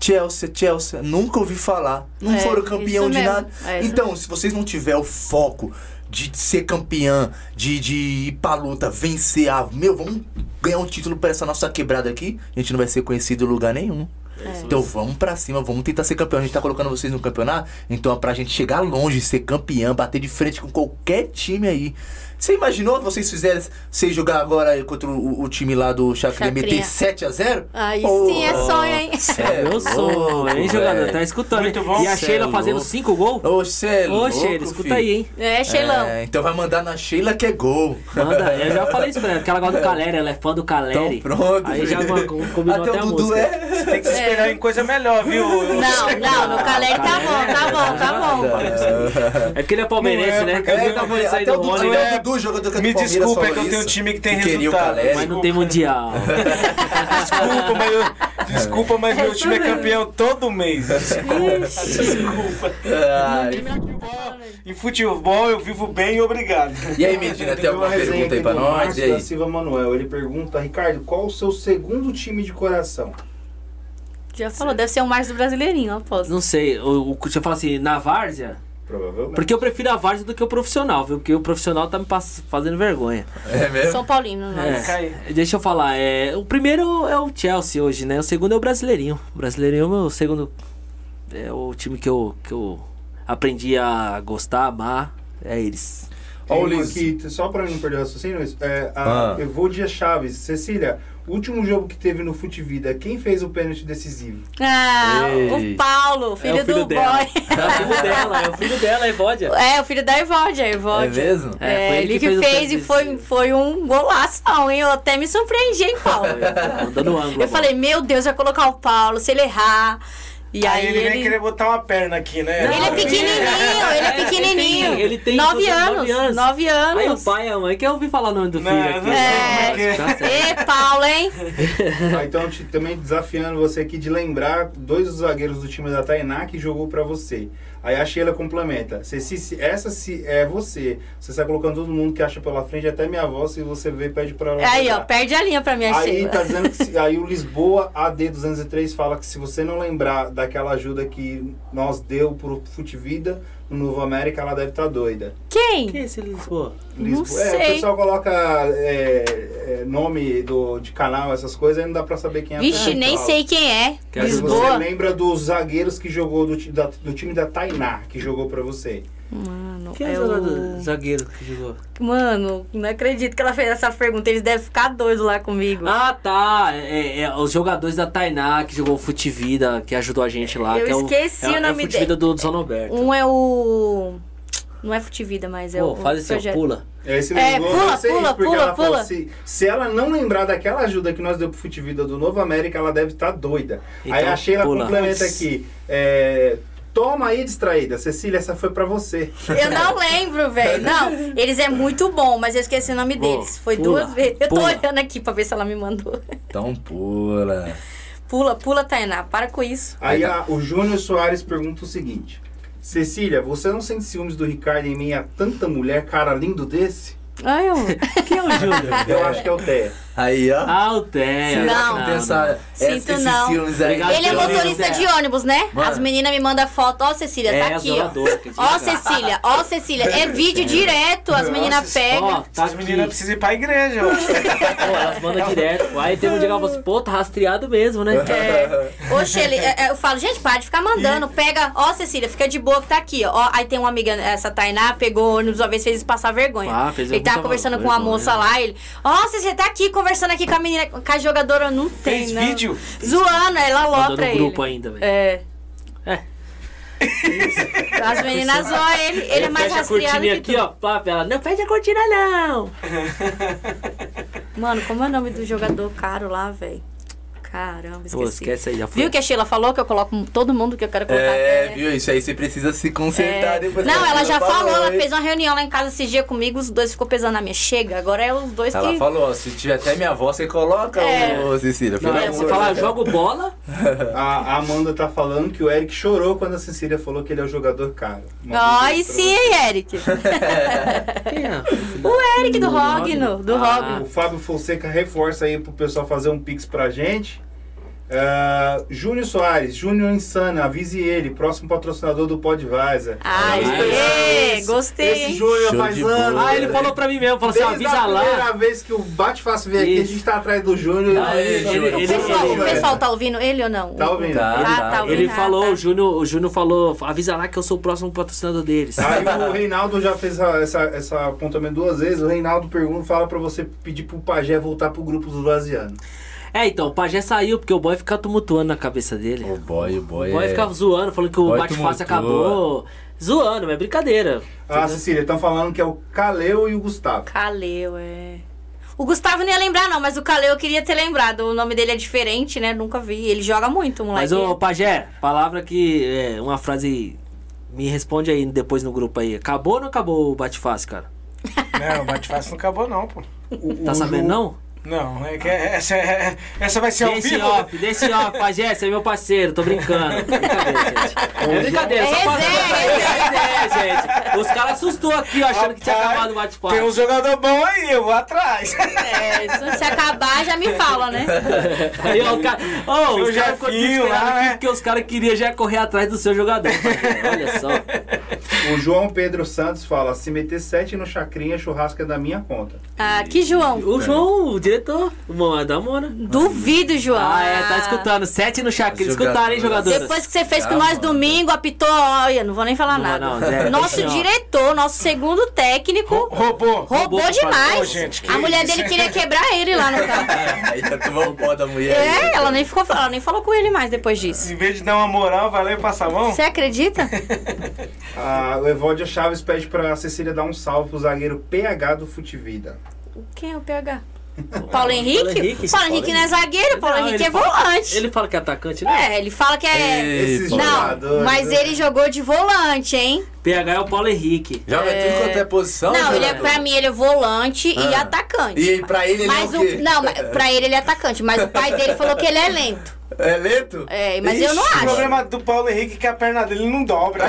Chelsea, Chelsea, nunca ouvi falar. Não É, foram campeão isso de mesmo, nada. é isso então, se vocês não tiver o foco de ser campeã, de, de ir pra luta, vencer, ah, meu, vamos ganhar um título pra essa nossa quebrada aqui, a gente não vai ser conhecido em lugar nenhum. É Então vamos pra cima, vamos tentar ser campeão. A gente tá colocando vocês no campeonato, então é pra gente chegar longe, ser campeã, bater de frente com qualquer time aí. Você imaginou vocês fizerem, vocês jogar agora contra o, o time lá do Chacrinha meter Chacrinha. 7x0? Aí sim é sonho, hein? é Meu sonho, hein, jogador? Tá escutando, Muito hein? bom. E a Cê Sheila é fazendo louco. 5 gols? Ô, é Sheila. Ô, Sheila, escuta aí, hein? É, Sheilão. É, então vai mandar na Sheila que é gol. Manda, eu já falei isso pra ela, porque ela gosta do Caleri, ela é fã do Caleri. Então pronto. Aí já filho. com- combinou até, Até a o Dudu música. um é. Tem que se esperar em coisa melhor, viu? Não, não, no Caleri tá bom, tá bom, tá bom. É porque ele é palmeirense, Não é, né? porque Eu É, vi tá uma vez aí até do o Dudu, Rony, até o Dudu jogador do Me Palmeiras desculpa, falou é que eu isso, tenho um time que tem queria o resultado. Caleri. Mas não tem mundial. Desculpa, mas eu- desculpa, mas meu time é campeão todo mês. Desculpa. Ai, Em futebol eu vivo bem, obrigado. E aí, Medina, tem Teve é alguma uma resenha pergunta aí aqui pra do nós? Márcio E aí? assim. da Silva Manuel, ele pergunta, Ricardo, qual o seu segundo time de coração? Já falou, deve ser o Márcio Brasileirinho, eu aposto. Não sei, o que você fala assim, na várzea? Provavelmente. Porque eu prefiro a várzea do que o profissional, viu? Porque o profissional tá me pass- fazendo vergonha. É mesmo? São Paulino, né? nós. É, deixa eu falar, é, o primeiro é o Chelsea hoje, né? O segundo é o Brasileirinho. O Brasileirinho é o meu segundo. É o time que eu, que eu aprendi a gostar, amar. É eles. Tem Ó, o uma Liz. aqui, só pra não perder o raciocínio, é, a Ah. Evodia Chaves. Cecília, último jogo que teve no Fute Vida, quem fez o pênalti decisivo? Ah, Ei. o Paulo, filho, é o filho do dela. boy. É o filho dela, é o filho dela, é Vódia. É, o filho da Evódia, a É Evódia. mesmo? É, foi É, ele que ele que fez o fez e pênalti. foi, foi um golação, hein? Eu até me surpreendi, hein, Paulo? Dando Tá ângulo. Eu falei, meu Deus, vai colocar o Paulo, se ele errar. E Aí aí, ele vem querer ele. botar uma perna aqui, né? Ele é pequenininho, ele É, é ele tem- pequenininho. ele tem nove, nove anos, anos. Nove anos. Aí o pai e a mãe, quer ouvir falar o nome do filho Não, aqui? não, É. mas tá certo. Ê, Paulo, hein? Ah, então, te- também desafiando você aqui de lembrar dois dos zagueiros do time da Tainá que jogou pra você. Aí a Sheila complementa. Ceci, se- essa se é você. Você está colocando todo mundo que acha pela frente, até minha avó, se você vê, pede pra ela. Aí, ó, jogar. perde a linha pra minha Aí Sheila. tá dizendo que se- aí o Lisboa AD 203 fala que se você não lembrar daquela ajuda que nós deu pro Fute Vida no Novo América, ela deve estar doida. Quem? Quem é esse Lisboa? Não É, o sei. pessoal coloca é, é, nome do, de canal, essas coisas, aí não dá pra saber quem é a Vixe, pessoa. nem sei quem é. Quer Mas ajudar? você Lisboa. lembra dos zagueiros que jogou do, ti- da- do time da Tainá, que jogou pra você. Mano, Quem é, é o jogador, o... zagueiro que jogou? Mano, não acredito que ela fez essa pergunta. Eles devem ficar doidos lá comigo. Ah, tá. É, é, os jogadores da Tainá que jogou o Fute Vida, que ajudou a gente lá. Eu que é o- esqueci é, o é nome Fute Vida dele. do, do Zona Alberto. Um é o. Não é Futivida, mas é Pô, o. faz isso, projeto. pula. Aí você É, lembrou, pula, não sei, pula, porque pula, ela falou, pula. se, se ela não lembrar daquela ajuda que nós deu pro Fute Vida do Novo América, ela deve estar doida. aí Então, a Sheila pula. complementa aqui. é, Toma aí, distraída. Cecília, essa foi pra você. Eu não lembro, velho. Não, eles é muito bom, mas eu esqueci o nome Pô, deles. Foi pula, duas vezes. Eu tô pula. olhando aqui pra ver se ela me mandou. Então pula. Pula, pula, Tainá. Para com isso. Aí tá. a- o Júnior Soares pergunta o seguinte. Cecília, você não sente ciúmes do Ricardo em meio a tanta mulher, cara lindo desse? Ai, eu... Quem é o Júnior? Eu acho que é o Té. Aí, ó. ah, o Té. Não. Tem essa- essa- Sinto esses não. ciúmes aí. Obrigado Ele é pelo motorista Deus, de é. ônibus, né? Mano. As meninas me mandam foto. Ó, Cecília, É, tá aqui, ó. zoador, que Ó, diga. Cecília, ó, Cecília. É vídeo direto, as meninas Ó, pegam. tá Então As aqui. meninas precisam ir pra igreja, ó. Pô, elas mandam direto. Aí tem um dia que ela fala assim, pô, tá rastreado mesmo, né? É. Oxe, ele, é, é, eu falo, gente, para de ficar mandando. Pega, ó, Cecília, fica de boa que tá aqui, ó. Ó, Aí tem uma amiga, essa Tainá, pegou o ônibus uma vez, fez eles passar vergonha. Ah, fez ele tava muita conversando com vergonha, uma moça né? lá, ele, ó, Cecília, tá aqui conversando aqui com a menina, com a jogadora, não tem, Fez não. vídeo? Zoando, ela Mandou lopra no ele. grupo ainda, velho. É. É. As meninas zoam ele, ele é mais Fecha a rastreado que cortina aqui, tudo. ó. Pá, ela, não fecha a cortina, não. Mano, como é o nome do jogador caro lá, velho? Caramba, esqueci. Pô, esquece aí, já foi. Viu que a Sheila falou que eu coloco todo mundo que eu quero colocar? É, até- viu? Isso aí você precisa se consertar É. depois. Não, que ela já falou, ela hein? fez uma reunião lá em casa esse dia comigo, os dois ficou pesando na minha. Chega, agora é os dois Ela que. falou, ó, se tiver até minha avó, você coloca, É. ô Cecília. Não, pelo é, amor tá você de fala, Deus. jogo bola. A a Amanda tá falando que o Eric chorou quando a Cecília falou que ele é o jogador caro. Uma Ai, vez eu sim, hein, Eric. Quem é? O Eric do Rogno, do Ah. trouxe. Rogno. O Fábio Fonseca reforça aí pro pessoal fazer um pix pra gente. Ah, Júnior Soares, Júnior Insana, avise ele, próximo patrocinador do Podvaza. Ah, Parabéns. é, gostei, Esse hein? Júnior Show faz de anos. bola. Ah, ele falou pra mim mesmo, falou assim, Desde ó, a avisa primeira lá. vez que o Bate Fácil veio aqui, a Isso. é gente tá atrás do Júnior. Aê, Ele- é Júnior. O Ah, ele- pessoal, ele- o pessoal tá ouvindo ele ou não? Tá ouvindo. Tá. Ah, tá ouvindo. Ele Ah, falou, tá. o Júnior, o Júnior falou, avisa lá que eu sou o próximo patrocinador deles. Ah. Aí o Reinaldo já fez a- essa, essa apontamento duas vezes. O Reinaldo pergunta, fala pra você pedir pro Pajé voltar pro grupo dos vazianos. É, então, o Pajé saiu porque o boy fica tumultuando na cabeça dele. O boy, o boy. O boy é... ficava zoando, falando que o Boy tumultua. bate-face acabou. Zoando, mas é brincadeira. Ah, Cecília, estão falando que é o Caleu e o Gustavo. Caleu, é. O Gustavo não ia lembrar, não, mas o Caleu eu queria ter lembrado. O nome dele é diferente, né? Nunca vi. Ele joga muito, moleque. Mas, ô, Pajé, palavra que. É, uma frase. Me responde aí depois no grupo aí. Acabou ou não acabou o bate-face, cara? Não, o bate-face não acabou, não, pô. Tá sabendo, não? Não, é que essa, é- essa vai ser Tá ao Desse vivo. um off, desse off, Pajé, você é meu parceiro, tô brincando. Brincadeira, gente. É brincadeira, só É falando. resenha, É, gente. Os caras assustou aqui, ó, achando que tinha Rapaz, acabado o bate-papo. Tem um jogador bom aí, eu vou atrás. É, isso, se acabar, já me fala, né? Aí, ó, o cara. Ó, Seu os caras ficam Jefinho desesperados lá, aqui, né? porque os caras queriam já correr atrás do seu jogador. Pajé. Olha só. O João Pedro Santos fala: se meter sete no chacrinha, churrasco é da minha conta. Ah, que João. O João, o diretor, o mano da Mona. Duvido, João. Ah, é, tá escutando. Sete no chacrinha. Escutaram, hein, jogadores? Depois que você fez com Calma, nós domingo, apitou. Olha, não vou nem falar Não, nada. não, Zé, nosso assim, ó. diretor, nosso segundo técnico, Roubou. roubou roubou demais. Ô, gente, que a mulher isso? dele queria quebrar ele lá no carro. Aí tá tomando o pó da mulher. É, ela nem ficou falando, nem falou com ele mais depois disso. Em vez de dar uma moral, vai lá e passa a mão. Você acredita? Ah, o Evaldia Chaves pede pra Cecília dar um salve pro zagueiro PH do Futivida. Quem é o PH? Paulo Henrique? Paulo Henrique, Paulo não é zagueiro, Paulo Não, Henrique ele é volante. Ele fala que é atacante, né? É, ele fala que é. Ei, Esses Paulo. jogadores, Não, mas né? ele jogou de volante, hein? PH é o Paulo Henrique. Joga tudo quanto é posição. Não, ele é, jogador. pra mim ele é volante e Ah. atacante. E pra ele ele mas é o quê? o, não, mas pra ele ele é atacante, mas o pai dele falou que ele é lento. É lento? É, mas eu não Ixi, acho. O problema do Paulo Henrique é que a perna dele não dobra.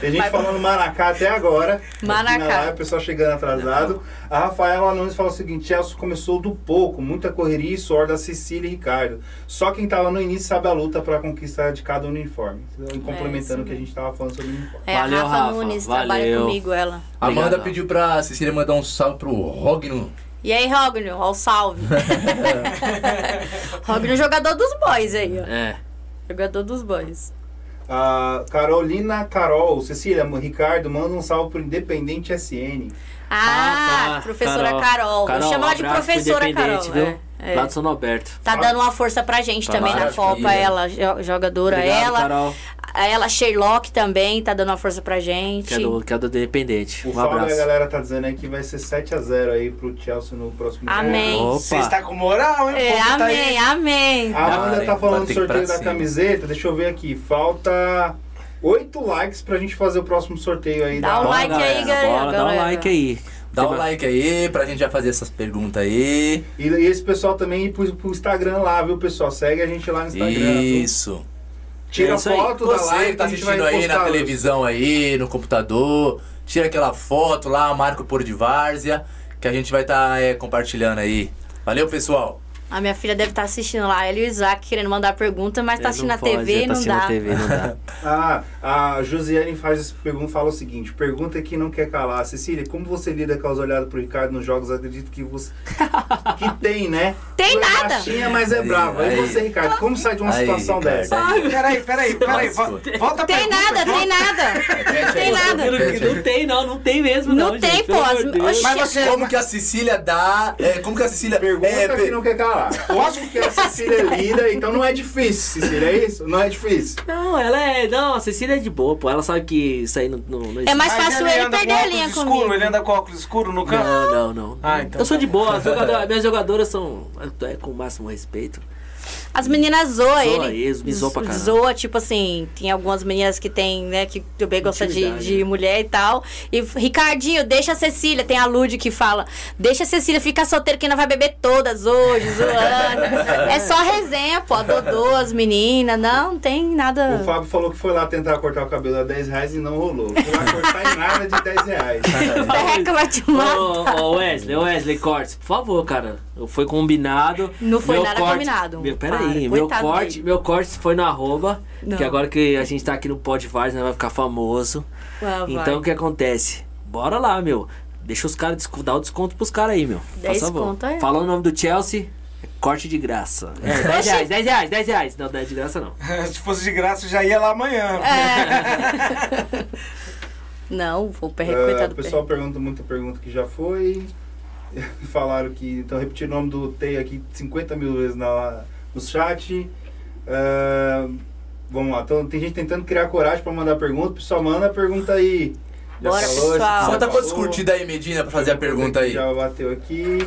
Tem gente falando Maracá até agora. Maracá. Aqui na live, O pessoal chegando atrasado. A Rafaela Nunes fala o seguinte: Chelsea começou do pouco, muita correria e suor da Cecília e Ricardo. Só quem tava no início sabe a luta pra conquista de cada uniforme. E complementando o que a gente tava falando sobre o uniforme. É, Valeu, a Rafa, Rafa, Nunes trabalha valeu. comigo, ela. Amanda Obrigado. pediu pra Cecília mandar um salve pro Rogno. E aí, Rogno, ó, o salve. Rogno é jogador dos boys aí, ó. É. Jogador dos boys. A Carolina Carol, Cecília, Ricardo, manda um salve pro Independente SN. Ah, tá, professora Carol. Eu um chamo ela de abraço pro professora Carol. Independente, é, Viu? é. Lá do São Alberto. Tá dando uma força pra gente Tá também na maravilha. Copa, ela, jo- jogadora Obrigado, ela. Carol. Ela, Sherlock também, tá dando uma força pra gente. Que é do, que é do Independente. O Um salve a abraço. galera tá dizendo aí que vai ser 7x0 aí pro Chelsea no próximo Amém. jogo. É, Opa. Você está com moral, hein? É, O povo tá aí. amém, amém. A Amanda Cara, tá falando vai do ter que ir pra sorteio da cima. camiseta. Deixa eu ver aqui. Falta oito likes pra gente fazer o próximo sorteio aí. tá Dá da- um Bora, like aí, galera, galera, Bora, dá um galera. like aí. Dá Tem um uma- like aí pra gente já fazer essas perguntas aí. E, e esse pessoal também ir pro, pro Instagram lá, viu, pessoal? Segue a gente lá no Instagram. viu? Isso. Tira É isso aí. foto da Você live que tá a gente vai assistindo aí postar na hoje. televisão aí, no computador, tira aquela foto lá, marca o pôr de várzea, que a gente vai estar compartilhando aí. Valeu, pessoal. A minha filha deve estar assistindo lá, ela e o Isaac querendo mandar pergunta, mas tá Não assistindo a pode, TV, tá não assistindo a dá. TV, não dá. Ah, a Josiane faz essa pergunta fala o seguinte: pergunta que não quer calar. Cecília, como você lida com as olhadas pro Ricardo nos jogos? Acredito que você. que tem, né? Tem Ela É nada. baixinha, mas é Aí, brava. E aí. você, Ricardo, como sai de uma Aí, situação Ricardo, dessa? aí. Peraí, peraí, peraí. vo- Volta a Tem pergunta, nada, volta. tem nada. Repete Ah, Tem aí, nada. repete aí. Não tem, não. Não tem mesmo, não, Não tem, gente, pô, pelo as- amor de Deus. oxi. Mas você... Como que a Cecília dá. é, como que a Cecília. Pergunta é, pe- que não quer calar. Como que a Cecília lida, então não é difícil, Cecília, é isso? Não é difícil. Não, ela é. Não, a Cecília é de boa, pô. Ela sabe que isso aí não. não, não É mais um Mas fácil ele anda com perder a óculos linha escuro, comigo. Ele anda com óculos escuro no campo. Não, não, não. Ah, então Eu sou tá de boa. as jogadoras- minhas jogadoras são. É, com o máximo respeito. As meninas zoam Zoa ele. eles, me zoa pra caramba. Zoa, tipo assim, tem algumas meninas que tem, né, que também gosta de, Intimidade, de né? mulher e tal. E Ricardinho, deixa a Cecília, tem a Lud que fala, deixa a Cecília ficar solteira que ainda vai beber todas hoje, zoando. é só resenha, pô, a Dodô, as meninas, não, não tem nada. O Fábio falou que foi lá tentar cortar o cabelo a 10 reais e não rolou. Foi lá cortar em nada de 10 reais. Ferreca vai te Ô, matar. ô, Wesley, Wesley, cortes, por favor, cara. Foi combinado. Não foi meu nada corte- combinado. Meu, Para, peraí, meu coitado corte, dele. meu corte foi no arroba. Não. Que agora que a gente tá aqui no Pod Vars, né, vai ficar famoso. Ah, vai. Então o que acontece? Bora lá, meu. Deixa os caras, desco- dá o desconto pros caras aí, meu. Dez Faz favor. conto é. Fala o nome do Chelsea, é corte de graça. É, 10 reais, 10 reais, 10 reais. Não, 10 de graça não. Se fosse de graça, eu já ia lá amanhã. Não, o PR, coitado Ah, o do PR. pessoal pergunta muita pergunta que já foi. Falaram que. Então, repetir o nome do Tei aqui 50 mil vezes na, no chat. Ah, vamos lá. Então, tem gente tentando criar coragem pra mandar pergunta. Pessoal, manda a pergunta aí. Bora, pessoal. já Falta quantas falou. curtidas aí, Medina, pra fazer a pergunta aí? Já bateu aqui.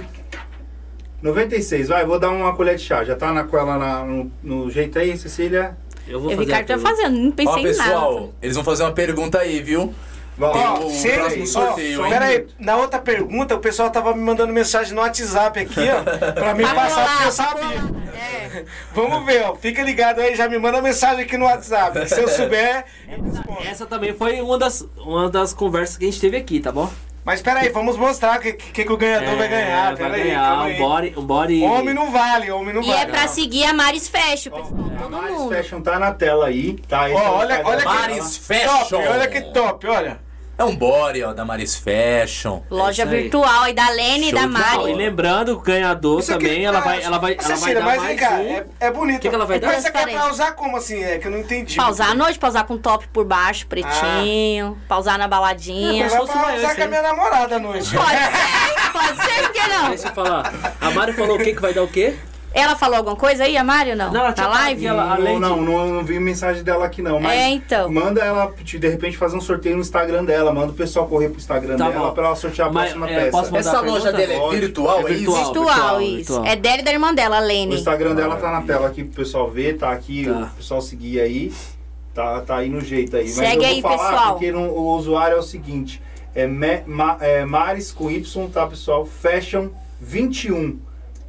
96, vai, vou dar uma colher de chá. Já tá na coela na- no, no jeito aí, Cecília? Eu vou O fazer. Ricardo a tá pergunta. fazendo, não Ó, pensei em nada. pessoal, eles vão fazer uma pergunta aí, viu? Vai. um Tem Ó, o se- próximo um sorteio, ó, hein? Peraí, na outra pergunta, o pessoal tava me mandando mensagem no WhatsApp aqui, ó, pra me Pra passar, porque eu colar, pra sabia. colar. É. Vamos ver, ó, fica ligado aí, já me manda mensagem aqui no WhatsApp, que se eu souber, eu respondo. Essa também foi uma das, uma das conversas que a gente teve aqui, tá bom? Mas peraí, vamos mostrar o que, que, que o ganhador vai ganhar, É, peraí. vai ganhar calma um aí. body, um body. Homem não vale, homem não E é vale. pra seguir a Maris Fashion, pessoal. A Todo Maris mundo. Fashion tá na tela aí, tá? Esse Ó, é o olha- Instagram olha que- dela. Maris Top, Fashion. olha que top, olha. É um body, ó, da Maris Fashion. Loja É isso aí. virtual aí da Lene e Show da de Não, e bola. Mari. lembrando, o ganhador Isso aqui- também, ela ah, vai, ela vai, ela vai Cecília, dar mas mais vem cá, um. é, é bonito. Que que ela vai dar? Mas você quer Transparente. pausar como assim? É que eu não entendi. Pausar à noite, pausar com top por baixo, pretinho. Pausar na baladinha. Você É, vai como se fosse uma pausar ânsia, com a hein? minha namorada à noite. Pode ser, pode ser, por que não? Deixa eu falar. A Mari falou o que que vai dar o quê? Ela falou alguma coisa aí, a Mari, ou não? Não, ela Na tinha live? falado ela- além não, de- não, não, não vi mensagem dela aqui não, mas É, então. manda ela, de repente, fazer um sorteio no Instagram dela, manda o pessoal correr pro Instagram Tá dela bom. pra ela sortear a Mas, próxima é, peça. posso mandar Essa a loja pergunta? dela é Lógico. virtual, É é isso? virtual. Virtual, isso. virtual. É dela e da irmã dela, a O Lene. Instagram dela tá na tela aqui pro pessoal ver, tá aqui, Tá. o pessoal seguir aí. Tá, tá aí no jeito aí. Mas Segue eu vou aí, falar pessoal. porque não- o usuário é o seguinte: é, Me- Ma- é Maris com Y, tá, pessoal? Fashion 21.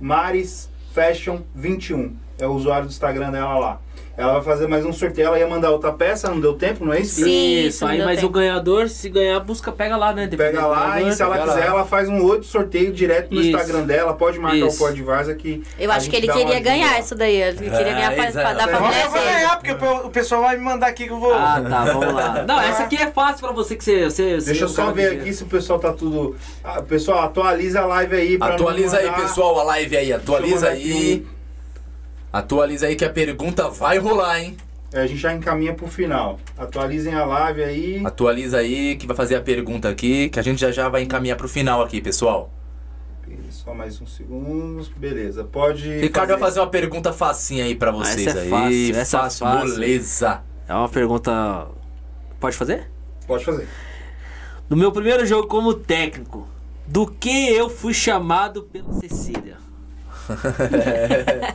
Maris Fashion 21. É o usuário do Instagram dela lá. Ela vai fazer mais um sorteio. Ela ia mandar outra peça, não deu tempo, não é isso? Sim, Isso, isso aí me deu mas o tempo. ganhador, se ganhar, busca, pega lá, né? Dependendo Pega do lá ganhador. e se ela pega quiser, lá. ela faz um outro sorteio direto no Isso. Instagram dela. Pode marcar Isso. o Pod Varza que. Eu a acho que gente ele dá uma queria ajuda. ganhar isso daí. Ele queria Ah, ganhar pra, exato. pra dar pra Vamos Agora eu vou mulher ganhar, porque o o pessoal vai me mandar aqui que eu vou. Ah, tá, vamos lá. Não, essa aqui é fácil pra você que você. você você- Deixa eu o só cara ver que- aqui se o pessoal tá tudo. Ah, pessoal, atualiza a live aí. pra não Atualiza aí, mandar- pessoal, a live aí. Atualiza Deixa eu mandar aí. aqui Atualiza aí que a pergunta vai rolar, hein? É, a gente já encaminha pro final. Atualizem a live aí. Atualiza aí que vai fazer a pergunta aqui, que a gente já já vai encaminhar pro final aqui, pessoal. Só mais uns segundos. Beleza, pode. Ricardo vai fazer uma pergunta facinha aí pra vocês essa é aí. fácil, essa é fácil. Beleza. É uma pergunta. Pode fazer? Pode fazer. No meu primeiro jogo como técnico, do que eu fui chamado pela Cecília?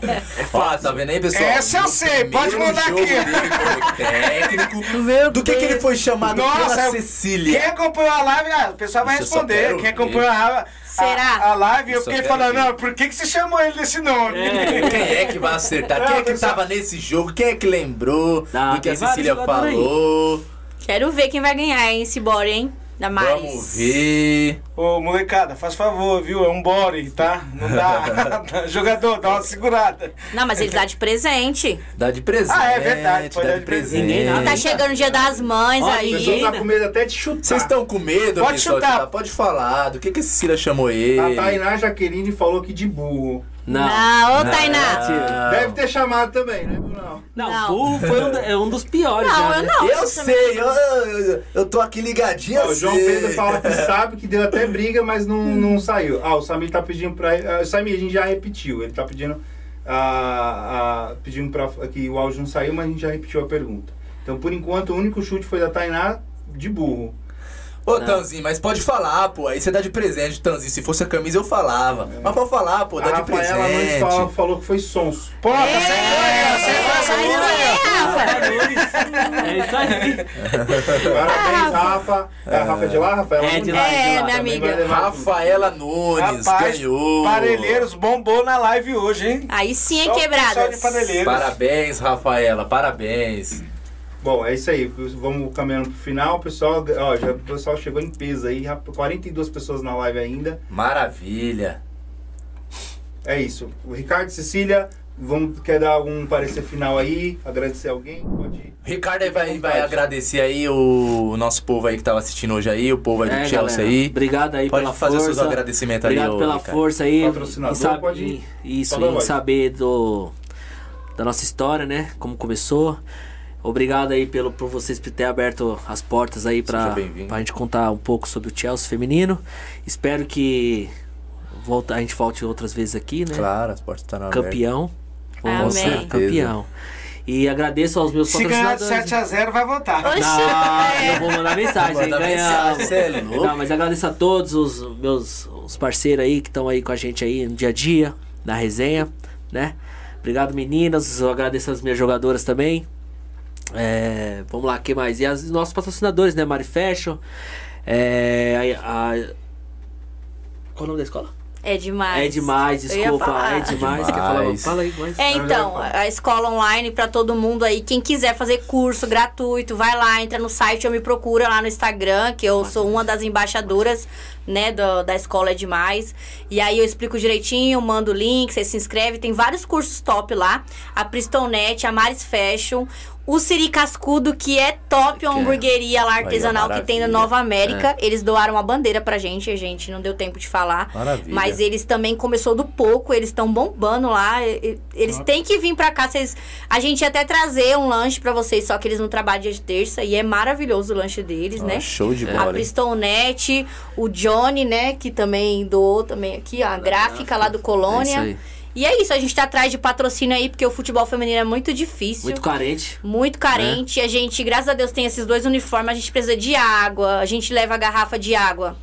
É fácil, tá vendo aí, pessoal? Essa eu No sei, pode primeiro mandar jogo aqui. dele como técnico, do que, que ele foi chamado Nossa, pela eu- Quem Cecília? acompanhou a live, ah, o pessoal vai Isso eu só responder. quero Quem ver. acompanhou a, a, Será? a live, eu Isso eu quero fiquei falando, ver. não, por que, que você chamou ele desse nome? É. Quem é que vai acertar? Quem é que tava nesse jogo? Quem é que lembrou Ah, do que a tem vários Cecília jogadores aí. falou? Quero ver quem vai ganhar hein, esse body, hein? Da Maris. Vamos ver. Ô, molecada, faz favor, viu? É um body, tá? Não dá. Jogador, dá uma segurada. Não, mas ele dá de presente. Dá de presente. Ah, é verdade, pode Dá de dar de presente. presente. Ninguém nada. Tá chegando o dia das mães Olha, O E pessoal aí. tá ainda- com medo até de chutar. Vocês estão com medo, Pode pessoal? de chutar. Pode falar. Do que, que a Cecília chamou ele? A Tainá Jaqueline falou que de burro. Não. Não, ô Tainá. Ah, Deve ter chamado também, né? Não. Não, Não. burro foi um, da- é um dos piores. Não, já, eu né? não. Eu sei, eu, eu, eu tô aqui ligadinho. Ó, eu o João sei. Pedro fala que sabe que deu até briga, mas não, não saiu. Ah, o Samir tá pedindo pra. ah, O Samir, a gente já repetiu. Ele tá pedindo. ah, ah, pedindo pra. Que o áudio não saiu, mas a gente já repetiu a pergunta. Então, por enquanto, o único chute foi da Tainá de burro. Ô, Tanzinho, mas pode falar, pô. Aí você dá de presente, Tanzinho. Se fosse a camisa, eu falava. Mas pode falar, pô. Dá de a Rafaela Nunes presente. fala- falou que foi sonso. Pô, tá sem graça, sem graça. É isso aí. Parabéns, Rafa. É a Rafa de lá, Rafaela? É, Nunes? de lá, de É, lá minha também. Vai amiga. levar tudo. Rafaela Nunes Rapaz, ganhou. Parelheiros bombou na live hoje, hein? Aí sim é Só o pessoal de quebradas. Parelheiros. Parabéns, Rafaela. Parabéns. Bom, é isso aí. Vamos caminhando pro final, pessoal. Ó, já, o pessoal chegou em peso aí. rap- 42 pessoas na live ainda. Maravilha. É isso. O Ricardo, Cecília, vamos, quer dar algum parecer final aí? Agradecer alguém? Pode. Ricardo aí Fica à vai, vontade. vai agradecer aí o nosso povo aí que tava assistindo hoje aí, o povo É, aí do Chelsea aí. É, Obrigado aí Pode pela fazer força. seus agradecimentos aí, Obrigado ô pela Ricardo. força aí. Patrocinador, em sab- pode ir. em- Isso, Fala, em vai. saber do, da nossa história, né? Como começou. Obrigado aí pelo, por vocês ter aberto as portas aí pra, Seja bem-vindo. pra gente contar um pouco sobre o Chelsea feminino. Espero que volta, a gente volte outras vezes aqui, né? Claro, as portas tá estão abertas. Campeão. Amém. Vamos ser campeão. E agradeço aos meus Se ganhar de patrocinadores. 7x0, vai voltar. Oxi! Não, eu vou mandar mensagem, hein? Manda Ganhamos. mensagem, cê é louco. Não, mas agradeço a todos os meus os parceiros aí que estão aí com a gente aí no dia a dia, na resenha, né? Obrigado, meninas. Eu agradeço as minhas jogadoras também. É, vamos lá, que mais? E as os nossos patrocinadores, né? Mari Fashion. É, a, a- Qual é o nome da escola? É demais. É demais, Eu ia desculpa. falar. É demais. Quer falar? Demais. Fala aí, mas. É, então, né, a escola online pra todo mundo aí. Quem quiser fazer curso gratuito, vai lá, entra no site ou me procura lá no Instagram, que eu sou uma das embaixadoras, né, do- da escola é demais. E aí eu explico direitinho, mando o link, você se inscreve. Tem vários cursos top lá. A Pristonete, a Maris Fashion, o Siri Cascudo, que é top, uma Que é. hamburgueria lá Aí, artesanal que tem na maravilha. É. Nova América. Eles doaram uma bandeira pra gente, a gente não deu tempo de falar. Maravilha. Mas eles também começou do pouco, eles estão bombando lá. e- e- Eles têm que vir pra cá. Vocês, a gente ia até trazer um lanche pra vocês, só que eles não trabalham dia de terça e é maravilhoso o lanche deles, Ó, né? Show É. de A bola. hein? Pristonete, o Johnny, né, que também doou também aqui, ó, a gráfica lá do É isso Colônia. aí. e é isso, a gente tá atrás de patrocínio aí, porque o futebol feminino é muito difícil. Muito carente. Muito carente. A gente, graças a Deus, tem esses dois uniformes. A gente precisa de água. A gente leva a garrafa de água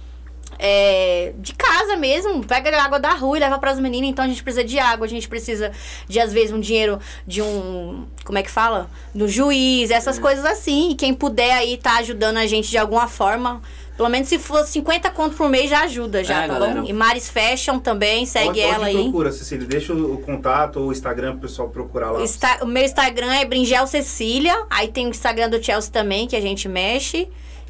é, de casa mesmo. Pega a água da rua e leva pras meninas. Então a gente precisa de água. A gente precisa de, às vezes, um dinheiro de um. Como é que fala? Do juiz, essas coisas assim. E quem puder aí tá ajudando a gente de alguma forma. Pelo menos se for 50 conto por mês já ajuda, já, É, tá galera. bom? E Maris Fashion também, segue Onde- onde ela aí. procura, Cecília? Deixa o, o contato ou o Instagram pro pessoal procurar lá. Insta- o meu Instagram é Bringel Cecília. Aí tem o Instagram do Chelsea também, que a gente mexe.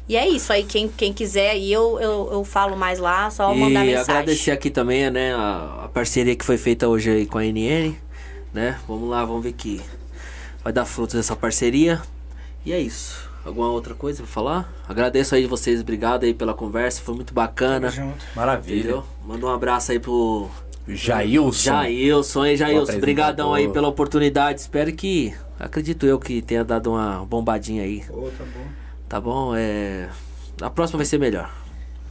E é isso. Aí quem, quem quiser, aí eu, eu, eu falo mais lá, só mandar e mensagem. agradecer aqui também, né, a, a parceria que foi feita hoje aí com a NN, né? Vamos lá, vamos ver que vai dar frutos essa parceria. E é isso. Alguma outra coisa pra falar? Agradeço aí vocês, obrigado aí pela conversa, foi muito bacana. Tamo junto. Maravilha. Entendeu? Manda um abraço aí pro Jailson. Jailson, hein, Jailson. apresentador. Obrigadão aí pela oportunidade. Espero que, acredito eu, que tenha dado uma bombadinha aí, Ô, tá bom. tá bom? É... A próxima vai ser melhor.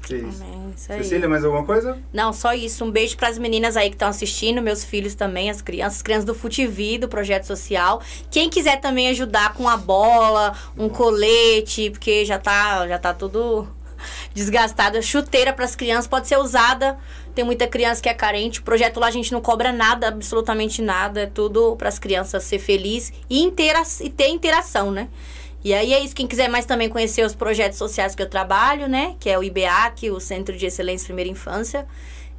Que isso. Amém, É isso Ah, aí. Cecília, mais alguma coisa? Não, só isso. Um beijo pras meninas aí que estão assistindo, meus filhos também, as crianças, as crianças do Futivi, do Projeto Social. Quem quiser também ajudar com a bola, um colete, porque já tá, já tá tudo desgastado. A Chuteira pras crianças pode ser usada. Tem muita criança que é carente. O projeto lá a gente não cobra nada, absolutamente nada. É tudo pras crianças ser feliz e, intera e ter interação, né? E aí é isso. Quem quiser mais também conhecer os projetos sociais que eu trabalho, né? Que é o IBAC, o Centro de Excelência Primeira Infância.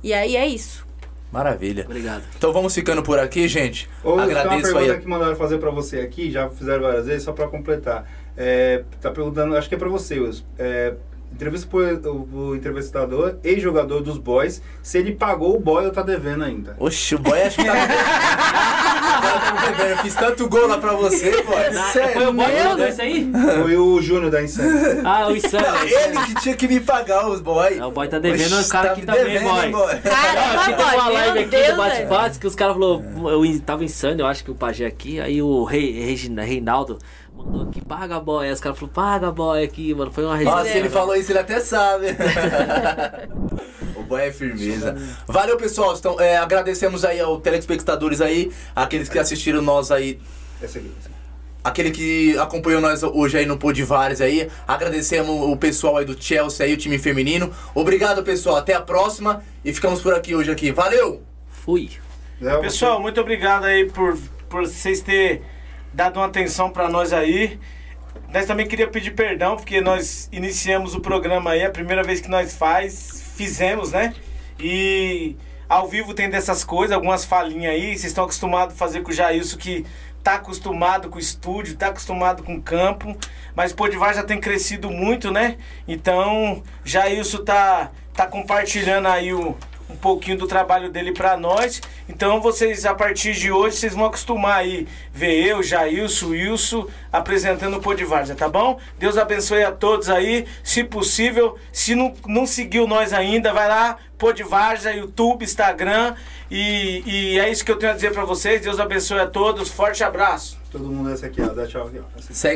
E aí é isso. Maravilha. Obrigado. Então vamos ficando por aqui, gente. Ou tem uma Agradeço aí. pergunta a- que mandaram fazer pra você aqui, já fizeram várias vezes, só pra completar. É, tá perguntando, acho que é pra você, Wilson. É, entrevista pro o, o entrevistador e jogador dos boys, se ele pagou o boy ou tá devendo ainda. Oxi, o boy acho que tá. Tá bom, velho. Fiz tanto gol lá pra você, boy. Cê é Foi o boy que louco. mandou isso aí? Foi o Júnior da Insane. Ah, o Insano. Não, ele que tinha que me pagar os boy. É, o boy tá devendo, Oxi, o cara tá aqui me também, devendo, boy. hein, boy. Não, Caramba, aqui teve tipo, uma live boy, aqui do meu Deus, velho. bate-bate que os caras falaram, eu in- tava insano, eu acho que o pajé aqui, aí o Rei, Regina, Reinaldo mandou aqui, paga boy, aí os caras falaram, paga boy aqui, mano, foi uma resenha. né? Nossa, se ele falou isso, ele até sabe. O boy é firmeza. Valeu, pessoal. Então, é, agradecemos aí aos telespectadores aí, aqueles que assistiram nós aí Essa aqui. essa aqui. Aquele que acompanhou nós hoje aí no Podivares aí. Agradecemos o pessoal aí do Chelsea aí, o time feminino. Obrigado, pessoal. Até a próxima. E ficamos por aqui hoje aqui. Valeu! Fui. Léo, Pessoal, muito obrigado aí por, por vocês terem dado uma atenção pra nós aí. Nós também queria pedir perdão, porque nós iniciamos o programa aí, a primeira vez que nós faz, fizemos, né? E ao vivo tem dessas coisas, algumas falinhas aí. Vocês estão acostumados a fazer com o Jailson, que tá acostumado com o estúdio, tá acostumado com o campo. Mas o Podivar já tem crescido muito, né? Então, Jailson tá, tá compartilhando aí o, um pouquinho do trabalho dele pra nós. Então vocês, a partir de hoje, vocês vão acostumar aí ver eu, Jailson, Wilson apresentando o Pô de Várzea, tá bom? Deus abençoe a todos aí. Se possível, se não, não seguiu nós ainda, vai lá, Pô de Várzea, YouTube, Instagram. E, e é isso que eu tenho a dizer pra vocês. Deus abençoe a todos. Forte abraço. Todo mundo essa aqui, ó. Dá tchau aqui, ó. Essa aqui. Segue